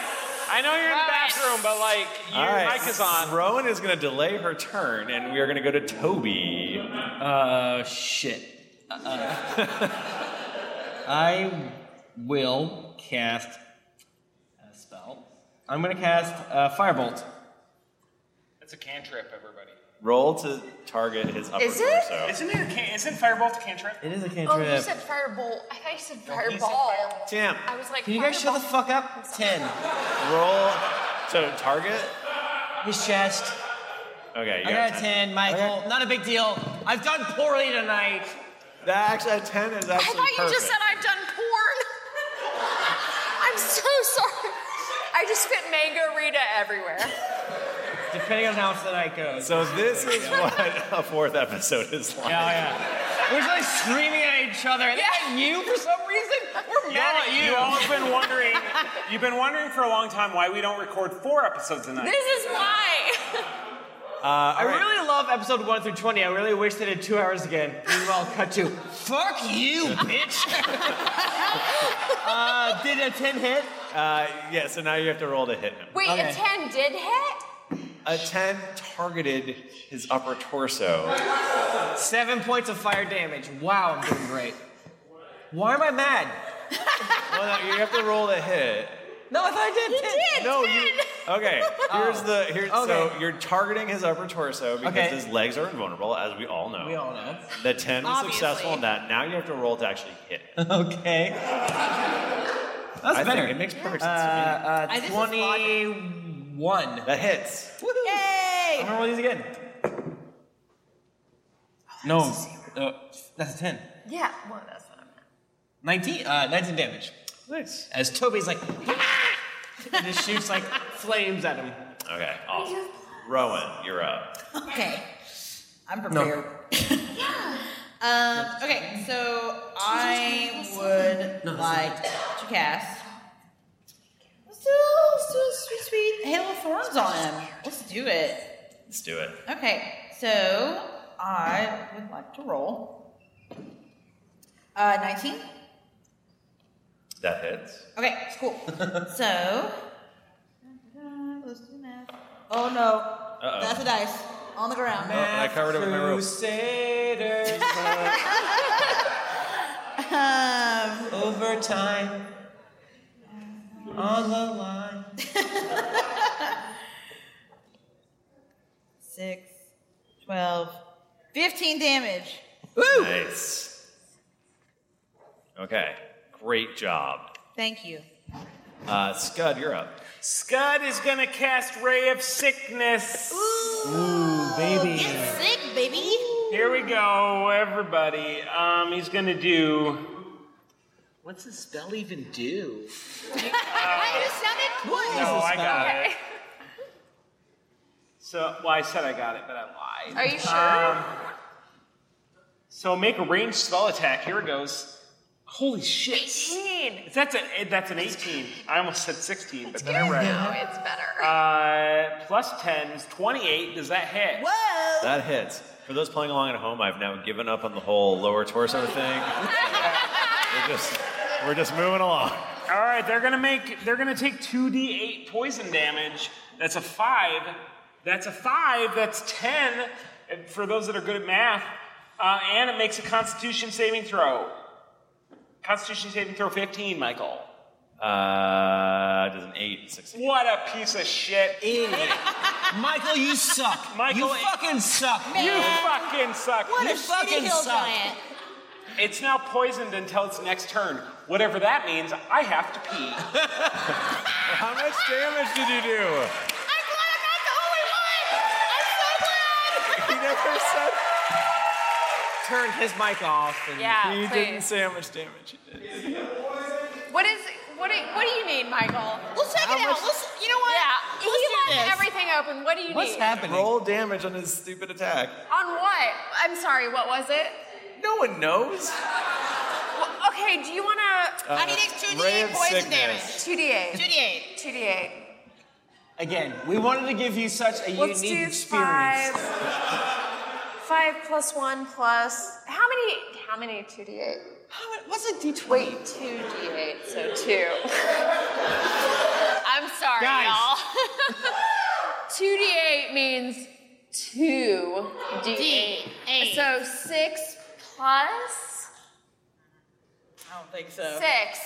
S5: I know you're in the
S4: Rowan.
S5: bathroom, but like,
S1: All
S5: your
S1: right,
S5: mic is on.
S1: Rowan is going to delay her turn, and we are going to go to Toby. Uh, shit.
S3: Uh, I will cast a spell. I'm going to cast uh, Firebolt.
S5: It's a cantrip, everybody.
S1: Roll to target his upper torso.
S5: Isn't it? A can- isn't Firebolt a cantrip?
S3: It is a
S4: Oh,
S3: cantrip.
S4: you said firebolt. I thought you said
S5: he said
S4: fireball.
S1: Damn.
S4: I was like,
S3: Can you guys shut the
S4: fireball.
S3: fuck up? Ten.
S1: Roll to target.
S3: His chest.
S1: Okay, you
S3: I got a ten, Michael. Not a big deal. I've done poorly tonight.
S1: That actually a ten is
S4: I thought you just said I've done porn. I'm so sorry. I just spit mango Rita everywhere.
S3: Depending on how the night goes.
S1: So this is what a fourth episode is like.
S3: Yeah, yeah. We're just like screaming at each other, and then you for some reason we're mad at you.
S5: You all have been wondering. You've been wondering for a long time why we don't record four episodes a night.
S4: This is why.
S3: Uh, I really love episode one through twenty. I really wish they did two hours again. Meanwhile, cut to fuck you, bitch. uh, did a ten hit?
S1: Uh, yeah, so now you have to roll to hit him.
S4: Wait, a 10 did hit?
S1: A 10 targeted his upper torso. Oh,
S3: Seven points of fire damage. Wow, I'm doing great. Why am I mad?
S1: well, no, you have to roll a hit.
S3: No, I thought I did. You
S4: did.
S3: No,
S1: Okay, here's
S3: Oh.
S1: the here. So
S3: Okay.
S1: you're targeting his upper torso because
S3: Okay.
S1: his legs are invulnerable, as we all know.
S3: We all know.
S1: The 10 was
S3: Obviously.
S1: successful in that. Now you have to roll to actually hit.
S3: Okay. That's
S1: I think
S3: better.
S1: it makes perfect sense
S3: Uh,
S1: to me.
S3: uh, Twenty-one.
S1: That hits.
S3: Yay! I'm gonna roll these again. No, uh, that's a ten.
S4: Yeah, well, that's what I'm.
S3: Nineteen. Uh, Nineteen damage.
S1: Nice.
S3: As Toby's like, and just shoots like flames at him.
S1: Okay, awesome. Rowan, you're up.
S2: Okay. I'm prepared. Um, okay, so I would
S1: No, it's
S2: like to cast. Let's do, let's do a sweet, sweet Hail of Thorns on him. Let's do it.
S1: Let's do it.
S2: Okay, so I would like to roll. Uh, 19.
S1: That hits.
S2: Okay, it's cool. so, let's do math. Oh no,
S1: Uh-oh.
S2: that's a dice on the ground.
S1: Oh, and I covered it with my rope.
S3: Crusaders
S2: um,
S3: over time on the line.
S2: six, 12, 15 damage.
S1: Nice. Okay, great job.
S2: Thank you.
S1: Uh, Scud, you're up.
S5: Scud is gonna cast Ray of Sickness.
S1: Ooh, baby.
S2: Sick, baby.
S5: Here we go, everybody. Um, he's gonna do. What's the spell even do?
S4: I just sounded cool.
S5: No, I got
S4: Okay.
S5: it. So, well, I said I got it, but I lied.
S4: Are you sure?
S5: Um, So make a ranged spell attack. Here it goes. Holy shit! 18. That's an eh, that's an 18. I almost said 16, but then I read
S4: No,
S5: it.
S4: it's better.
S5: Uh, plus 10 is 28. Does that hit?
S4: Whoa!
S1: That hits. For those playing along at home, I've now given up on the whole lower torso thing. we're just we're just moving along.
S5: All right, they're gonna make they're gonna take 2d8 poison damage. That's a five. That's a five. That's 10. And For those that are good at math, uh, and it makes a Constitution saving throw. Constitution saving throw 15, Michael.
S1: Uh, does an eight succeed?
S5: What a piece of shit. Idiot.
S7: Michael, you suck.
S5: Michael, eh,
S7: you fucking suck.
S5: you
S7: man.
S5: fucking suck.
S7: What a You shitty fucking hill suck. giant.
S5: It's now poisoned until its next turn. Whatever that means, I have to pee.
S1: How much damage did you do?
S3: He never said. Turn his mic off. And
S4: Yeah, He didn't please.
S3: say how much damage.
S4: What is what? Do, what do you need, Michael? Let's check
S2: How
S4: it
S2: much-
S4: out. Let's, you know what? Yeah,
S2: Let's do
S4: he
S2: this.
S4: left everything open. What do you need?
S7: Roll damage on his stupid attack.
S4: On what? I'm sorry. What was it?
S7: No one knows.
S4: Well, okay. Do you want to?
S7: Uh, I mean, it's 2d8 ray of poison sickness.
S4: Two d eight. Two d eight. Two d eight.
S3: Again, we wanted to give you such a
S4: Let's
S3: unique
S4: do
S3: experience.
S4: Five plus one plus how many? How many two d eight?
S3: What's a d
S4: twenty? Wait, two d eight. So two. I'm sorry,
S8: Guys.
S4: y'all. two d eight means two d eight. So six plus
S2: I don't think so.
S4: six.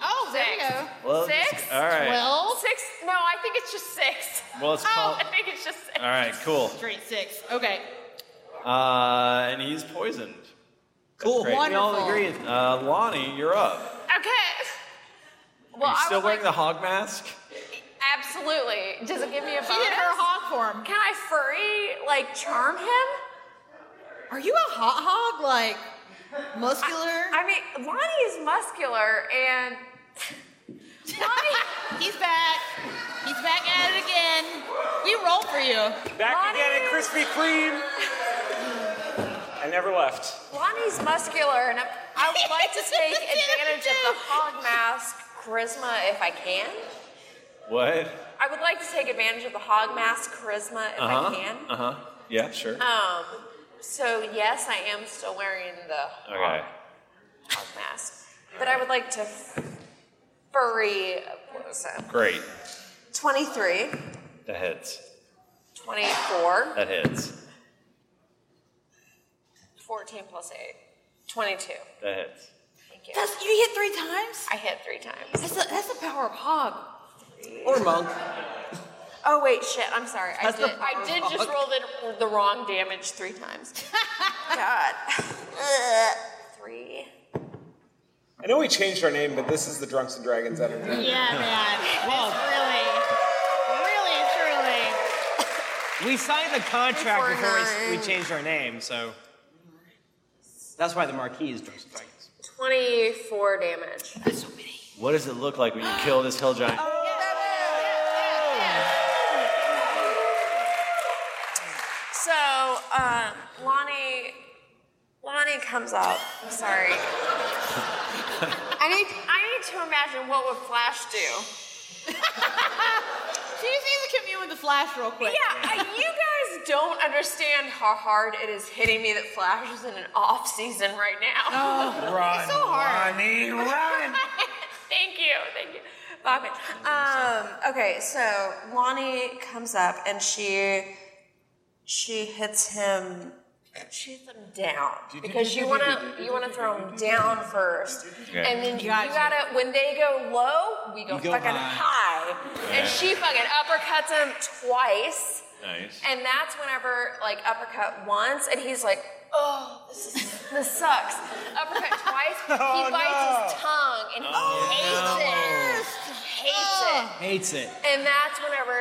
S4: Oh,
S2: there you
S4: six.
S2: go. Well,
S4: six.
S1: just- all right. Twelve?
S4: Six. No, I think it's just six.
S1: Well, it's
S4: oh,
S1: called-
S4: I think it's just six.
S1: All right, cool.
S2: Straight six. Okay.
S1: Uh, and he's poisoned.
S2: Cool.
S1: Great.
S2: We all Wonderful. agree.
S1: Uh, Lonnie, you're up.
S4: Okay. Well,
S1: Are you
S4: I
S1: still
S4: would
S1: wearing
S4: like,
S1: the hog mask?
S4: absolutely. Does it give me a bonus?
S2: She did her hog form.
S4: Can I furry like charm him?
S2: Are you a hot hog? Like muscular?
S4: I, mean, Lonnie is muscular and Lonnie,
S2: he's back. He's back at it again. We roll for you.
S5: Back again at Krispy Kreme. I never left.
S4: Lonnie's muscular, and I, I would like to take advantage of the hog mask charisma if I can.
S1: What?
S4: I would like to take advantage of the hog mask charisma if I can.
S1: Uh huh. Yeah, sure.
S4: Um, so yes, I am still wearing the
S1: okay.
S4: hog mask, but I would like to furry. What was that?
S1: Great.
S4: 23,
S1: That hits.
S4: 24,
S1: That hits.
S4: 14 plus 8, 22.
S1: That hits.
S4: Thank you. That's, you hit three times? I hit three times. That's the, that's the power of hog.
S3: Or monk.
S4: Oh, wait, shit. I'm sorry. I
S3: That's the
S4: did, I
S3: power
S4: did
S3: of
S4: just
S3: hog.
S4: roll the, the wrong damage three times. God. Ugh. three.
S5: I know we changed our name, but this is the Drunks and Dragons energy.
S2: Yeah, man. Well, really, really, truly.
S3: We signed the
S2: Before
S3: contract before, we,
S2: nine.
S3: we changed our name, so that's why the marquee is Drunks and Dragons.
S4: 24 damage. That's so many.
S1: What does it look like when you kill this hell giant?
S4: Oh, So, uh, Lonnie, Lonnie comes up. Sorry. I need, I need to imagine what would Flash do.
S2: She just needs to commune with the flash real quick.
S4: Yeah, uh, you guys don't understand how hard it is hitting me that Flash is in an off season right now.
S2: Oh, Run, it's so hard.
S7: Lonnie, run.
S4: thank you, thank you, Bachman. Um, okay, so Lonnie comes up and she she hits him. She hits him down because you wanna you wanna throw him down first,
S7: Okay.
S4: and then you
S7: Gotcha.
S4: gotta when they go low, we go,
S7: You go
S4: fucking
S7: high.
S4: high,
S7: Yeah.
S4: and she fucking uppercuts him twice.
S1: Nice.
S4: And that's whenever like uppercut once, and he's like, "Oh, this, is, this sucks." Uppercut twice,
S12: Oh,
S4: he bites his tongue, and he hates it. He hates
S3: Oh.
S7: Hates it.
S4: it. And that's whenever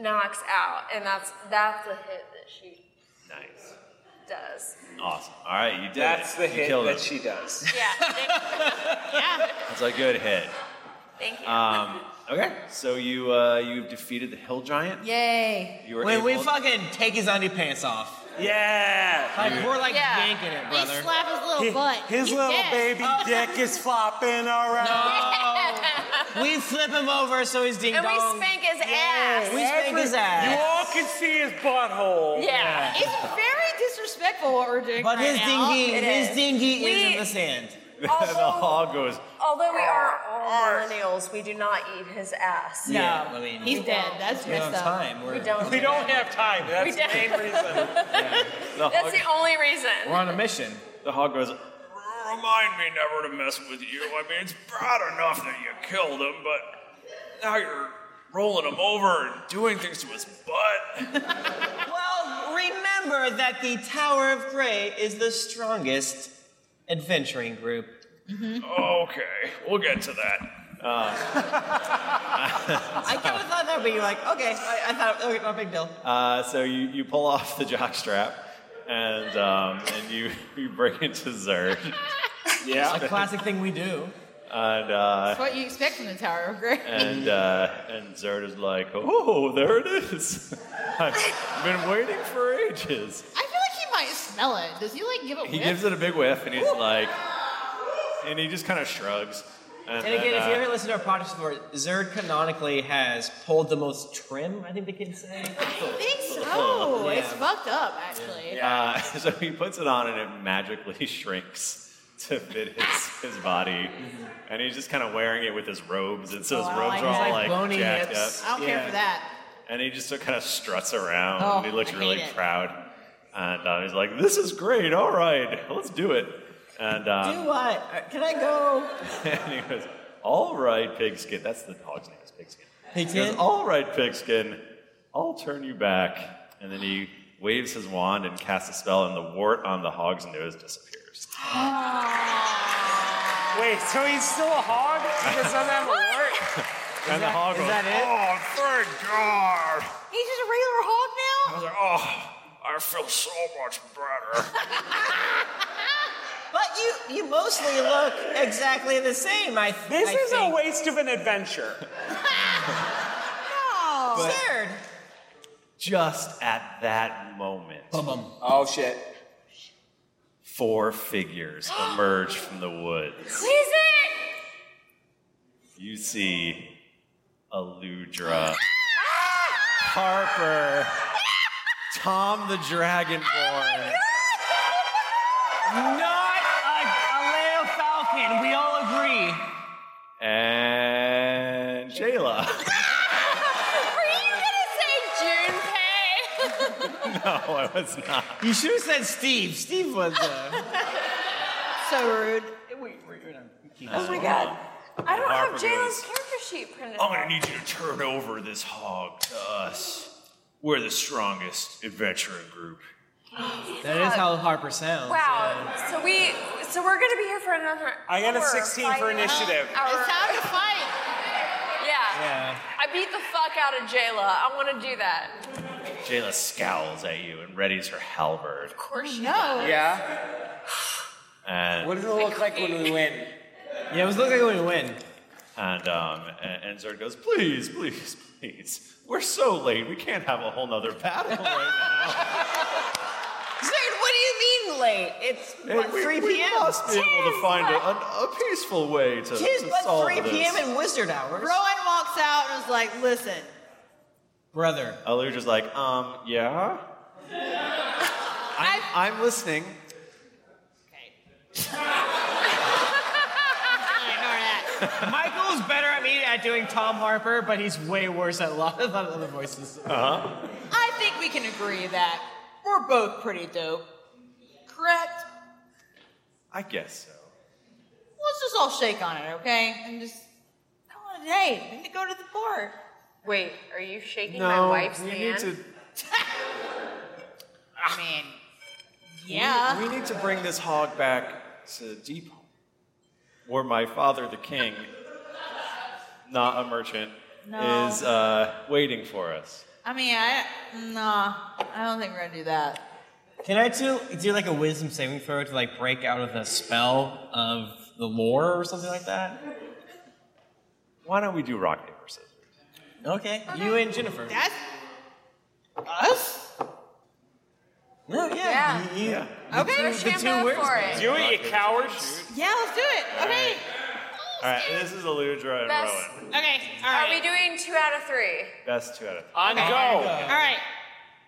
S4: knocks out, and that's that's the hit that she
S1: nice
S4: does.
S1: Awesome. All right, you did
S5: That's
S1: it.
S5: the
S1: you
S5: hit
S1: killed
S5: that
S1: it.
S5: she does.
S4: yeah.
S1: That's a good hit.
S4: Thank you.
S1: Um, okay, so you uh, you've defeated the hill giant.
S2: Yay.
S1: You were
S3: when we
S1: able-
S3: fucking take his underpants off.
S5: Yeah.
S3: Like, we're like
S2: Yeah.
S3: yanking it,
S2: They
S3: brother.
S2: slap his little butt.
S3: His
S2: He's
S3: little
S2: dead.
S3: baby dick is flopping around. we flip him over so he's ding
S4: And we
S3: dong.
S4: Oh. spank his ass.
S3: We spank his ass. can see his butthole.
S2: It's very disrespectful what we're doing.
S3: But
S2: right
S3: his
S2: now.
S3: dinghy,
S2: It
S3: his
S2: is.
S3: dinghy
S2: We-
S3: is in the sand.
S1: the hog goes.
S8: Although we are all millennials, we do not eat his ass.
S1: No. Yeah, I mean-
S8: We
S1: He's
S8: don't.
S2: dead. That's
S8: We don't.
S3: We're-
S8: We don't.
S5: We don't have time.
S8: We
S5: That's the main
S8: don't.
S5: reason.
S4: That's the only reason.
S1: on a mission. The hog goes.
S11: Remind me never to mess with you. I mean, it's bad enough that you killed him, but now you're rolling him over and doing things to his butt.
S3: Well, remember that the Tower of Grey is the strongest adventuring group.
S1: Mm-hmm.
S11: Okay, we'll get to that.
S1: Uh,
S3: I kind of thought that, but you're like, okay, I, I thought, okay, not a big deal.
S1: Uh, so you, you pull off the jockstrap and um, and you, you break into Zerd.
S5: Yeah.
S3: It's a classic thing we do.
S1: And
S2: That's
S1: uh,
S2: what you expect from the Tower of Grey.
S1: and uh, and Zerd is like, oh, there it is. I've been waiting for ages.
S2: I feel like he might smell it. Does he like give it?
S1: He gives it a big whiff and he's like, and he just kind of shrugs.
S3: And
S1: then,
S3: again, if
S1: uh,
S3: you ever listen to our podcast before, Zerd canonically has pulled the most trim, I think they can say.
S2: I think so.
S1: Yeah.
S2: It's fucked up, actually.
S1: Uh, so he puts it on and it magically shrinks to fit his, his body. And he's just kind of wearing it with his robes. And so his
S2: Mm-hmm. Oh, I
S1: robes
S2: like
S1: are all
S2: that.
S1: like,
S2: Bony
S1: jacked
S2: hips.
S1: up.
S2: I don't care for that.
S1: And he just kind of struts around.
S2: Oh,
S1: and he looks
S2: I
S1: really
S2: hate it.
S1: proud. And uh, he's like, this is great. All right, let's do it. And,
S3: Do
S1: um,
S3: what? Uh, Can I go?
S1: and he goes, all right, pigskin. That's the dog's name is pigskin. He goes,
S3: Pigskin?
S1: all right, pigskin. I'll turn you back. And then he waves his wand and casts a spell, and the wart on the hog's nose disappears.
S3: Ah.
S5: Wait, so he's still a hog? He doesn't have a wart?
S1: and the hog goes,
S11: Oh, thank God.
S2: He's just a regular hog now?
S11: I was like, oh, I feel so much better.
S3: But you, you mostly look exactly the same. I th-
S5: This
S3: I
S5: is
S3: think.
S5: a waste of an adventure.
S3: Oh,
S1: But-
S3: Zerd.
S1: Just at that moment,
S5: Oh, shit.
S1: four figures emerge from the woods.
S4: What is it?
S1: You see Aludra, Harper, Tom the
S4: Oh
S1: Dragonborn.
S3: Not a, a Leo Falcon. We all agree.
S1: and Shayla.
S4: Were you gonna say Junpei?
S1: no, I was not.
S3: You should have said Steve. Steve was. Uh...
S2: so rude.
S4: Oh my god. I don't
S11: Harper
S4: have Jalen's
S11: goes,
S4: character sheet printed.
S11: I'm gonna need you to turn over this hog to us. We're the strongest adventuring group.
S3: That is how Harper sounds.
S4: Wow. So we so we're gonna be here for another.
S5: I got a
S4: hour
S5: 16 for
S4: fighting.
S5: initiative.
S4: Hour.
S2: It's time to fight.
S4: Yeah.
S3: Yeah.
S4: I beat the fuck out of Jayla. I want to do that.
S1: Jayla scowls at you and readies her halberd.
S4: Of course she
S2: Oh, No.
S5: Yeah?
S1: And,
S5: What does it look like when we win?
S3: Yeah, it was looking like we win.
S1: and, um, and, and Zerd goes, please, please, please. We're so late. We can't have a whole nother battle right
S3: Zerd, what do you mean late? It's
S1: now.
S3: what,
S1: And we,
S3: 3
S1: we
S3: p.m.
S1: must be able to find a, an- a, peaceful way to,
S3: Tis
S1: to
S3: but
S1: solve
S3: 3
S1: this.
S3: p.m. in wizard hours.
S2: Rowan walks out and is like, listen,
S3: Brother.
S1: Aludra's like, um, yeah? I'm, I'm listening.
S3: Michael's better at me at doing Tom Harper, but he's way worse at a lot of other voices.
S1: Uh-huh.
S2: I think we can agree that we're both pretty dope. Correct?
S1: I guess so.
S2: Let's just all shake on it, okay? And just, I want a date. I need to go to the bar.
S4: Wait, are you shaking
S2: No,
S4: my wife's
S2: you
S4: hand?
S2: need to- I mean, yeah.
S1: We, we need to bring this hog back to Deep Home, where my father, the king, not a merchant,
S2: No.
S1: is uh, waiting for us.
S2: I mean, I, nah, I don't think we're gonna do that.
S3: Can I do, do like a wisdom saving throw to like break out of the spell of the lore or something like that?
S1: Why don't we do rock, paper, scissors?
S3: Okay, you and Jennifer.
S2: That's us?
S3: No, yeah.
S5: Yeah.
S3: you- you-
S5: Yeah.
S3: the
S5: Okay,
S3: two- the
S5: champ
S3: two
S5: up
S3: words-
S5: for it. Do it, you cowards.
S2: Yeah, let's do it. Okay.
S1: All right, this is Aludra and
S4: Best.
S1: Rowan.
S2: Okay. All
S4: right. Are we doing two out of three?
S1: Best two out of three.
S5: On
S4: Okay. go.
S2: All right.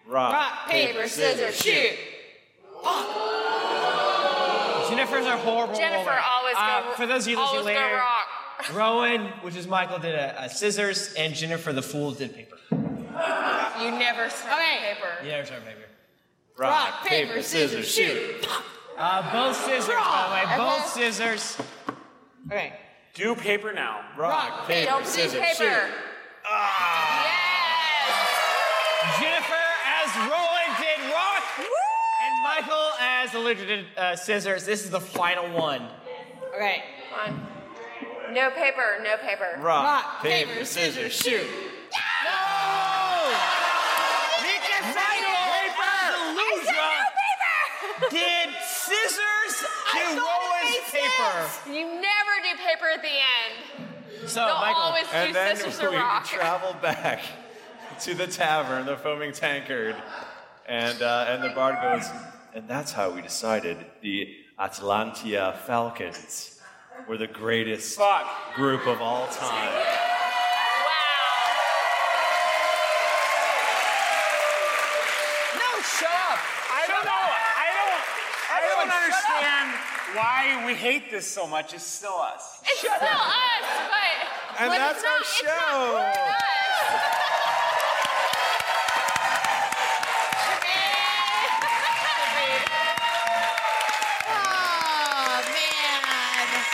S1: Rock,
S2: Rock, paper, scissors, shoot.
S3: Jennifer's are horrible.
S4: Jennifer
S3: roller.
S4: always go-
S3: Uh, for those of you
S4: always
S3: listening
S4: go
S3: later,
S4: rock.
S3: Rowan, which is Michael, did a, a scissors, and Jennifer the fool did paper.
S4: You never smell paper.
S3: Yeah, sorry, paper.
S4: Rock, paper, scissors,
S3: shoot. Uh, both scissors, by the way.
S5: Okay.
S3: Both scissors.
S2: Okay.
S5: Do paper now.
S3: Rock, paper, Don't do scissors, paper. shoot. Jennifer as Roland did rock, and Michael as Eludra did uh, scissors. This is the final one.
S2: Okay.
S4: Come on. No paper, no paper.
S3: Rock, Rock, paper, paper, scissors, shoot.
S4: Michael,
S3: paper. Did scissors do Rowan's paper?
S4: You never do paper at the end.
S3: So
S4: They'll
S1: Michael.
S4: always
S1: and
S4: do
S1: then
S4: scissors
S1: we
S4: or rock.
S1: travel back to the tavern, the foaming tankard, and uh, and the bard goes, and that's how we decided the Atlantia Falcons were the greatest group of all time.
S3: No, shut up.
S5: I don't know. I don't. I
S3: Everyone,
S5: don't
S3: shut
S5: understand why we hate this so much. It's still us.
S4: It's still us, but
S5: And
S4: but it's
S5: that's
S4: not,
S5: our
S4: it's
S5: show.
S4: not us.
S2: Oh, man.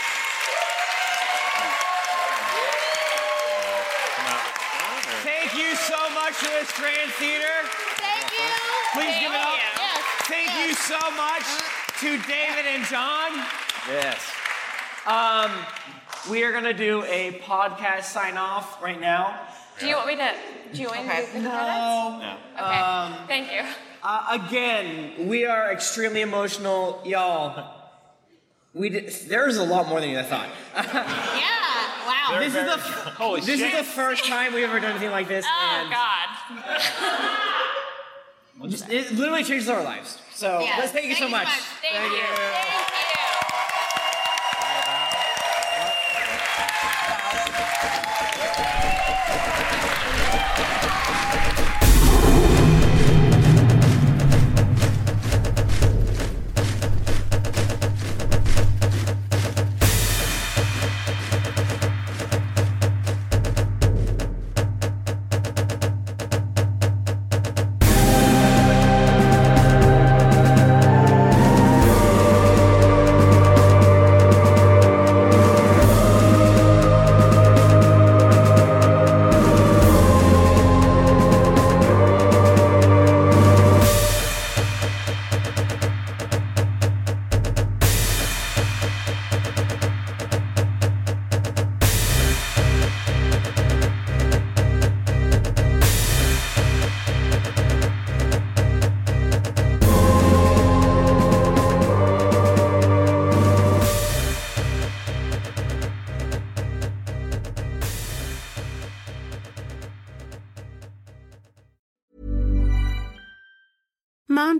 S3: Thank you so much for this grand theater.
S2: Thank you.
S3: Please
S2: Thank
S3: give it up.
S2: you. Yes,
S3: Thank you so much to David and John.
S1: Yes.
S3: Um, we are gonna do a podcast sign off right now.
S4: Do you want me to? Do you want me to? do the credits?
S3: No.
S4: Okay.
S3: Um,
S4: Thank you.
S3: Uh, again, we are extremely emotional, y'all. We did, there's a lot more than you thought.
S2: Yeah. Wow.
S3: this is the this is the first time we've ever done anything like this,
S4: Oh God.
S3: and just, it literally changes our lives. So
S4: Yes.
S3: let's thank you so much.
S4: Thank, you. Thank you.
S20: Mom